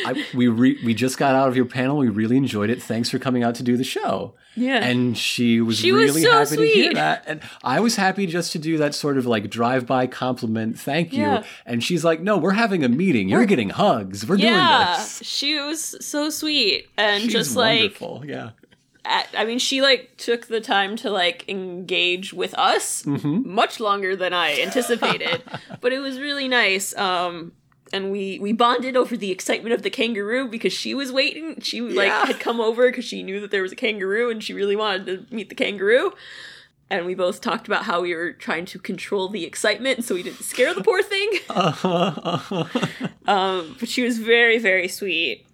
Speaker 2: I we re- we just got out of your panel. We really enjoyed it. Thanks for coming out to do the show.
Speaker 3: Yeah.
Speaker 2: And she was
Speaker 3: She was
Speaker 2: really
Speaker 3: so
Speaker 2: happy to hear
Speaker 3: sweet.
Speaker 2: that. And I was happy just to do that sort of like drive by compliment, thank you.
Speaker 3: Yeah.
Speaker 2: And she's like, No, we're having a meeting. You're getting hugs. We're
Speaker 3: yeah,
Speaker 2: doing this.
Speaker 3: she was so sweet and
Speaker 2: She's
Speaker 3: just like
Speaker 2: wonderful. yeah.
Speaker 3: at, I mean, she like took the time to like engage with us much longer than I anticipated, but it was really nice. Um, and we we bonded over the excitement of the kangaroo because she was waiting. She like
Speaker 2: Yeah.
Speaker 3: had come over because she knew that there was a kangaroo and she really wanted to meet the kangaroo. And we both talked about how we were trying to control the excitement so we didn't scare the poor thing. um, but she was very very sweet.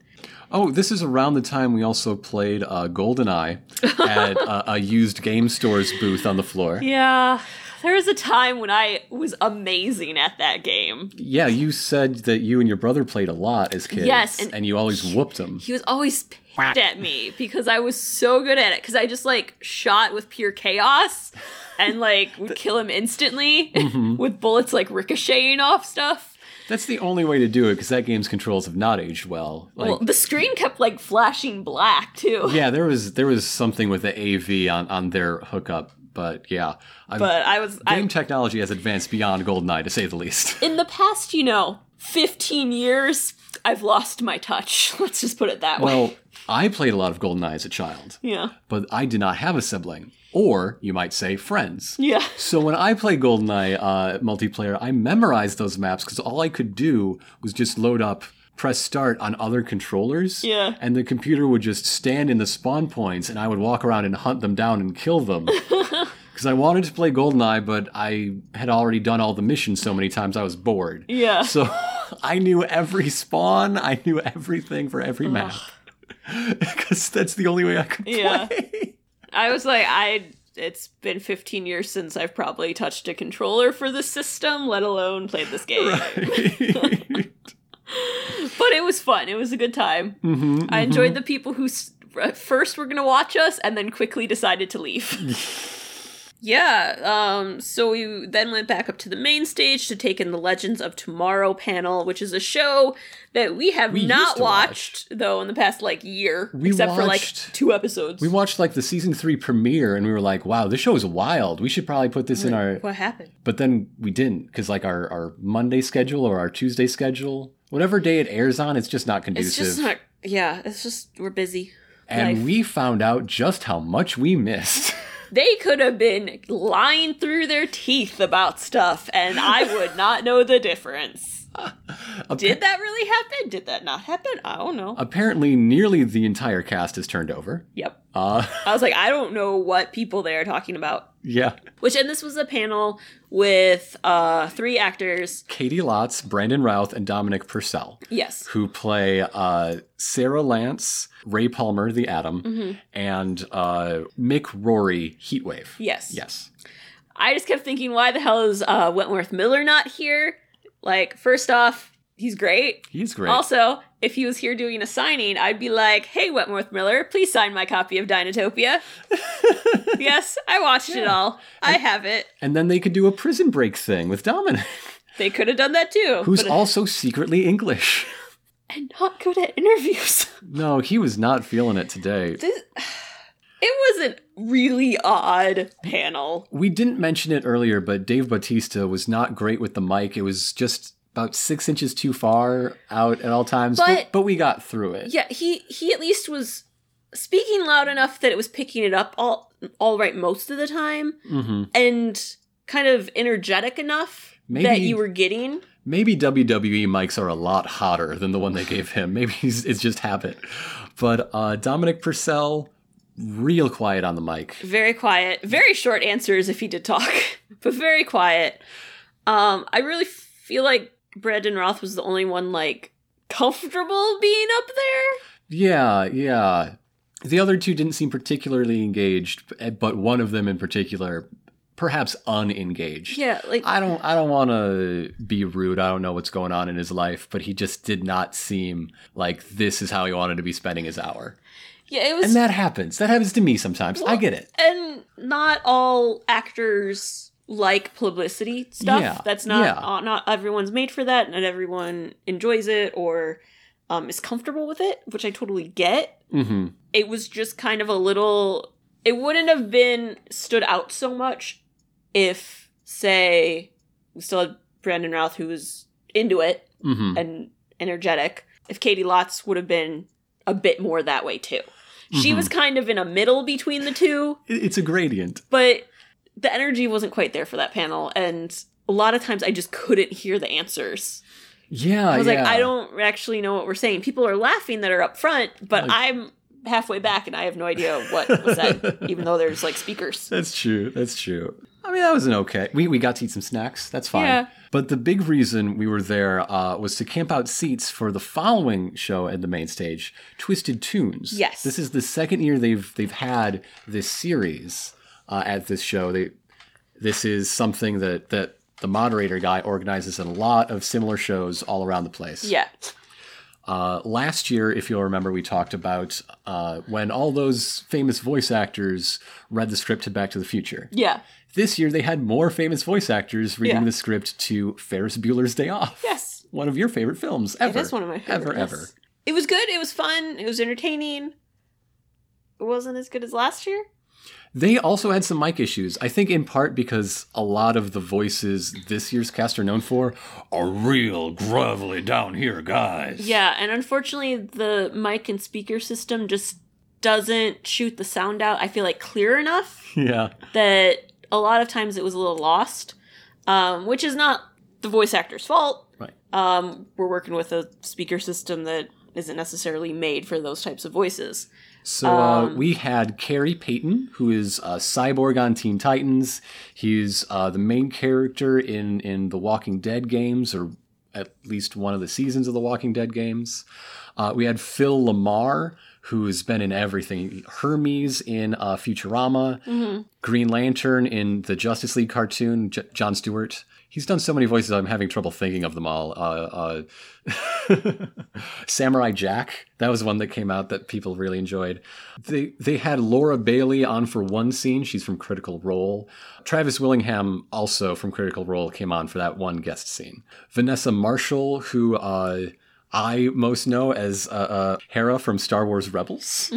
Speaker 2: Oh, this is around the time we also played uh, GoldenEye at uh, a used game store's booth on the floor.
Speaker 3: Yeah, there was a time when I was amazing at that game.
Speaker 2: Yeah, you said that you and your brother played a lot as kids.
Speaker 3: Yes,
Speaker 2: and,
Speaker 3: and-
Speaker 2: you always whooped them.
Speaker 3: He was always pissed at me because I was so good at it because I just like shot with pure chaos and like would kill him instantly with bullets like ricocheting off stuff.
Speaker 2: That's the only way to do it because that game's controls have not aged well. Like,
Speaker 3: well, the screen kept like flashing black too.
Speaker 2: yeah, there was there was something with the AV on on their hookup, but yeah, I-
Speaker 3: But I was
Speaker 2: game
Speaker 3: I,
Speaker 2: technology has advanced beyond GoldenEye to say the least.
Speaker 3: in the past, you know, 15 years, I've lost my touch. Let's just put it that way.
Speaker 2: well, I played a lot of GoldenEye as a child,
Speaker 3: Yeah.
Speaker 2: but I did not have a sibling, or you might say friends.
Speaker 3: Yeah.
Speaker 2: So when I play GoldenEye uh, multiplayer, I memorized those maps because all I could do was just load up, press start on other controllers.
Speaker 3: Yeah.
Speaker 2: And the computer would just stand in the spawn points, and I would walk around and hunt them down and kill them. Because I wanted to play GoldenEye, but I had already done all the missions so many times I was bored.
Speaker 3: Yeah.
Speaker 2: So I knew every spawn. I knew everything for every map. Because that's the only way I could
Speaker 3: Yeah.
Speaker 2: play.
Speaker 3: I was like, I. It's been 15 years since I've probably touched a controller for this system, let alone played this game. But it was fun. It was a good time.
Speaker 2: hmm
Speaker 3: I enjoyed the people who s- at first were going to watch us and then quickly decided to leave. yeah. Um. So we then went back up to the main stage to take in the Legends of Tomorrow panel, which is a show that we have
Speaker 2: We used
Speaker 3: not
Speaker 2: to watch.
Speaker 3: watched though in the past like year,
Speaker 2: We
Speaker 3: except for like
Speaker 2: watched-
Speaker 3: two episodes.
Speaker 2: We watched like the season three premiere and we were like, wow, this show is wild. We should probably put this in our.
Speaker 3: what happened?
Speaker 2: But then we didn't because like our, our Monday schedule or our Tuesday schedule, whatever day it airs on, it's just not conducive.
Speaker 3: It's just not. Yeah, it's just we're busy.
Speaker 2: and
Speaker 3: life.
Speaker 2: we found out just how much we missed.
Speaker 3: They could have been lying through their teeth about stuff, and I would not know the difference. Did that really happen? Did that not happen? I don't know.
Speaker 2: Apparently, nearly the entire cast is turned over.
Speaker 3: Yep.
Speaker 2: Uh,
Speaker 3: I was like, I don't know what people they are talking about.
Speaker 2: yeah.
Speaker 3: Which, and this was a panel with uh, three actors.
Speaker 2: Katie Lotz, Brandon Routh, and Dominic Purcell.
Speaker 3: Yes.
Speaker 2: who play uh, Sarah Lance, Ray Palmer, the Atom,
Speaker 3: Mm. Mm-hmm.
Speaker 2: and uh, Mick Rory, Heatwave.
Speaker 3: Yes.
Speaker 2: Yes.
Speaker 3: I just kept thinking, why the hell is uh, Wentworth Miller not here? Like, first off, he's great.
Speaker 2: He's great.
Speaker 3: Also, if he was here doing a signing, I'd be like, "Hey, Wentworth Miller, please sign my copy of Dinotopia." yes, I watched it all. I have it.
Speaker 2: and then they could do a prison break thing with Dominic,
Speaker 3: They could have done that too.
Speaker 2: who's
Speaker 3: but-
Speaker 2: also secretly English.
Speaker 3: and not good at interviews.
Speaker 2: No, he was not feeling it today.
Speaker 3: this, it was a really odd panel.
Speaker 2: We didn't mention it earlier, but Dave Bautista was not great with the mic. It was just about six inches too far out at all times, but,
Speaker 3: But-
Speaker 2: but we got through it.
Speaker 3: Yeah, he he at least was speaking loud enough that it was picking it up all all right most of the time,
Speaker 2: hmm
Speaker 3: and kind of energetic enough that
Speaker 2: Maybe-
Speaker 3: you were getting.
Speaker 2: Maybe WWE mics are a lot hotter than the one they gave him. Maybe he's, it's just habit. But uh, Dominic Purcell, real quiet on the mic.
Speaker 3: very quiet very short answers if he did talk but very quiet um i really feel like brandon roth was the only one like comfortable being up there
Speaker 2: Yeah, eh, yeah. The other two didn't seem particularly engaged, but one of them in particular perhaps unengaged.
Speaker 3: Yeah, like
Speaker 2: I don't I don't want to be rude. I don't know what's going on in his life, but he just did not seem like this is how he wanted to be spending his hour.
Speaker 3: yeah, it
Speaker 2: And
Speaker 3: was
Speaker 2: that happens. That happens to me sometimes. I get it.
Speaker 3: and not all actors like publicity stuff.
Speaker 2: Yeah,
Speaker 3: That's not
Speaker 2: yeah.
Speaker 3: uh, not everyone's made for that, and everyone enjoys it or um, is comfortable with it, which I totally get.
Speaker 2: Mhm.
Speaker 3: It was just kind of a little. It wouldn't have been stood out so much if, say, we still had Brandon Routh who was into it
Speaker 2: Mhm.
Speaker 3: and energetic. If Katie Lotz would have been a bit more that way too. She
Speaker 2: Mhm.
Speaker 3: was kind of in a middle between the two,
Speaker 2: It- It's a gradient.
Speaker 3: but the energy wasn't quite there for that panel and a lot of times I just couldn't hear the answers.
Speaker 2: Yeah,
Speaker 3: I was like
Speaker 2: yeah.
Speaker 3: I don't actually know what we're saying. People are laughing that are up front, but
Speaker 2: Like-
Speaker 3: I'm halfway back and I have no idea what was said even though there's like speakers.
Speaker 2: That's true. That's true. I mean, that was an okay. We, we got to eat some snacks. That's fine.
Speaker 3: Yeah.
Speaker 2: But the big reason we were there uh, was to camp out seats for the following show at the main stage, Twisted Tunes.
Speaker 3: Yes.
Speaker 2: This is the second year they've they've had this series uh, at this show. They this is something that that the moderator guy organizes in a lot of similar shows all around the place.
Speaker 3: Yeah.
Speaker 2: Uh, last year, if you'll remember, we talked about uh, when all those famous voice actors read the script to Back to the Future.
Speaker 3: Yeah.
Speaker 2: This year, they had more famous voice actors reading
Speaker 3: Yeah.
Speaker 2: the script to Ferris Bueller's Day Off.
Speaker 3: Yes.
Speaker 2: One of your favorite films ever.
Speaker 3: It is one of my favorites.
Speaker 2: Ever, ever.
Speaker 3: It was good. It was fun. It was entertaining. It wasn't as good as last year.
Speaker 2: They also had some mic issues, I think in part because a lot of the voices this year's cast are known for are real gravelly down here guys.
Speaker 3: Yeah, and unfortunately, the mic and speaker system just doesn't shoot the sound out, I feel like, clear enough
Speaker 2: Yeah.
Speaker 3: that a lot of times it was a little lost, um, which is not the voice actor's fault.
Speaker 2: Right.
Speaker 3: Um, we're working with a speaker system that isn't necessarily made for those types of voices.
Speaker 2: So uh, we had Carrie Payton, who is a cyborg on Teen Titans. He's uh, the main character in in the Walking Dead games, or at least one of the seasons of the Walking Dead games. Uh, we had Phil Lamar, who's been in everything: Hermes in uh, Futurama, Green Lantern in the Justice League cartoon, J- John Stewart. He's done so many voices, I'm having trouble thinking of them all. Uh, uh, Samurai Jack, that was one that came out that people really enjoyed. They they had Laura Bailey on for one scene. She's from Critical Role. Travis Willingham, also from Critical Role, came on for that one guest scene. Vanessa Marshall, who uh, I most know as uh, uh, Hera from Star Wars Rebels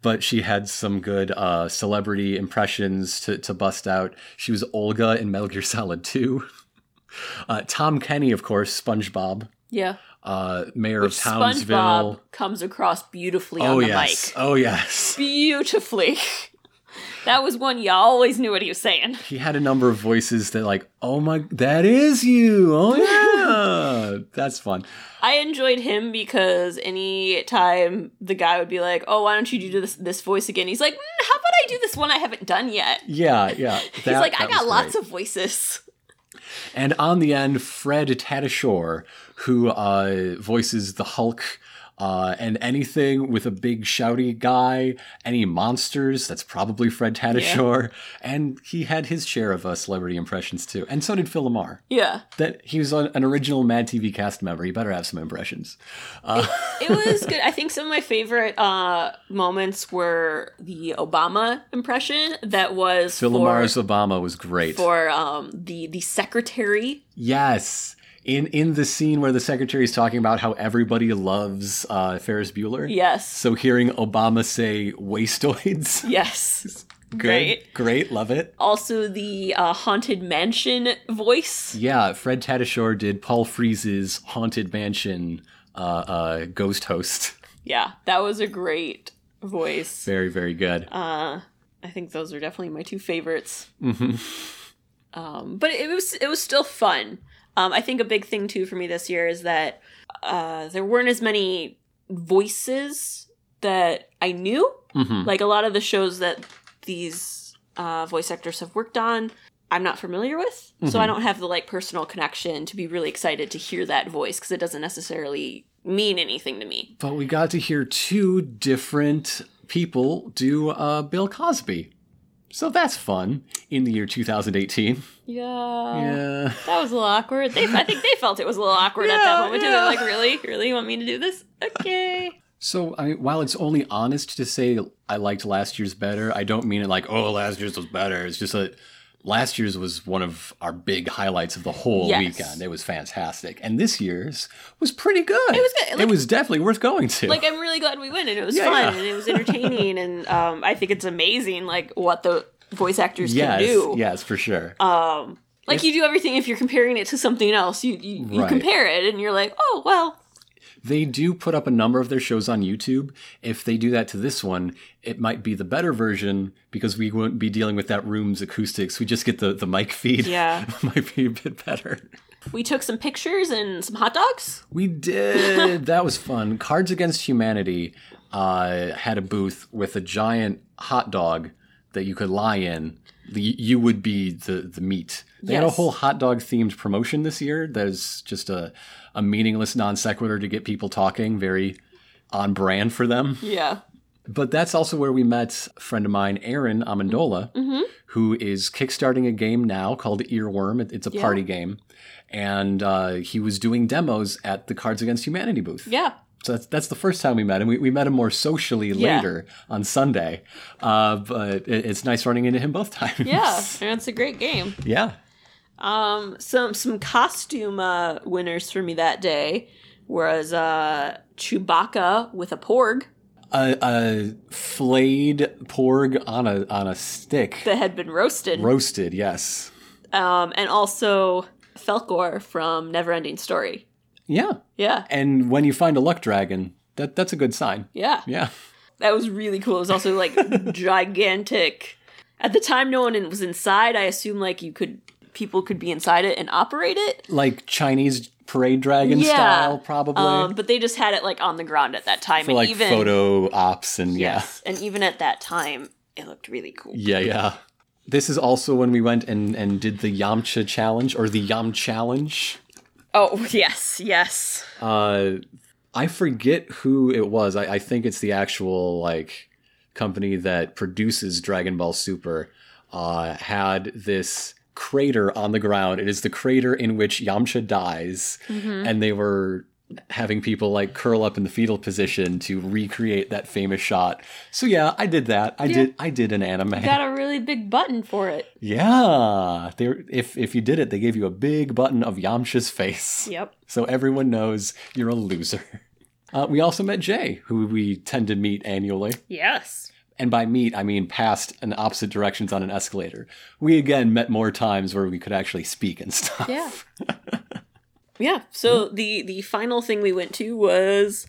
Speaker 2: but she had some good uh, celebrity impressions to, to bust out. She was Olga in Metal Gear Solid 2. Uh, Tom Kenny, of course, SpongeBob,
Speaker 3: Yeah.
Speaker 2: uh, mayor
Speaker 3: Which
Speaker 2: of Townsville.
Speaker 3: SpongeBob comes across beautifully
Speaker 2: oh,
Speaker 3: on the
Speaker 2: yes.
Speaker 3: mic.
Speaker 2: Oh, yes.
Speaker 3: beautifully. that was one you always knew what he was saying.
Speaker 2: He had a number of voices that, like, oh my, that is you. Oh, yeah. That's fun.
Speaker 3: I enjoyed him because any time the guy would be like, "Oh, why don't you do this this voice again?" He's like, mm, "How about I do this one I haven't done yet?"
Speaker 2: Yeah, yeah.
Speaker 3: He's like, "I got lots of voices."
Speaker 2: And on the end, Fred Tatasciore, who uh, voices the Hulk uh, and anything with a big shouty guy, any monsters, that's probably Fred Tatasciore. And he had his share of uh, celebrity impressions too. And so did Phil Lamar.
Speaker 3: Yeah,
Speaker 2: That he was an an original Mad TV cast member. He better have some impressions.
Speaker 3: it was good. I think some of my favorite uh, moments were the Obama impression that was
Speaker 2: Phil
Speaker 3: for,
Speaker 2: Lamar's Obama was great.
Speaker 3: for um, the the secretary.
Speaker 2: yes. In in the scene where the secretary is talking about how everybody loves uh, Ferris Bueller.
Speaker 3: Yes,
Speaker 2: So hearing Obama say wastoids.
Speaker 3: yes.
Speaker 2: Great. Great. Love it.
Speaker 3: Also, the uh, haunted mansion voice.
Speaker 2: Yeah, Fred Tatasciore did Paul Frees's Haunted Mansion uh, uh, ghost host.
Speaker 3: Yeah, that was a great voice.
Speaker 2: Very, very good.
Speaker 3: Uh, I think those are definitely my two favorites.
Speaker 2: Mm-hmm.
Speaker 3: Um, but it was it was still fun. Um, I think a big thing too for me this year is that uh, there weren't as many voices that I knew.
Speaker 2: Mhm.
Speaker 3: Like a lot of the shows that these uh, voice actors have worked on, I'm not familiar with, so I don't have the like personal connection to be really excited to hear that voice because it doesn't necessarily mean anything to me.
Speaker 2: But we got to hear two different people do uh, Bill Cosby. So that's fun in the year 2018.
Speaker 3: Yeah.
Speaker 2: Yeah.
Speaker 3: That was a little awkward. They, I think they felt it was a little awkward at
Speaker 2: Yeah,
Speaker 3: that moment. too. They're
Speaker 2: yeah.
Speaker 3: like, really? Really? You want me to do this? Okay.
Speaker 2: So I mean, while it's only honest to say I liked last year's better, I don't mean it like oh last year's was better. It's just that last year's was one of our big highlights of the whole
Speaker 3: Yes.
Speaker 2: weekend. It was fantastic, and this year's was pretty good. It
Speaker 3: was good.
Speaker 2: it
Speaker 3: Like-
Speaker 2: was definitely worth going to.
Speaker 3: Like, I'm really glad we went and it was
Speaker 2: Yeah,
Speaker 3: fun
Speaker 2: yeah.
Speaker 3: and it was entertaining. and um, I think it's amazing, like, what the voice actors
Speaker 2: yes,
Speaker 3: can do.
Speaker 2: yes, for sure.
Speaker 3: Um, like, you do everything if you're comparing it to something else. You, you, you
Speaker 2: Right.
Speaker 3: compare it and you're like, oh, well,
Speaker 2: They do put up a number of their shows on YouTube. If they do that to this one, it might be the better version because we won't be dealing with that room's acoustics. We just get the, the mic feed.
Speaker 3: Yeah.
Speaker 2: might be a bit better.
Speaker 3: we took some pictures and some hot dogs.
Speaker 2: We did. that was fun. Cards Against Humanity uh, had a booth with a giant hot dog that you could lie in. The, you would be the, the meat. They had a
Speaker 3: Yes.
Speaker 2: whole hot dog themed promotion this year that is just a, a meaningless non sequitur to get people talking, very on brand for them.
Speaker 3: Yeah.
Speaker 2: But that's also where we met a friend of mine, Aaron Amendola,
Speaker 3: Mm-hmm.
Speaker 2: who is kickstarting a game now called Earworm. It- It's a party game. And uh, he was doing demos at the Cards Against Humanity booth.
Speaker 3: Yeah.
Speaker 2: So that's, that's the first time we met him. We, we met him more socially
Speaker 3: Yeah.
Speaker 2: later on Sunday. Uh, but it, it's nice running into him both times.
Speaker 3: Yeah. and it's a great game.
Speaker 2: yeah.
Speaker 3: Um, some some costume uh, winners for me that day was uh, Chewbacca with a porg
Speaker 2: A, a flayed porg on a, on a stick.
Speaker 3: that had been roasted,
Speaker 2: Roasted, yes.
Speaker 3: um, and also Felkor from Neverending Story.
Speaker 2: Yeah.
Speaker 3: Yeah,
Speaker 2: And when you find a luck dragon, that, that's a good sign.
Speaker 3: yeah,
Speaker 2: Yeah.
Speaker 3: that was really cool. It was also like gigantic. At the time, no one in- was inside. I assume like you could people could be inside it and operate it.
Speaker 2: like Chinese parade dragon
Speaker 3: Yeah.
Speaker 2: style, probably
Speaker 3: Um, but they just had it like on the ground at that time,
Speaker 2: for
Speaker 3: and
Speaker 2: like
Speaker 3: even
Speaker 2: photo ops and yeah,
Speaker 3: yes, and even at that time, it looked really cool.
Speaker 2: yeah, yeah. This is also when we went and and did the Yamcha challenge or the Yam challenge.
Speaker 3: Oh yes, yes.
Speaker 2: Uh, I forget who it was. I, I think it's the actual like company that produces Dragon Ball Super. Uh, had this crater on the ground. It is the crater in which Yamcha dies, and they were having people like curl up in the fetal position to recreate that famous shot. So yeah, I did that. I did. I did an anime.
Speaker 3: Got a really big button for it.
Speaker 2: yeah, they were- if if you did it, they gave you a big button of Yamcha's face
Speaker 3: Yep.
Speaker 2: so everyone knows you're a loser. Uh, we also met Jay, who we tend to meet annually.
Speaker 3: Yes.
Speaker 2: And by meet, I mean past and opposite directions on an escalator. We again met more times where we could actually speak and stuff.
Speaker 3: Yeah. yeah. So the the final thing we went to was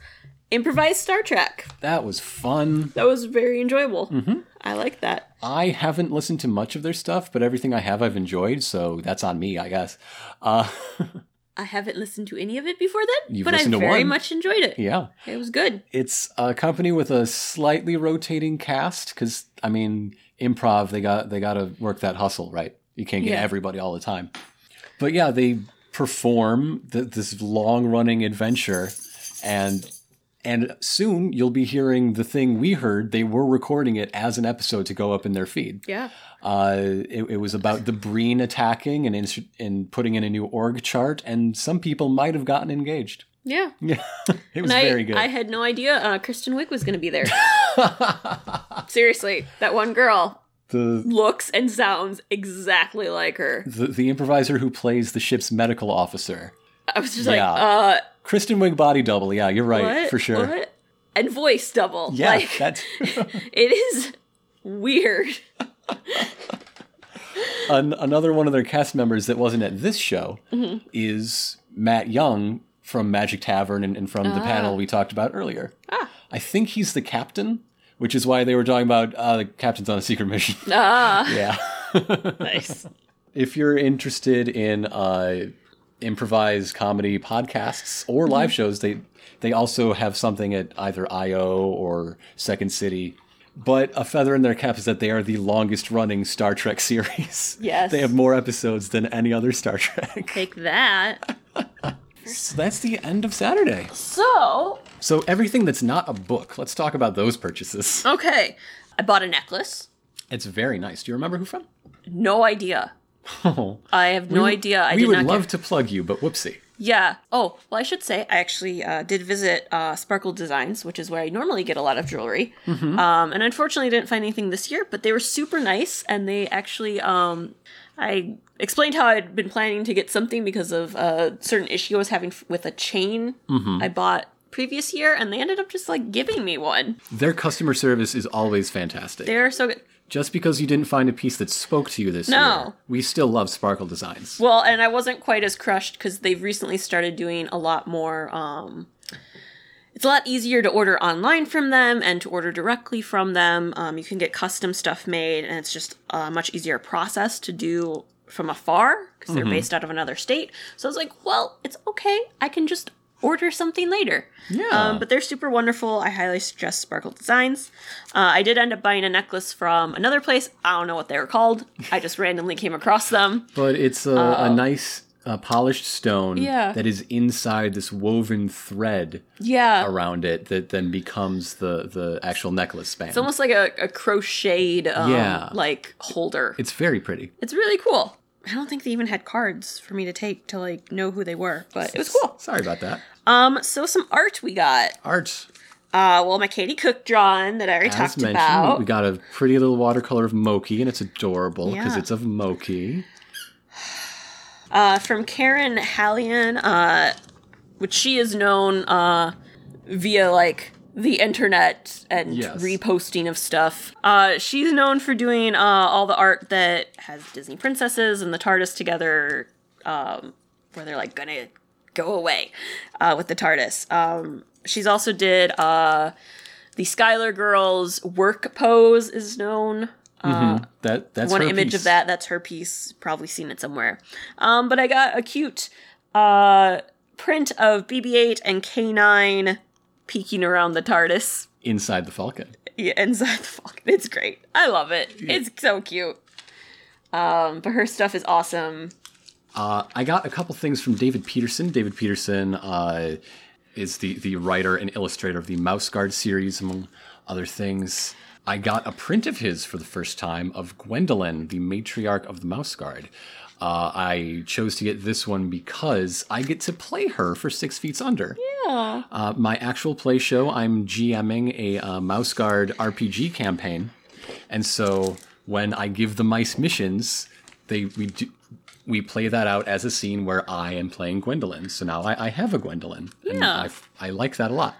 Speaker 3: improvised Star Trek.
Speaker 2: That was fun.
Speaker 3: That was very enjoyable.
Speaker 2: Mm-hmm.
Speaker 3: I like that.
Speaker 2: I haven't listened to much of their stuff, but everything I have, I've enjoyed, so that's on me, I guess. Uh,
Speaker 3: I haven't listened to any of it before then,
Speaker 2: You've
Speaker 3: but I
Speaker 2: listened to
Speaker 3: very
Speaker 2: one.
Speaker 3: much enjoyed it.
Speaker 2: yeah.
Speaker 3: It was good.
Speaker 2: It's a company with a slightly rotating cast because, I mean, improv they got they got to work that hustle, right? You can't get
Speaker 3: Yeah.
Speaker 2: everybody all the time. But yeah, they perform th- this long running adventure, and and soon you'll be hearing the thing we heard. They were recording it as an episode to go up in their feed.
Speaker 3: Yeah.
Speaker 2: Uh, it, it was about the Breen attacking and ins- and putting in a new org chart, and some people might have gotten engaged.
Speaker 3: Yeah.
Speaker 2: Yeah, it was
Speaker 3: And I,
Speaker 2: very good.
Speaker 3: I had no idea uh, Kristen Wiig was going to be there. Seriously, that one girl
Speaker 2: the
Speaker 3: looks and sounds exactly like her.
Speaker 2: the, the improviser who plays the ship's medical officer.
Speaker 3: I was just
Speaker 2: Yeah.
Speaker 3: like, uh,
Speaker 2: Kristen Wiig body double. Yeah, you're right
Speaker 3: what?
Speaker 2: for sure.
Speaker 3: What? And voice double.
Speaker 2: Yeah,
Speaker 3: like,
Speaker 2: that's
Speaker 3: it is weird.
Speaker 2: an, another one of their cast members that wasn't at this show
Speaker 3: Mm-hmm.
Speaker 2: is Matt Young from Magic Tavern and, and from the panel we talked about earlier.
Speaker 3: Ah.
Speaker 2: I think he's the captain, which is why they were talking about uh, the captain's on a secret mission.
Speaker 3: Ah,
Speaker 2: yeah.
Speaker 3: nice.
Speaker 2: if you're interested in uh, improvised comedy podcasts or
Speaker 3: Mm-hmm.
Speaker 2: live shows, they they also have something at either IO or Second City. But a feather in their cap is that they are the longest running Star Trek series.
Speaker 3: Yes.
Speaker 2: they have more episodes than any other Star Trek.
Speaker 3: Take that.
Speaker 2: so that's the end of Saturday.
Speaker 3: So,
Speaker 2: So everything that's not a book, let's talk about those purchases.
Speaker 3: okay, I bought a necklace.
Speaker 2: It's very nice. Do you remember who from?
Speaker 3: No idea.
Speaker 2: Oh,
Speaker 3: I have no idea. I
Speaker 2: we
Speaker 3: did
Speaker 2: would
Speaker 3: not get-
Speaker 2: love to plug you, but whoopsie.
Speaker 3: Yeah. Oh, well, I should say I actually uh, did visit uh, Sparkle Designs, which is where I normally get a lot of jewelry. Um, and unfortunately, didn't find anything this year, but they were super nice, and they actually. Um, I explained how I'd been planning to get something because of a certain issue I was having f- with a chain I bought previous year, and they ended up just like giving me one.
Speaker 2: Their customer service is always fantastic.
Speaker 3: They're so good.
Speaker 2: Just because you didn't find a piece that spoke to you this
Speaker 3: No.
Speaker 2: year, we still love Sparkle Designs.
Speaker 3: Well, and I wasn't quite as crushed because they've recently started doing a lot more. Um, it's a lot easier to order online from them and to order directly from them. Um, you can get custom stuff made, and it's just a much easier process to do from afar because they're based out of another state. So I was like, well, it's okay. I can just order something later.
Speaker 2: Yeah.
Speaker 3: Um, but they're super wonderful. I highly suggest Sparkle Designs. Uh, I did end up buying a necklace from another place. I don't know what they were called. I just randomly came across them.
Speaker 2: But it's a, a nice uh, polished stone
Speaker 3: Yeah.
Speaker 2: that is inside this woven thread
Speaker 3: Yeah.
Speaker 2: around it that then becomes the, the actual necklace band. It's,
Speaker 3: It's almost like a, a crocheted, um,
Speaker 2: Yeah.
Speaker 3: like holder. It's,
Speaker 2: very pretty.
Speaker 3: really cool. I don't think they even had cards for me to take to like know who they were, but it was cool.
Speaker 2: Sorry about that.
Speaker 3: Um, so some art we got.
Speaker 2: Art,
Speaker 3: Uh, well, my Katie Cook drawing that I already
Speaker 2: as
Speaker 3: talked
Speaker 2: mentioned,
Speaker 3: about.
Speaker 2: we got a pretty little watercolor of Moki, and it's adorable because
Speaker 3: Yeah.
Speaker 2: it's of Moki.
Speaker 3: uh, from Karen Hallian, uh, which she is known uh, via like the internet and
Speaker 2: Yes.
Speaker 3: reposting of stuff. Uh, she's known for doing uh, all the art that has Disney princesses and the TARDIS together, um, where they're like gonna go away uh, with the TARDIS. Um, she's also did uh, the Skylar Girls work pose is known
Speaker 2: That that's
Speaker 3: Uh, one
Speaker 2: her
Speaker 3: image
Speaker 2: piece.
Speaker 3: of that. That's her piece. Probably seen it somewhere. Um, but I got a cute uh, print of BB-8 and K9 peeking around the TARDIS
Speaker 2: inside the Falcon.
Speaker 3: yeah, inside the Falcon. It's great. I love it. It's so cute. Um, but her stuff is awesome.
Speaker 2: Uh, I got a couple things from David Peterson. David Peterson uh, is the the writer and illustrator of the Mouse Guard series, among other things. I got a print of his for the first time of Gwendolyn, the matriarch of the Mouse Guard. Uh, I chose to get this one because I get to play her for Six Feet Under.
Speaker 3: Yeah.
Speaker 2: Uh, my actual play show, I'm GMing a uh, Mouse Guard RPG campaign, and so when I give the mice missions, they we do, we play that out as a scene where I am playing Gwendolyn. So now I, I have a Gwendolyn, and
Speaker 3: Yeah.
Speaker 2: I f- I like that a lot.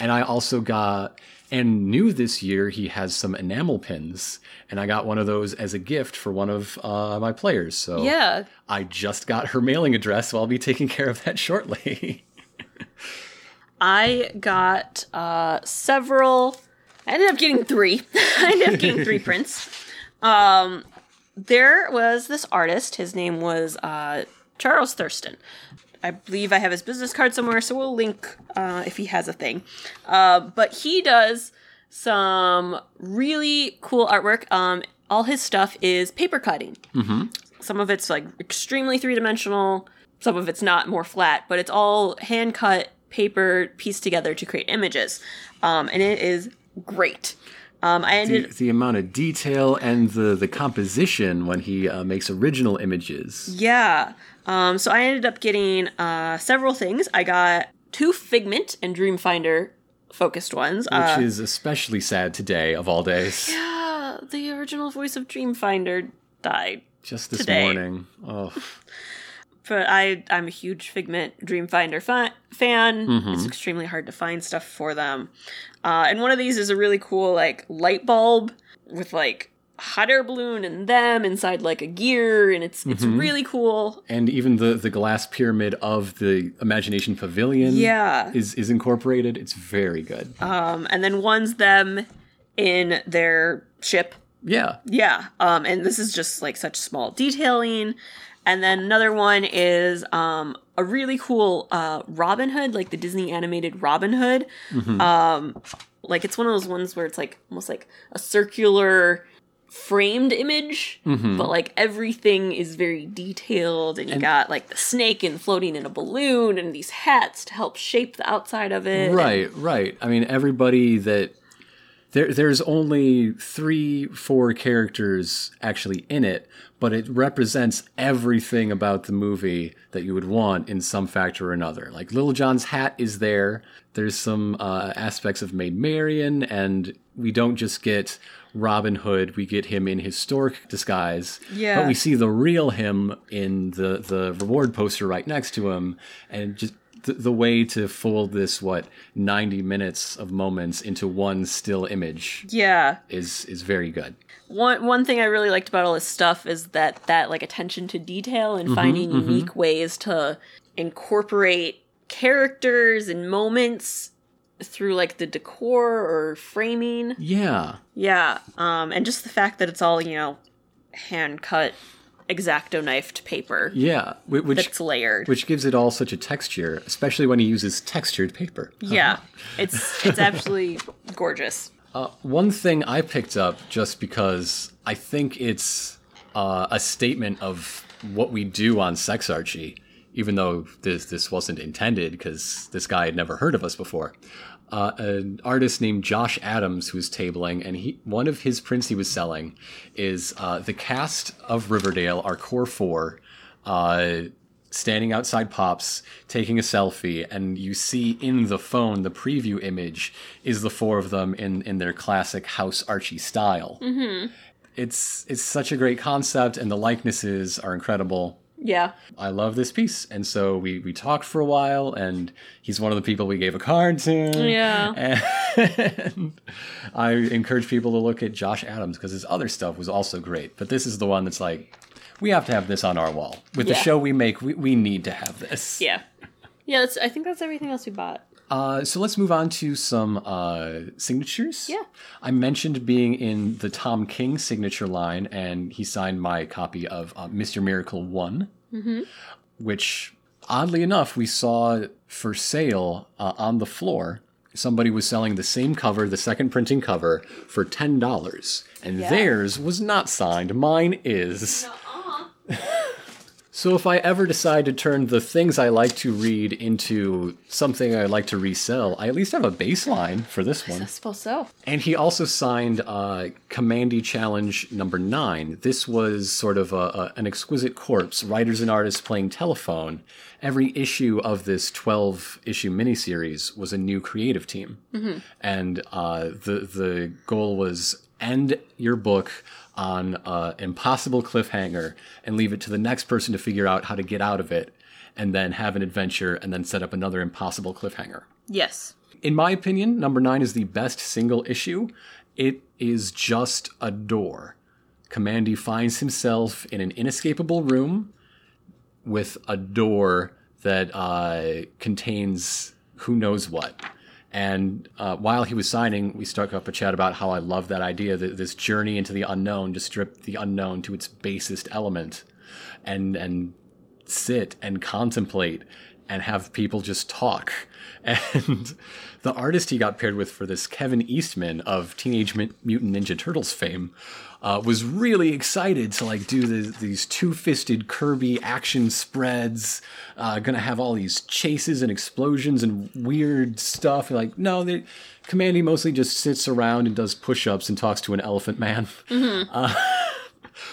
Speaker 2: And I also got and new this year he has some enamel pins, and I got one of those as a gift for one of uh, my players. So
Speaker 3: Yeah.
Speaker 2: I just got her mailing address, so I'll be taking care of that shortly.
Speaker 3: I got uh, several. I ended up getting three. I ended up getting three prints. Um, there was this artist. His name was uh, Charles Thurston. I believe I have his business card somewhere, so we'll link uh, if he has a thing. Uh, but he does some really cool artwork. Um, all his stuff is paper cutting. Some of it's like extremely three dimensional, some of it's not, more flat, but it's all hand cut paper pieced together to create images. Um, and it is great. Um, I
Speaker 2: the,
Speaker 3: ended
Speaker 2: the amount of detail and the, the composition when he uh, makes original images.
Speaker 3: Yeah. Um, so I ended up getting uh, several things. I got two Figment and Dreamfinder focused ones. uh,
Speaker 2: Which is especially sad today, of all days.
Speaker 3: yeah, Uh, the original voice of Dreamfinder died.
Speaker 2: Just this
Speaker 3: Today.
Speaker 2: morning. Oh,
Speaker 3: But I, I'm a huge Figment Dreamfinder fa- fan. It's extremely hard to find stuff for them. Uh, and one of these is a really cool like light bulb with like hot air balloon and them inside like a gear, and it's it's really cool.
Speaker 2: and even the, the glass pyramid of the Imagination Pavilion
Speaker 3: Yeah,
Speaker 2: is, is incorporated. It's very good.
Speaker 3: um, and then one's them in their ship.
Speaker 2: yeah.
Speaker 3: Yeah, um, and this is just like such small detailing. And then another one is um, a really cool uh, Robin Hood, like the Disney animated Robin Hood. Um, like it's one of those ones where it's like almost like a circular framed image, but like everything is very detailed, and you got like the snake and floating in a balloon, and these hats to help shape the outside of it.
Speaker 2: Right, right. I mean, everybody that there there's only three four characters actually in it but it represents everything about the movie that you would want in some factor or another like little john's hat is there there's some uh, aspects of maid marian and we don't just get robin hood we get him in his stork disguise
Speaker 4: Yeah.
Speaker 2: but we see the real him in the the reward poster right next to him and just the, the way to fold this what 90 minutes of moments into one still image
Speaker 4: Yeah.
Speaker 2: is is very good
Speaker 3: One one thing I really liked about all this stuff is that that like attention to detail and finding unique ways to incorporate characters and moments through like the decor or framing.
Speaker 2: yeah
Speaker 3: Yeah, um, and just the fact that it's all you know, hand cut, exacto knife to paper
Speaker 2: yeah whi- which
Speaker 3: that's layered.
Speaker 2: which gives it all such a texture especially when he uses textured paper
Speaker 3: yeah, it's it's absolutely gorgeous.
Speaker 2: Uh, One thing I picked up just because I think it's uh, a statement of what we do on Sex Archie, even though this this wasn't intended because this guy had never heard of us before. Uh, an artist named Josh Adams who was tabling, and he one of his prints he was selling is uh, the cast of Riverdale, our core four. Uh, standing outside Pops, taking a selfie, and you see in the phone the preview image is the four of them in in their classic House Archie style. Mm-hmm. It's it's such a great concept, and the likenesses are incredible.
Speaker 3: Yeah,
Speaker 2: I love this piece, and so we we talked for a while, and he's one of the people we gave a card to.
Speaker 3: yeah.
Speaker 2: And I encourage people to look at Josh Adams because his other stuff was also great. But this is the one that's like, we have to have this on our wall. With the
Speaker 3: Yeah.
Speaker 2: show we make, we, we need to have this.
Speaker 3: Yeah. Yeah, that's, I think that's everything else we bought.
Speaker 2: Uh, so let's move on to some uh, signatures.
Speaker 3: Yeah.
Speaker 2: I mentioned being in the Tom King signature line, and he signed my copy of uh, Mr. Miracle one which oddly enough, we saw for sale uh, on the floor. Somebody was selling the same cover, the second printing cover, for $10. And theirs was not signed. Mine is. So if I ever decide to turn the things I like to read into something I like to resell, I at least have a baseline for this one.
Speaker 3: suppose so.
Speaker 2: And he also signed uh, Commandy Challenge number nine. This was sort of a, a- an exquisite corpse, writers and artists playing telephone. Every issue of this 12 issue miniseries was a new creative team. And uh, the, the goal was end your book on an impossible cliffhanger and leave it to the next person to figure out how to get out of it, and then have an adventure, and then set up another impossible cliffhanger
Speaker 4: Yes.
Speaker 2: in my opinion, number nine is the best single issue. It is just a door. Commandy finds himself in an inescapable room with a door that uh, contains who knows what. And uh, while he was signing, we struck up a chat about how I love that idea that this journey into the unknown to strip the unknown to its basest element, and and sit and contemplate and have people just talk. And the artist he got paired with for this, Kevin Eastman of Teenage Mut- Mutant Ninja Turtles fame, uh, was really excited to like do the, these two-fisted Kirby action spreads. Uh, gonna have all these chases and explosions and weird stuff. And, like, no, they- Commandy mostly just sits around and does push-ups and talks to an elephant man. Uh,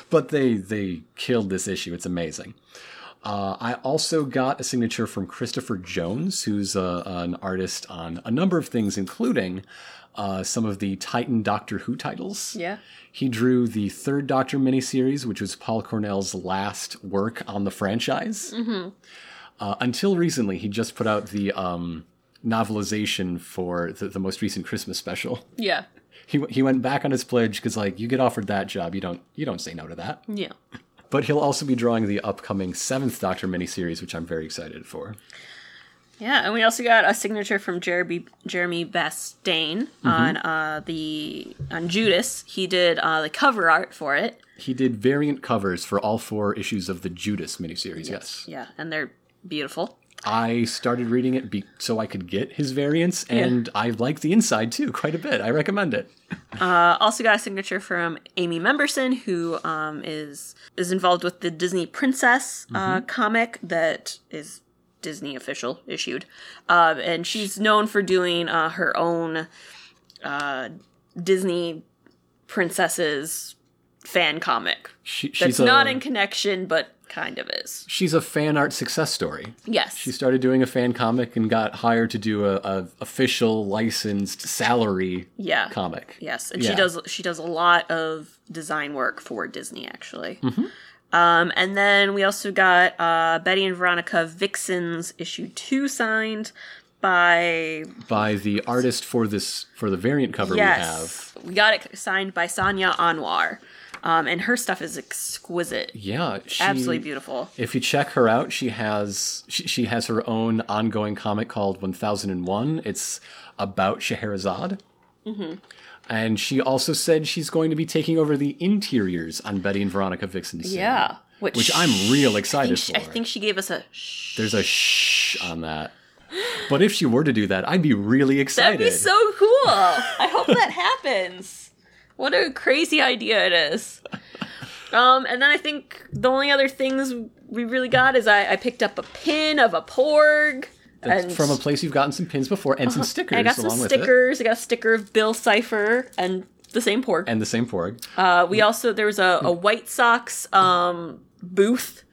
Speaker 2: but they they killed this issue. It's amazing. Uh, I also got a signature from Christopher Jones, who's uh an artist on a number of things, including uh, some of the Titan Doctor Who titles.
Speaker 4: Yeah.
Speaker 2: He drew the third Doctor miniseries, which was Paul Cornell's last work on the franchise. Uh, until recently, he just put out the um, novelization for the, the most recent Christmas special.
Speaker 4: Yeah.
Speaker 2: He, he went back on his pledge because like you get offered that job, you don't you don't say no to that.
Speaker 4: Yeah.
Speaker 2: But he'll also be drawing the upcoming seventh Doctor miniseries, which I'm very excited for.
Speaker 4: Yeah, and we also got a signature from Jeremy Jeremy Bastain on uh, the on Judas. He did uh, the cover art for it.
Speaker 2: He did variant covers for all four issues of the Judas miniseries. Yes,
Speaker 4: Yeah, and they're beautiful.
Speaker 2: I started reading it be- so I could get his variants, and I like the inside too quite a bit. I recommend it.
Speaker 4: Uh, also got a signature from Amy Memberson, who um, is is involved with the Disney Princess uh, comic that is Disney official issued, Um and she's known for doing uh, her own uh,
Speaker 3: Disney princesses fan comic.
Speaker 2: She,
Speaker 3: That's
Speaker 2: she's uh,
Speaker 3: not
Speaker 2: a,
Speaker 3: in connection, but kind of is.
Speaker 2: She's a fan art success story.
Speaker 3: Yes.
Speaker 2: She started doing a fan comic and got hired to do a, a official licensed salary
Speaker 3: yeah.
Speaker 2: comic.
Speaker 3: Yes, and
Speaker 2: Yeah.
Speaker 3: she does she does a lot of design work for Disney actually.
Speaker 2: Mm-hmm.
Speaker 3: Um, and then we also got uh, Betty and Veronica Vixens issue two signed by
Speaker 2: By the artist for this for the variant cover
Speaker 3: yes we, got it signed by Sonia Anwar, um, and her stuff is exquisite,
Speaker 2: we have. Yeah, she,
Speaker 3: absolutely beautiful.
Speaker 2: If you check her out, she has she, she has her own ongoing comic called 1001. It's about Scheherazade.
Speaker 3: Mm-hmm.
Speaker 2: And she also said she's going to be taking over the interiors on Betty and Veronica Vixen. soon,
Speaker 3: Yeah, which,
Speaker 2: Which I'm real
Speaker 3: I
Speaker 2: excited
Speaker 3: think, she,
Speaker 2: for.
Speaker 3: I think she gave us a shh.
Speaker 2: There's a shh on that. But if she were to do that, I'd be really excited.
Speaker 3: That'd be so cool. I hope that happens. What a crazy idea it is. Um, and then I think the only other things we really got is I, I picked up a pin of a porg.
Speaker 2: That's
Speaker 3: and
Speaker 2: from a place you've gotten some pins before and some stickers
Speaker 3: Uh-huh. I got some
Speaker 2: along with it.
Speaker 3: stickers. I got a sticker of Bill Cipher and the same porg.
Speaker 2: And the same porg.
Speaker 3: uh, we also there was a, a White Sox um, booth.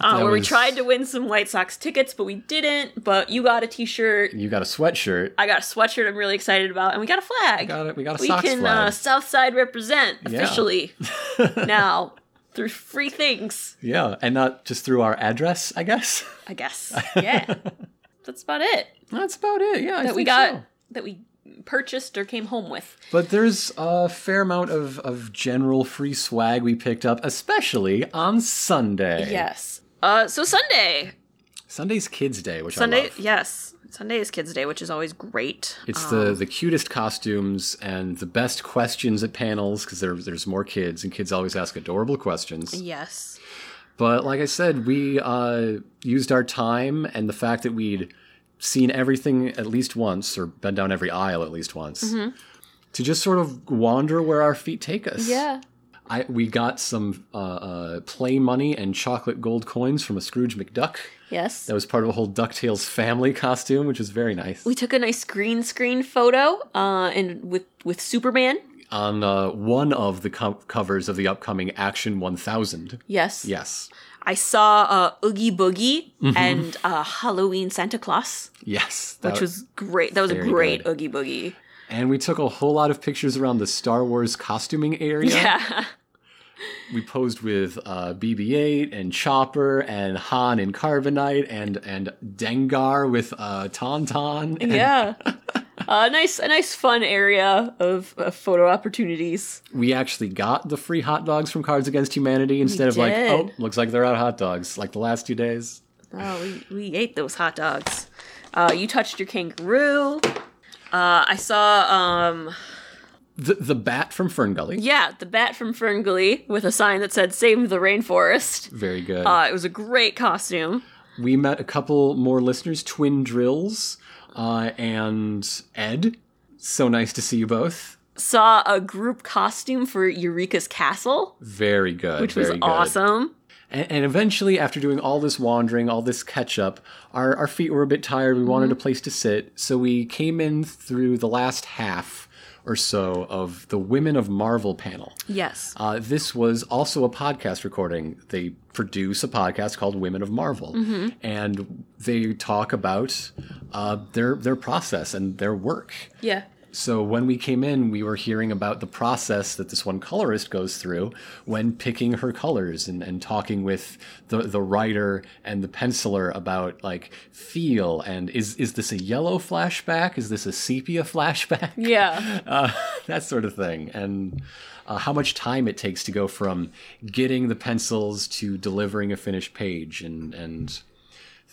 Speaker 3: Uh,
Speaker 2: That
Speaker 3: where we
Speaker 2: was-
Speaker 3: tried to win some White Sox tickets, but we didn't. But you got a T-shirt.
Speaker 2: You got a sweatshirt.
Speaker 3: I got a sweatshirt. I'm really excited about, and we got a flag.
Speaker 2: Got it. We got a
Speaker 3: Uh, we
Speaker 2: socks
Speaker 3: can
Speaker 2: flag.
Speaker 3: uh, Southside represent
Speaker 2: Yeah.
Speaker 3: officially now through free things,
Speaker 2: yeah, and not just through our address, I guess.
Speaker 3: I guess. Yeah, that's about it
Speaker 2: That's about it. Yeah, I
Speaker 3: that we
Speaker 2: think
Speaker 3: got
Speaker 2: so.
Speaker 3: that we purchased or came home with.
Speaker 2: But there's a fair amount of, of general free swag we picked up, especially on Sunday.
Speaker 3: Yes. Uh, so Sunday,
Speaker 2: Sunday's Kids Day, which I
Speaker 3: Sunday,
Speaker 2: love.
Speaker 3: yes, Sunday is Kids Day, which is always great.
Speaker 2: It's the,
Speaker 3: Ah.
Speaker 2: the cutest costumes and the best questions at panels because there, there's more kids, and kids always ask adorable questions.
Speaker 3: Yes.
Speaker 2: But like I said, we uh, used our time and the fact that we'd seen everything at least once, or been down every aisle at least once,
Speaker 3: Mm-hmm.
Speaker 2: to just sort of wander where our feet take us. I, we got some uh, uh, play money and chocolate gold coins from a Scrooge McDuck.
Speaker 3: Yes.
Speaker 2: That was part of a whole DuckTales family costume, which was very nice.
Speaker 3: We took a nice green screen photo, uh, and with with Superman.
Speaker 2: On uh, one of the co- covers of the upcoming Action 1000.
Speaker 3: Yes.
Speaker 2: Yes.
Speaker 3: I saw uh, Oogie Boogie
Speaker 2: Mm-hmm.
Speaker 3: and uh, Halloween Santa Claus,
Speaker 2: Yes.
Speaker 3: which
Speaker 2: that-
Speaker 3: was great. That was a
Speaker 2: very
Speaker 3: great
Speaker 2: good.
Speaker 3: Oogie Boogie.
Speaker 2: And we took a whole lot of pictures around the Star Wars costuming area.
Speaker 3: Yeah.
Speaker 2: We posed with uh, BB-8 and Chopper and Han and Carbonite and and Dengar with uh, Tauntaun. And
Speaker 3: Yeah. A nice, a nice, fun area of uh, photo opportunities.
Speaker 2: We actually got the free hot dogs from Cards Against Humanity instead of like,
Speaker 3: did.
Speaker 2: oh, looks like they're out of hot dogs. Like the last two days,
Speaker 3: Oh, we, we ate those hot dogs. Uh, you touched your kangaroo. Uh, I saw, um,
Speaker 2: the the bat from Ferngully.
Speaker 3: yeah, the bat from Ferngully with a sign that said "Save the Rainforest."
Speaker 2: Very good.
Speaker 3: Uh, it was a great costume.
Speaker 2: we met a couple more listeners, Twin Drills uh, and Ed. So nice to see you both.
Speaker 3: Saw a group costume for Eureka's Castle,
Speaker 2: Very good.
Speaker 3: which
Speaker 2: very
Speaker 3: was
Speaker 2: good.
Speaker 3: awesome.
Speaker 2: And, and eventually, after doing all this wandering, all this catch up, our, our feet were a bit tired. We wanted a place to sit. So we came in through the last half or so of the Women of Marvel panel.
Speaker 3: Yes.
Speaker 2: Uh, this was also a podcast recording. They produce a podcast called Women of Marvel, and they talk about uh, their their process and their work.
Speaker 3: Yeah.
Speaker 2: So when we came in, we were hearing about the process that this one colorist goes through when picking her colors and, and talking with the, the writer and the penciler about like feel and is is this a yellow flashback? Is this a sepia flashback?
Speaker 3: Yeah.
Speaker 2: Uh, that sort of thing. And uh, how much time it takes to go from getting the pencils to delivering a finished page and and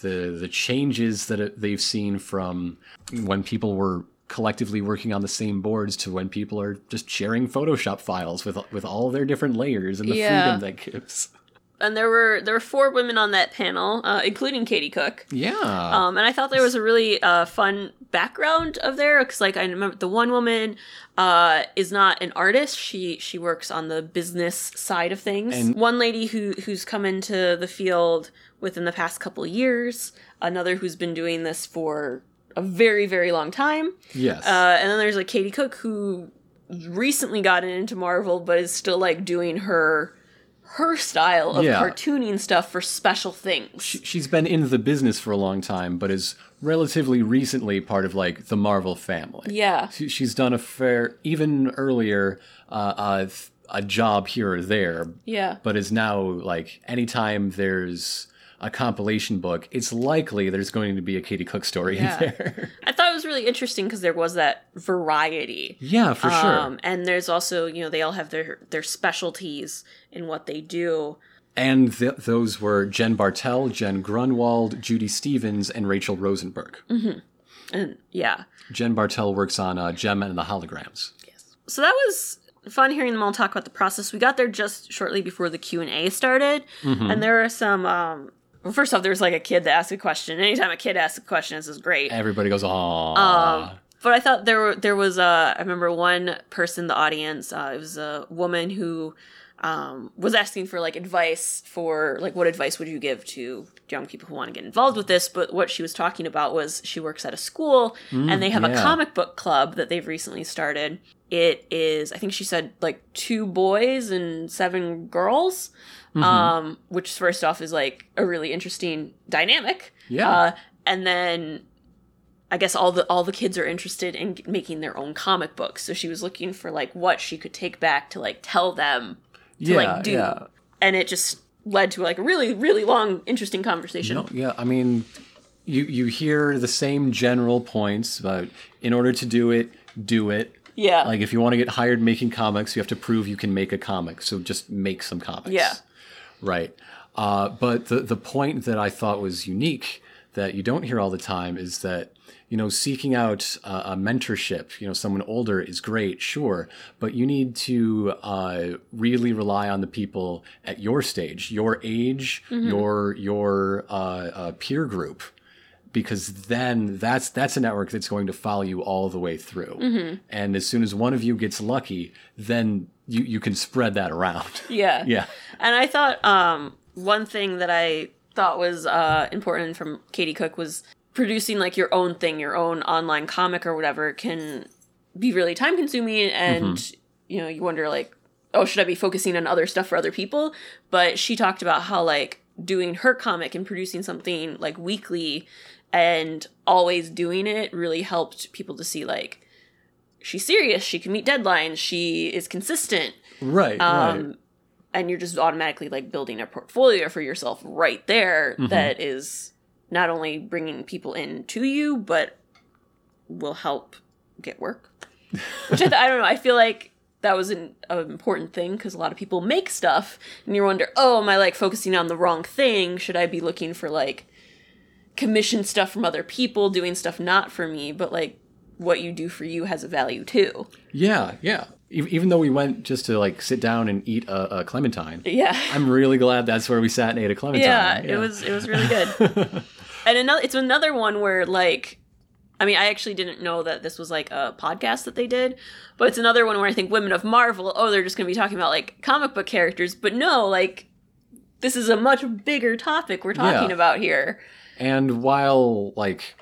Speaker 2: the the changes that it, they've seen from when people were collectively working on the same boards to when people are just sharing Photoshop files with with all their different layers and the
Speaker 3: Yeah.
Speaker 2: freedom that gives.
Speaker 3: And there were there were four women on that panel, uh, including Katie Cook.
Speaker 2: Yeah.
Speaker 3: Um, and I thought there was a really uh, fun background of there because, like, I remember the one woman uh, is not an artist; she she works on the business side of things.
Speaker 2: And-
Speaker 3: one lady who who's come into the field within the past couple years, another who's been doing this for a very very long time,
Speaker 2: yes.
Speaker 3: uh, and then there's like Katie Cook who recently gotten into Marvel, but is still like doing her her style of
Speaker 2: Yeah.
Speaker 3: cartooning stuff for special things.
Speaker 2: She- She's been in the business for a long time, but is relatively recently part of like the Marvel family.
Speaker 3: yeah,
Speaker 2: She- She's done a fair, even earlier, uh, uh, th- a job here or there,
Speaker 3: yeah,
Speaker 2: but is now like anytime there's a compilation book, it's likely there's going to be a Katie Cook story
Speaker 3: Yeah.
Speaker 2: in there.
Speaker 3: I thought it was really interesting because there was that variety. Um,
Speaker 2: yeah, for sure.
Speaker 3: and there's also you know they all have their their specialties in what they do.
Speaker 2: And th- those were Jen Bartel, Jen Grunwald, Judy Stevens, and Rachel Rosenberg.
Speaker 3: Mm. And yeah,
Speaker 2: Jen Bartel works on uh, Gem and the Holograms.
Speaker 3: so that was fun hearing them all talk about the process. We got there just shortly before the Q and A started, and there were some. Um, well, first off, there was like a kid that asked a question. Anytime a kid asks a question, this is great.
Speaker 2: Everybody goes, "Aw."
Speaker 3: Um, But I thought there were there was uh, I remember one person in the audience. Uh, it was a woman who um, was asking for like advice for like what advice would you give to young people who want to get involved with this? But what she was talking about was she works at a school and they have a
Speaker 2: yeah.
Speaker 3: comic book club that they've recently started. It is I think she said like two boys and seven girls,
Speaker 2: Mm-hmm.
Speaker 3: um, which first off is like a really interesting dynamic.
Speaker 2: Yeah.
Speaker 3: Uh, and then I guess all the all the kids are interested in making their own comic books. So she was looking for like what she could take back to like tell them,
Speaker 2: yeah,
Speaker 3: like, do.
Speaker 2: yeah.
Speaker 3: and it just led to like a really really long interesting conversation.
Speaker 2: No, yeah, I mean, you you hear the same general points about in order to do it, do it.
Speaker 3: Yeah.
Speaker 2: Like if you want to get hired making comics, you have to prove you can make a comic. So just make some comics.
Speaker 3: Yeah.
Speaker 2: Right. Uh, but the the point that I thought was unique that you don't hear all the time is that you know seeking out uh, a mentorship, you know, someone older is great, sure, but you need to uh, really rely on the people at your stage, your age, your your uh, uh, peer group because then that's that's a network that's going to follow you all the way through.
Speaker 3: Mm-hmm.
Speaker 2: And as soon as one of you gets lucky, then you you can spread that around.
Speaker 3: Yeah.
Speaker 2: yeah.
Speaker 3: And I thought um, one thing that I thought was uh, important from Katie Cook was producing like your own thing, your own online comic or whatever can be really time consuming. And, you know, you wonder like, oh, should I be focusing on other stuff for other people? But she talked about how like doing her comic and producing something like weekly and always doing it really helped people to see like, she's serious, she can meet deadlines, she is consistent
Speaker 2: Right.
Speaker 3: Um,
Speaker 2: right.
Speaker 3: and you're just automatically like building a portfolio for yourself right there that is not only bringing people in to you but will help get work which I, th- I don't know i feel like that was an, an important thing because a lot of people make stuff and you wonder oh am i like focusing on the wrong thing should i be looking for like commission stuff from other people doing stuff not for me but like what you do for you has a value too
Speaker 2: Yeah. Yeah. E- Even though we went just to like sit down and eat a, a clementine,
Speaker 3: yeah
Speaker 2: I'm really glad that's where we sat and ate a clementine.
Speaker 3: yeah, it was it was really good. and another, it's another one where like, I mean, I actually didn't know that this was like a podcast that they did, but it's another one where I think women of Marvel, oh, they're just going to be talking about like comic book characters, but no, like this is a much bigger topic we're talking
Speaker 2: Yeah.
Speaker 3: about here.
Speaker 2: And while like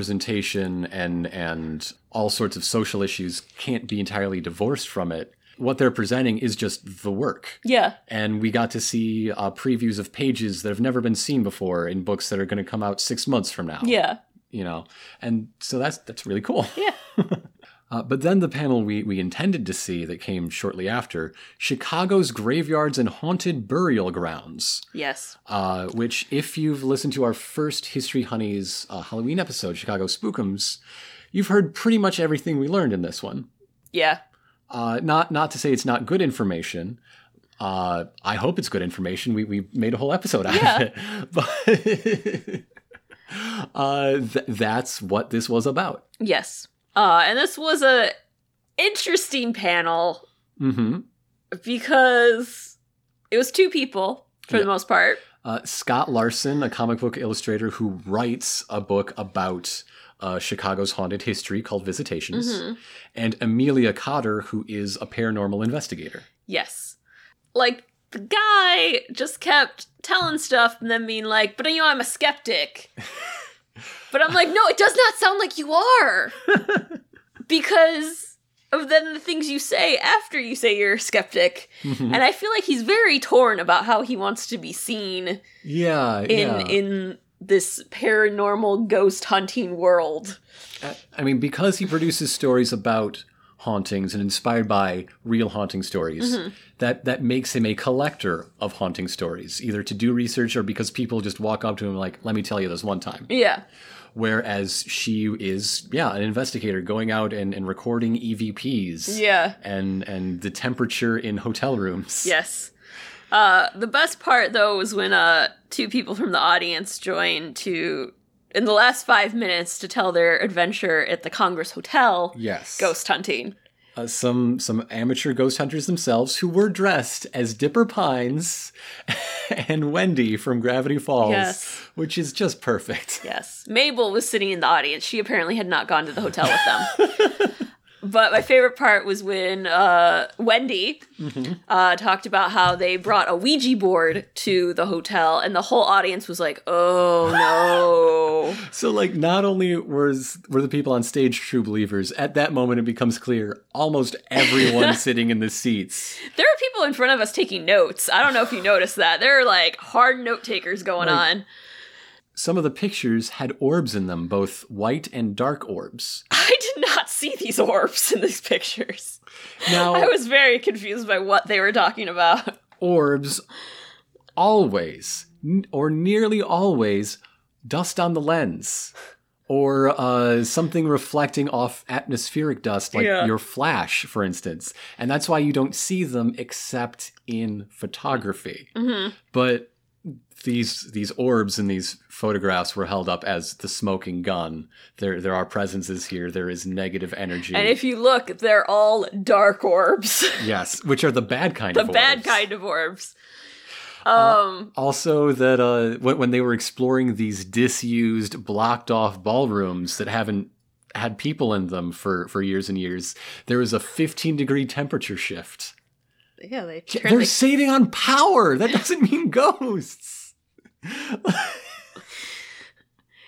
Speaker 2: representation and and all sorts of social issues can't be entirely divorced from it, what they're presenting is just the work.
Speaker 3: Yeah,
Speaker 2: and we got to see uh, previews of pages that have never been seen before in books that are going to come out six months from now.
Speaker 3: yeah,
Speaker 2: you know, and so that's that's really cool.
Speaker 3: Yeah.
Speaker 2: uh, but then the panel we we intended to see that came shortly after Chicago's graveyards and haunted burial grounds,
Speaker 3: yes,
Speaker 2: uh, which if you've listened to our first History Honey's uh, Halloween episode, Chicago Spookums, you've heard pretty much everything we learned in this one.
Speaker 3: yeah,
Speaker 2: Uh, not not to say it's not good information. Uh, I hope it's good information. We we made a whole episode out
Speaker 3: Yeah.
Speaker 2: of it, but uh, th- that's what this was about.
Speaker 3: yes. Uh, and this was a interesting panel
Speaker 2: hmm
Speaker 3: because it was two people for
Speaker 2: Yeah.
Speaker 3: the most part.
Speaker 2: Uh, Scott Larson, a comic book illustrator who writes a book about uh, Chicago's haunted history called Visitations,
Speaker 3: Mm-hmm.
Speaker 2: and Amelia Cotter, who is a paranormal investigator.
Speaker 3: Yes. Like, the guy just kept telling stuff and then being like, but you know, I'm a skeptic. but I'm like, no, it does not sound like you are. because of then the things you say after you say you're a skeptic. And I feel like he's very torn about how he wants to be seen
Speaker 2: Yeah,
Speaker 3: in
Speaker 2: yeah.
Speaker 3: in this paranormal ghost hunting world.
Speaker 2: I mean, because he produces stories about hauntings and inspired by real haunting stories,
Speaker 3: Mm-hmm.
Speaker 2: that that makes him a collector of haunting stories, either to do research or because people just walk up to him like, "Let me tell you this one time."
Speaker 3: Yeah.
Speaker 2: Whereas she is, yeah, an investigator going out and, and recording EVPs,
Speaker 3: Yeah.
Speaker 2: and and the temperature in hotel rooms.
Speaker 3: Yes. Uh, the best part though was when uh, two people from the audience joined to in the last five minutes to tell their adventure at the Congress Hotel
Speaker 2: Yes.
Speaker 3: ghost hunting.
Speaker 2: Uh, some some amateur ghost hunters themselves who were dressed as Dipper Pines and Wendy from Gravity Falls,
Speaker 3: Yes.
Speaker 2: which is just perfect.
Speaker 3: Yes. Mabel was sitting in the audience. She apparently had not gone to the hotel with them. but my favorite part was when uh, Wendy uh, talked about how they brought a Ouija board to the hotel, and the whole audience was like, oh no.
Speaker 2: So like not only was were the people on stage true believers, at that moment it becomes clear almost everyone sitting in the seats.
Speaker 3: there are people in front of us taking notes. I don't know if you noticed that. There are like hard note takers going on.
Speaker 2: Some of the pictures had orbs in them, both white and dark orbs.
Speaker 3: I did not see these orbs in these pictures.
Speaker 2: Now
Speaker 3: I was very confused by what they were talking about.
Speaker 2: orbs always n- or nearly always dust on the lens or uh, something reflecting off atmospheric dust like
Speaker 3: Yeah.
Speaker 2: your flash for instance and that's why you don't see them except in photography
Speaker 3: Mm-hmm.
Speaker 2: but these these orbs in these photographs were held up as the smoking gun there there are presences here there is negative energy
Speaker 3: And if you look, they're all dark orbs.
Speaker 2: yes which are the bad kind
Speaker 3: the
Speaker 2: of
Speaker 3: bad
Speaker 2: orbs.
Speaker 3: kind of orbs. Um,
Speaker 2: also that uh, when, when they were exploring these disused, blocked off ballrooms that haven't had people in them for, for years and years, there was a 15 degree temperature shift.
Speaker 3: yeah, they
Speaker 2: J-
Speaker 3: turned
Speaker 2: They're
Speaker 3: the-
Speaker 2: saving on power. That doesn't mean ghosts.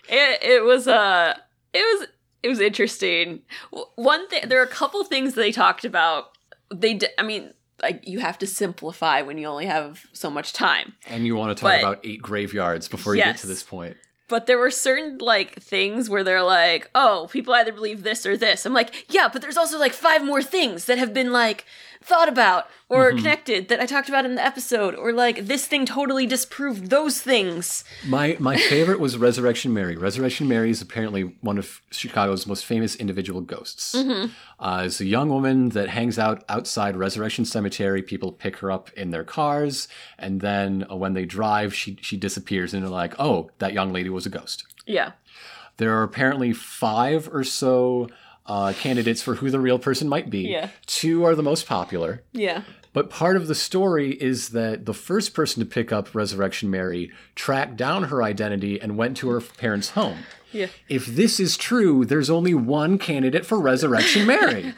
Speaker 3: it, it was uh it was it was interesting. W- One thing there are a couple things they talked about. They d- I mean, like you have to simplify when you only have so much time.
Speaker 2: And you want to talk
Speaker 3: But-
Speaker 2: about eight graveyards before you get to
Speaker 3: Yes.
Speaker 2: this point.
Speaker 3: But there were certain like things where they're like, "Oh, people either believe this or this." I'm like, "Yeah, but there's also like five more things that have been like thought about or connected that I talked about in the episode or like this thing totally disproved those things."
Speaker 2: My my favorite was Resurrection Mary. Resurrection Mary is apparently one of Chicago's most famous individual ghosts. Uh, it's a young woman that hangs out outside Resurrection Cemetery. People pick her up in their cars, and then uh, when they drive, she she disappears, and they're like, "Oh, that young lady was a ghost."
Speaker 3: Yeah.
Speaker 2: There are apparently five or so uh, candidates for who the real person might be.
Speaker 3: Yeah.
Speaker 2: Two are the most popular.
Speaker 3: Yeah.
Speaker 2: But part of the story is that the first person to pick up Resurrection Mary tracked down her identity and went to her parents' home.
Speaker 3: Yeah.
Speaker 2: If this is true, there's only one candidate for Resurrection Mary.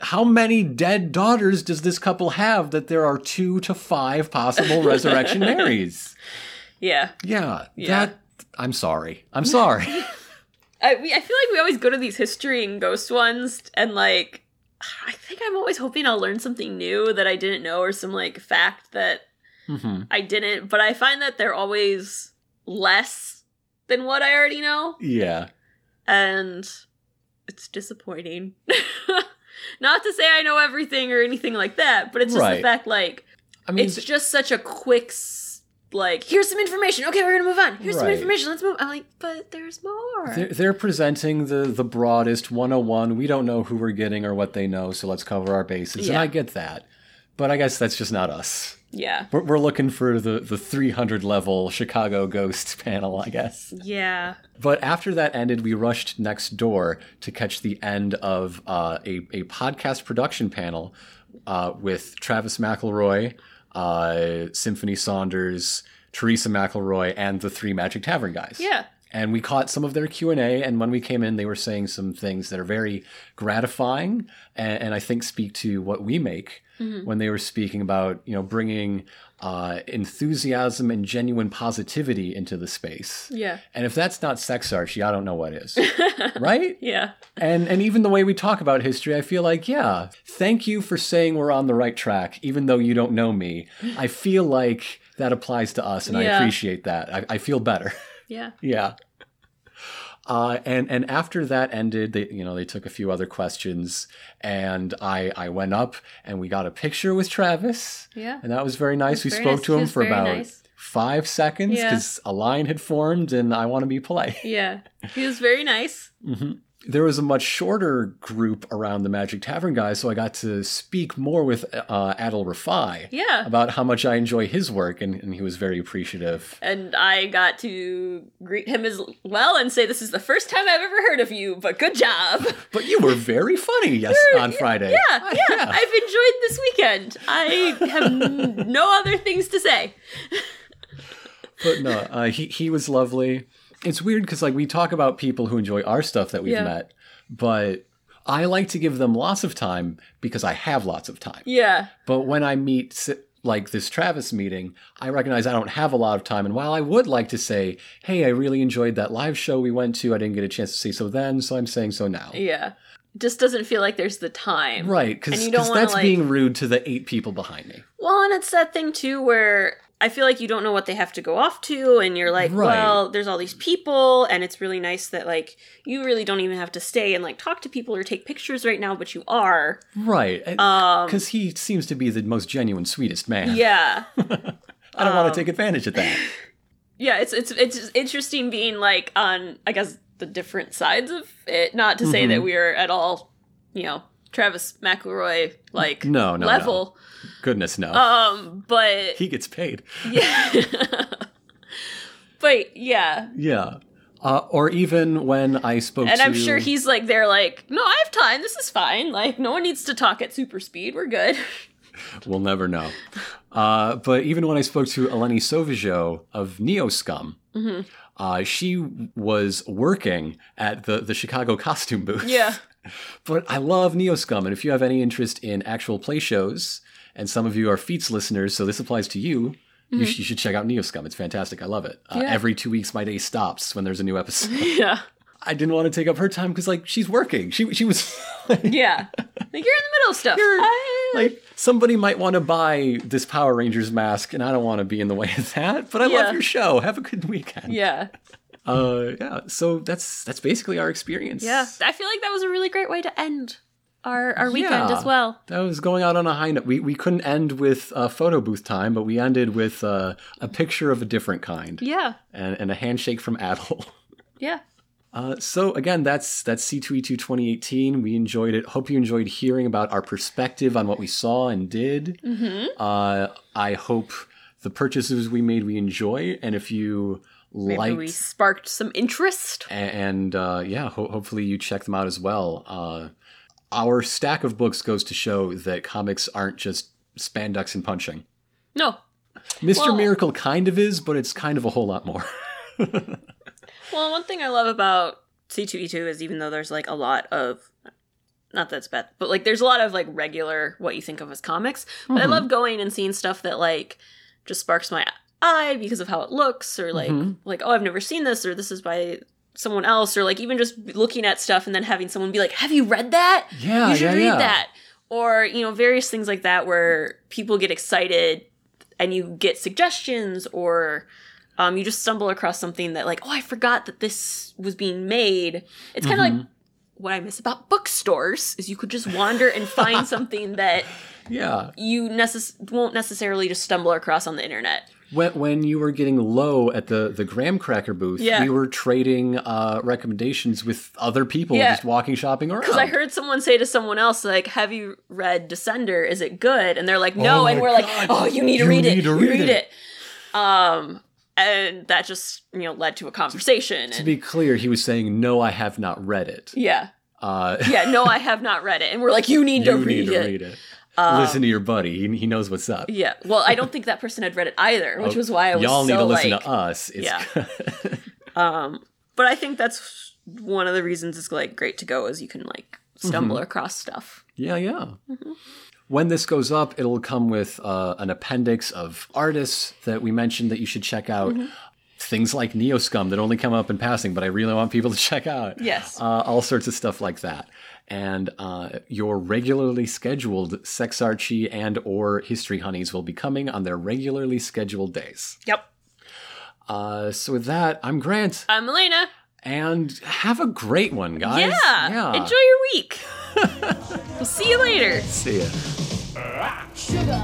Speaker 2: How many dead daughters does this couple have that there are two to five possible Resurrection Marys?
Speaker 3: Yeah.
Speaker 2: Yeah,
Speaker 3: Yeah.
Speaker 2: that. I'm sorry. I'm sorry.
Speaker 3: I, we, I feel like we always go to these history and ghost ones, and like, I think I'm always hoping I'll learn something new that I didn't know or some like fact that
Speaker 2: Mhm.
Speaker 3: I didn't. But I find that they're always less than what I already know,
Speaker 2: Yeah.
Speaker 3: and it's disappointing. Not to say I know everything or anything like that, but it's just
Speaker 2: Right.
Speaker 3: the fact like
Speaker 2: I mean,
Speaker 3: it's just such a quick, s- like here's some information. Okay, we're gonna move on. Here's some
Speaker 2: Right.
Speaker 3: information. Let's move. I'm like, but there's more.
Speaker 2: They're, they're presenting the the broadest 101. We don't know who we're getting or what they know, so let's cover our bases. And
Speaker 3: Yeah.
Speaker 2: I get that, but I guess that's just not us.
Speaker 3: yeah.
Speaker 2: We're, we're looking for the the 300 level Chicago Ghost panel, I guess.
Speaker 3: Yeah.
Speaker 2: But after that ended, we rushed next door to catch the end of uh, a a podcast production panel uh, with Travis McElroy, uh, Symphony Saunders, Teresa McElroy, and the Three Magic Tavern guys.
Speaker 3: Yeah.
Speaker 2: and we caught some of their q&a and when we came in they were saying some things that are very gratifying and, and i think speak to what we make when they were speaking about you know bringing uh, enthusiasm and genuine positivity into the space
Speaker 3: Yeah.
Speaker 2: and if that's not sex archie i don't know what is right
Speaker 3: Yeah.
Speaker 2: and and even the way we talk about history i feel like yeah thank you for saying we're on the right track even though you don't know me i feel like that applies to us and i
Speaker 3: Yeah.
Speaker 2: appreciate that i, I feel better
Speaker 3: Yeah.
Speaker 2: yeah. Uh, and and after that ended, they you know they took a few other questions, and I I went up and we got a picture with Travis,
Speaker 3: Yeah.
Speaker 2: and that was very nice. we
Speaker 3: very
Speaker 2: spoke
Speaker 3: nice.
Speaker 2: to
Speaker 3: He
Speaker 2: him
Speaker 3: was
Speaker 2: for
Speaker 3: very
Speaker 2: about
Speaker 3: nice.
Speaker 2: five seconds
Speaker 3: Yeah.
Speaker 2: because a line had formed, and I want to be polite.
Speaker 3: Yeah. He was very nice.
Speaker 2: There was a much shorter group around the Magic Tavern guys, so I got to speak more with uh, Adil Rafai
Speaker 3: Yeah.
Speaker 2: about how much I enjoy his work, and, and he was very appreciative.
Speaker 3: And I got to greet him as well and say, This is the first time I've ever heard of you, but good job.
Speaker 2: But you were very funny yes on Friday.
Speaker 3: Oh, Yeah, yeah, I've enjoyed this weekend. I have n- no other things to say.
Speaker 2: but no, uh, he he was lovely. It's weird because like we talk about people who enjoy our stuff that we've
Speaker 3: Yeah.
Speaker 2: met, but I like to give them lots of time because I have lots of time.
Speaker 3: Yeah,
Speaker 2: But when I meet s- like this Travis meeting, I recognize I don't have a lot of time. And while I would like to say, "Hey, I really enjoyed that live show we went to. I didn't get a chance to say so then, so I'm saying so now."
Speaker 3: yeah. Just doesn't feel like there's the time.
Speaker 2: Right,
Speaker 3: And
Speaker 2: because
Speaker 3: you don't wanna,
Speaker 2: that's
Speaker 3: like-
Speaker 2: being rude to the eight people behind me.
Speaker 3: Well, and it's that thing too where I feel like you don't know what they have to go off to, and you're like,
Speaker 2: Right.
Speaker 3: well, there's all these people, and it's really nice that like you really don't even have to stay and like talk to people or take pictures right now, but you are.
Speaker 2: Right,
Speaker 3: Um,
Speaker 2: because he seems to be the most genuine, sweetest man.
Speaker 3: yeah,
Speaker 2: I don't want to take advantage of that.
Speaker 3: yeah. It's it's it's just interesting being like on I guess the different sides of it. Not to say
Speaker 2: Mm-hmm.
Speaker 3: that we are at all, you know, Travis McElroy like
Speaker 2: No, no,
Speaker 3: level,
Speaker 2: Goodness no.
Speaker 3: um, but
Speaker 2: he gets paid.
Speaker 3: yeah. But yeah,
Speaker 2: Yeah. Uh, or even when I spoke
Speaker 3: And
Speaker 2: to
Speaker 3: I'm sure he's like there, like, no, I have time. This is fine. Like, no one needs to talk at super speed. We're good.
Speaker 2: we'll never know. Uh, but even when I spoke to Eleni Sauvageau of Neo Scum,
Speaker 3: Mm-hmm.
Speaker 2: uh, she was working at the, the Chicago costume booth.
Speaker 3: Yeah.
Speaker 2: but I love Neo Scum, and if you have any interest in actual play shows, and some of you are Feats listeners, so this applies to you. You, sh- you should check out Neo Scum. It's fantastic. I love it. Uh,
Speaker 3: Mm-hmm. Yeah.
Speaker 2: Every two weeks, my day stops when there's a new episode.
Speaker 3: Yeah.
Speaker 2: I didn't want to take up her time because like she's working. She she was like,
Speaker 3: Yeah. Like, you're in the middle of stuff. I-
Speaker 2: like, somebody might want to buy this Power Rangers mask, and I don't want to be in the way of that. But I
Speaker 3: Yeah.
Speaker 2: love your show. Have a good weekend.
Speaker 3: yeah.
Speaker 2: Uh, yeah. So that's that's basically our experience.
Speaker 3: Yeah. I feel like that was a really great way to end our, our weekend
Speaker 2: Yeah.
Speaker 3: as well.
Speaker 2: That was going out on a high note. We, we couldn't end with uh, photo booth time, but we ended with uh, a picture of a different kind
Speaker 3: Yeah.
Speaker 2: and, and a handshake from Adel.
Speaker 3: Yeah.
Speaker 2: Uh, so again, that's that's E C2E2 2018. We enjoyed it. Hope you enjoyed hearing about our perspective on what we saw and did.
Speaker 3: Mm-hmm.
Speaker 2: Uh, I hope the purchases we made we enjoy, and if you
Speaker 3: Maybe
Speaker 2: liked
Speaker 3: we sparked some interest.
Speaker 2: a- and uh, yeah, ho- hopefully you check them out as well. Uh, our stack of books goes to show that comics aren't just spandex and punching.
Speaker 3: No.
Speaker 2: Mr.
Speaker 3: Well-
Speaker 2: Miracle kind of is, but it's kind of a whole lot more.
Speaker 3: Well, one thing I love about C2E2 is even though there's like a lot of not that's bad, but like there's a lot of like regular what you think of as comics. But I
Speaker 2: Mm-hmm.
Speaker 3: love going and seeing stuff that like just sparks my eye because of how it looks or like
Speaker 2: Mhm.
Speaker 3: like oh I've never seen this or this is by someone else or like even just looking at stuff and then having someone be like have you read that?
Speaker 2: yeah,
Speaker 3: you should
Speaker 2: yeah,
Speaker 3: read
Speaker 2: yeah.
Speaker 3: that. Or, you know, various things like that where people get excited and you get suggestions or um, you just stumble across something that, like, oh, I forgot that this was being made. It's kind of like
Speaker 2: Mm-hmm.
Speaker 3: what I miss about bookstores is you could just wander and find something that
Speaker 2: Yeah.
Speaker 3: you necess- won't necessarily just stumble across on the internet.
Speaker 2: When, when you were getting low at the, the graham cracker booth,
Speaker 3: Yeah.
Speaker 2: we were trading uh, recommendations with other people
Speaker 3: Yeah.
Speaker 2: just walking shopping around.
Speaker 3: Because I heard someone say to someone else, like, have you read Descender? Is it good? And they're like, no.
Speaker 2: Oh
Speaker 3: and
Speaker 2: my
Speaker 3: we're
Speaker 2: God.
Speaker 3: like, oh, you need to
Speaker 2: You
Speaker 3: read it.
Speaker 2: need to
Speaker 3: you
Speaker 2: read
Speaker 3: read
Speaker 2: it."
Speaker 3: it. Um, and that just, you know, led to a conversation.
Speaker 2: to
Speaker 3: And,
Speaker 2: be clear, he was saying, "No, I have not read it."
Speaker 3: yeah.
Speaker 2: Uh,
Speaker 3: Yeah. No, I have not read it. And we're like, you need to
Speaker 2: you
Speaker 3: read
Speaker 2: need to
Speaker 3: it.
Speaker 2: read it. Listen to your buddy; he, he knows what's up.
Speaker 3: Yeah. Well, I don't think that person had read it either, which was why I was
Speaker 2: Oh, Y'all
Speaker 3: so
Speaker 2: need to listen
Speaker 3: like,
Speaker 2: to us. It's
Speaker 3: Yeah. um, But I think that's one of the reasons it's like great to go is you can like stumble across stuff.
Speaker 2: Yeah, yeah.
Speaker 3: Mm-hmm.
Speaker 2: When this goes up, it'll come with uh, an appendix of artists that we mentioned that you should check out.
Speaker 3: Mm-hmm.
Speaker 2: Things like Neoscum that only come up in passing, but I really want people to check out.
Speaker 3: Yes.
Speaker 2: Uh, all sorts of stuff like that. And uh, your regularly scheduled Sexarchy and or History Honeys will be coming on their regularly scheduled days.
Speaker 3: Yep.
Speaker 2: Uh, so with that, I'm Grant,
Speaker 3: I'm Elena.
Speaker 2: and have a great one, guys.
Speaker 3: Yeah. Enjoy your week. we'll see you later.
Speaker 2: See ya.
Speaker 1: Ah,
Speaker 5: Sugar,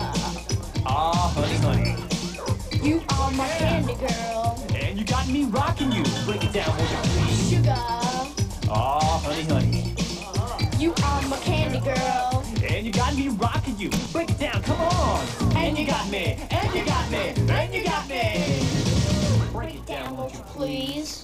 Speaker 1: ah, honey, honey.
Speaker 5: you are my candy girl.
Speaker 1: And you got me rocking you. Break it down, will ya?
Speaker 5: Sugar,
Speaker 1: Ah, honey, honey.
Speaker 5: you are my candy girl.
Speaker 1: And you got me rocking you. Break it down, come on. And you got me. And you got me. And you got me. Break it down,
Speaker 5: Down,
Speaker 1: will
Speaker 5: won't
Speaker 1: you?
Speaker 5: you please?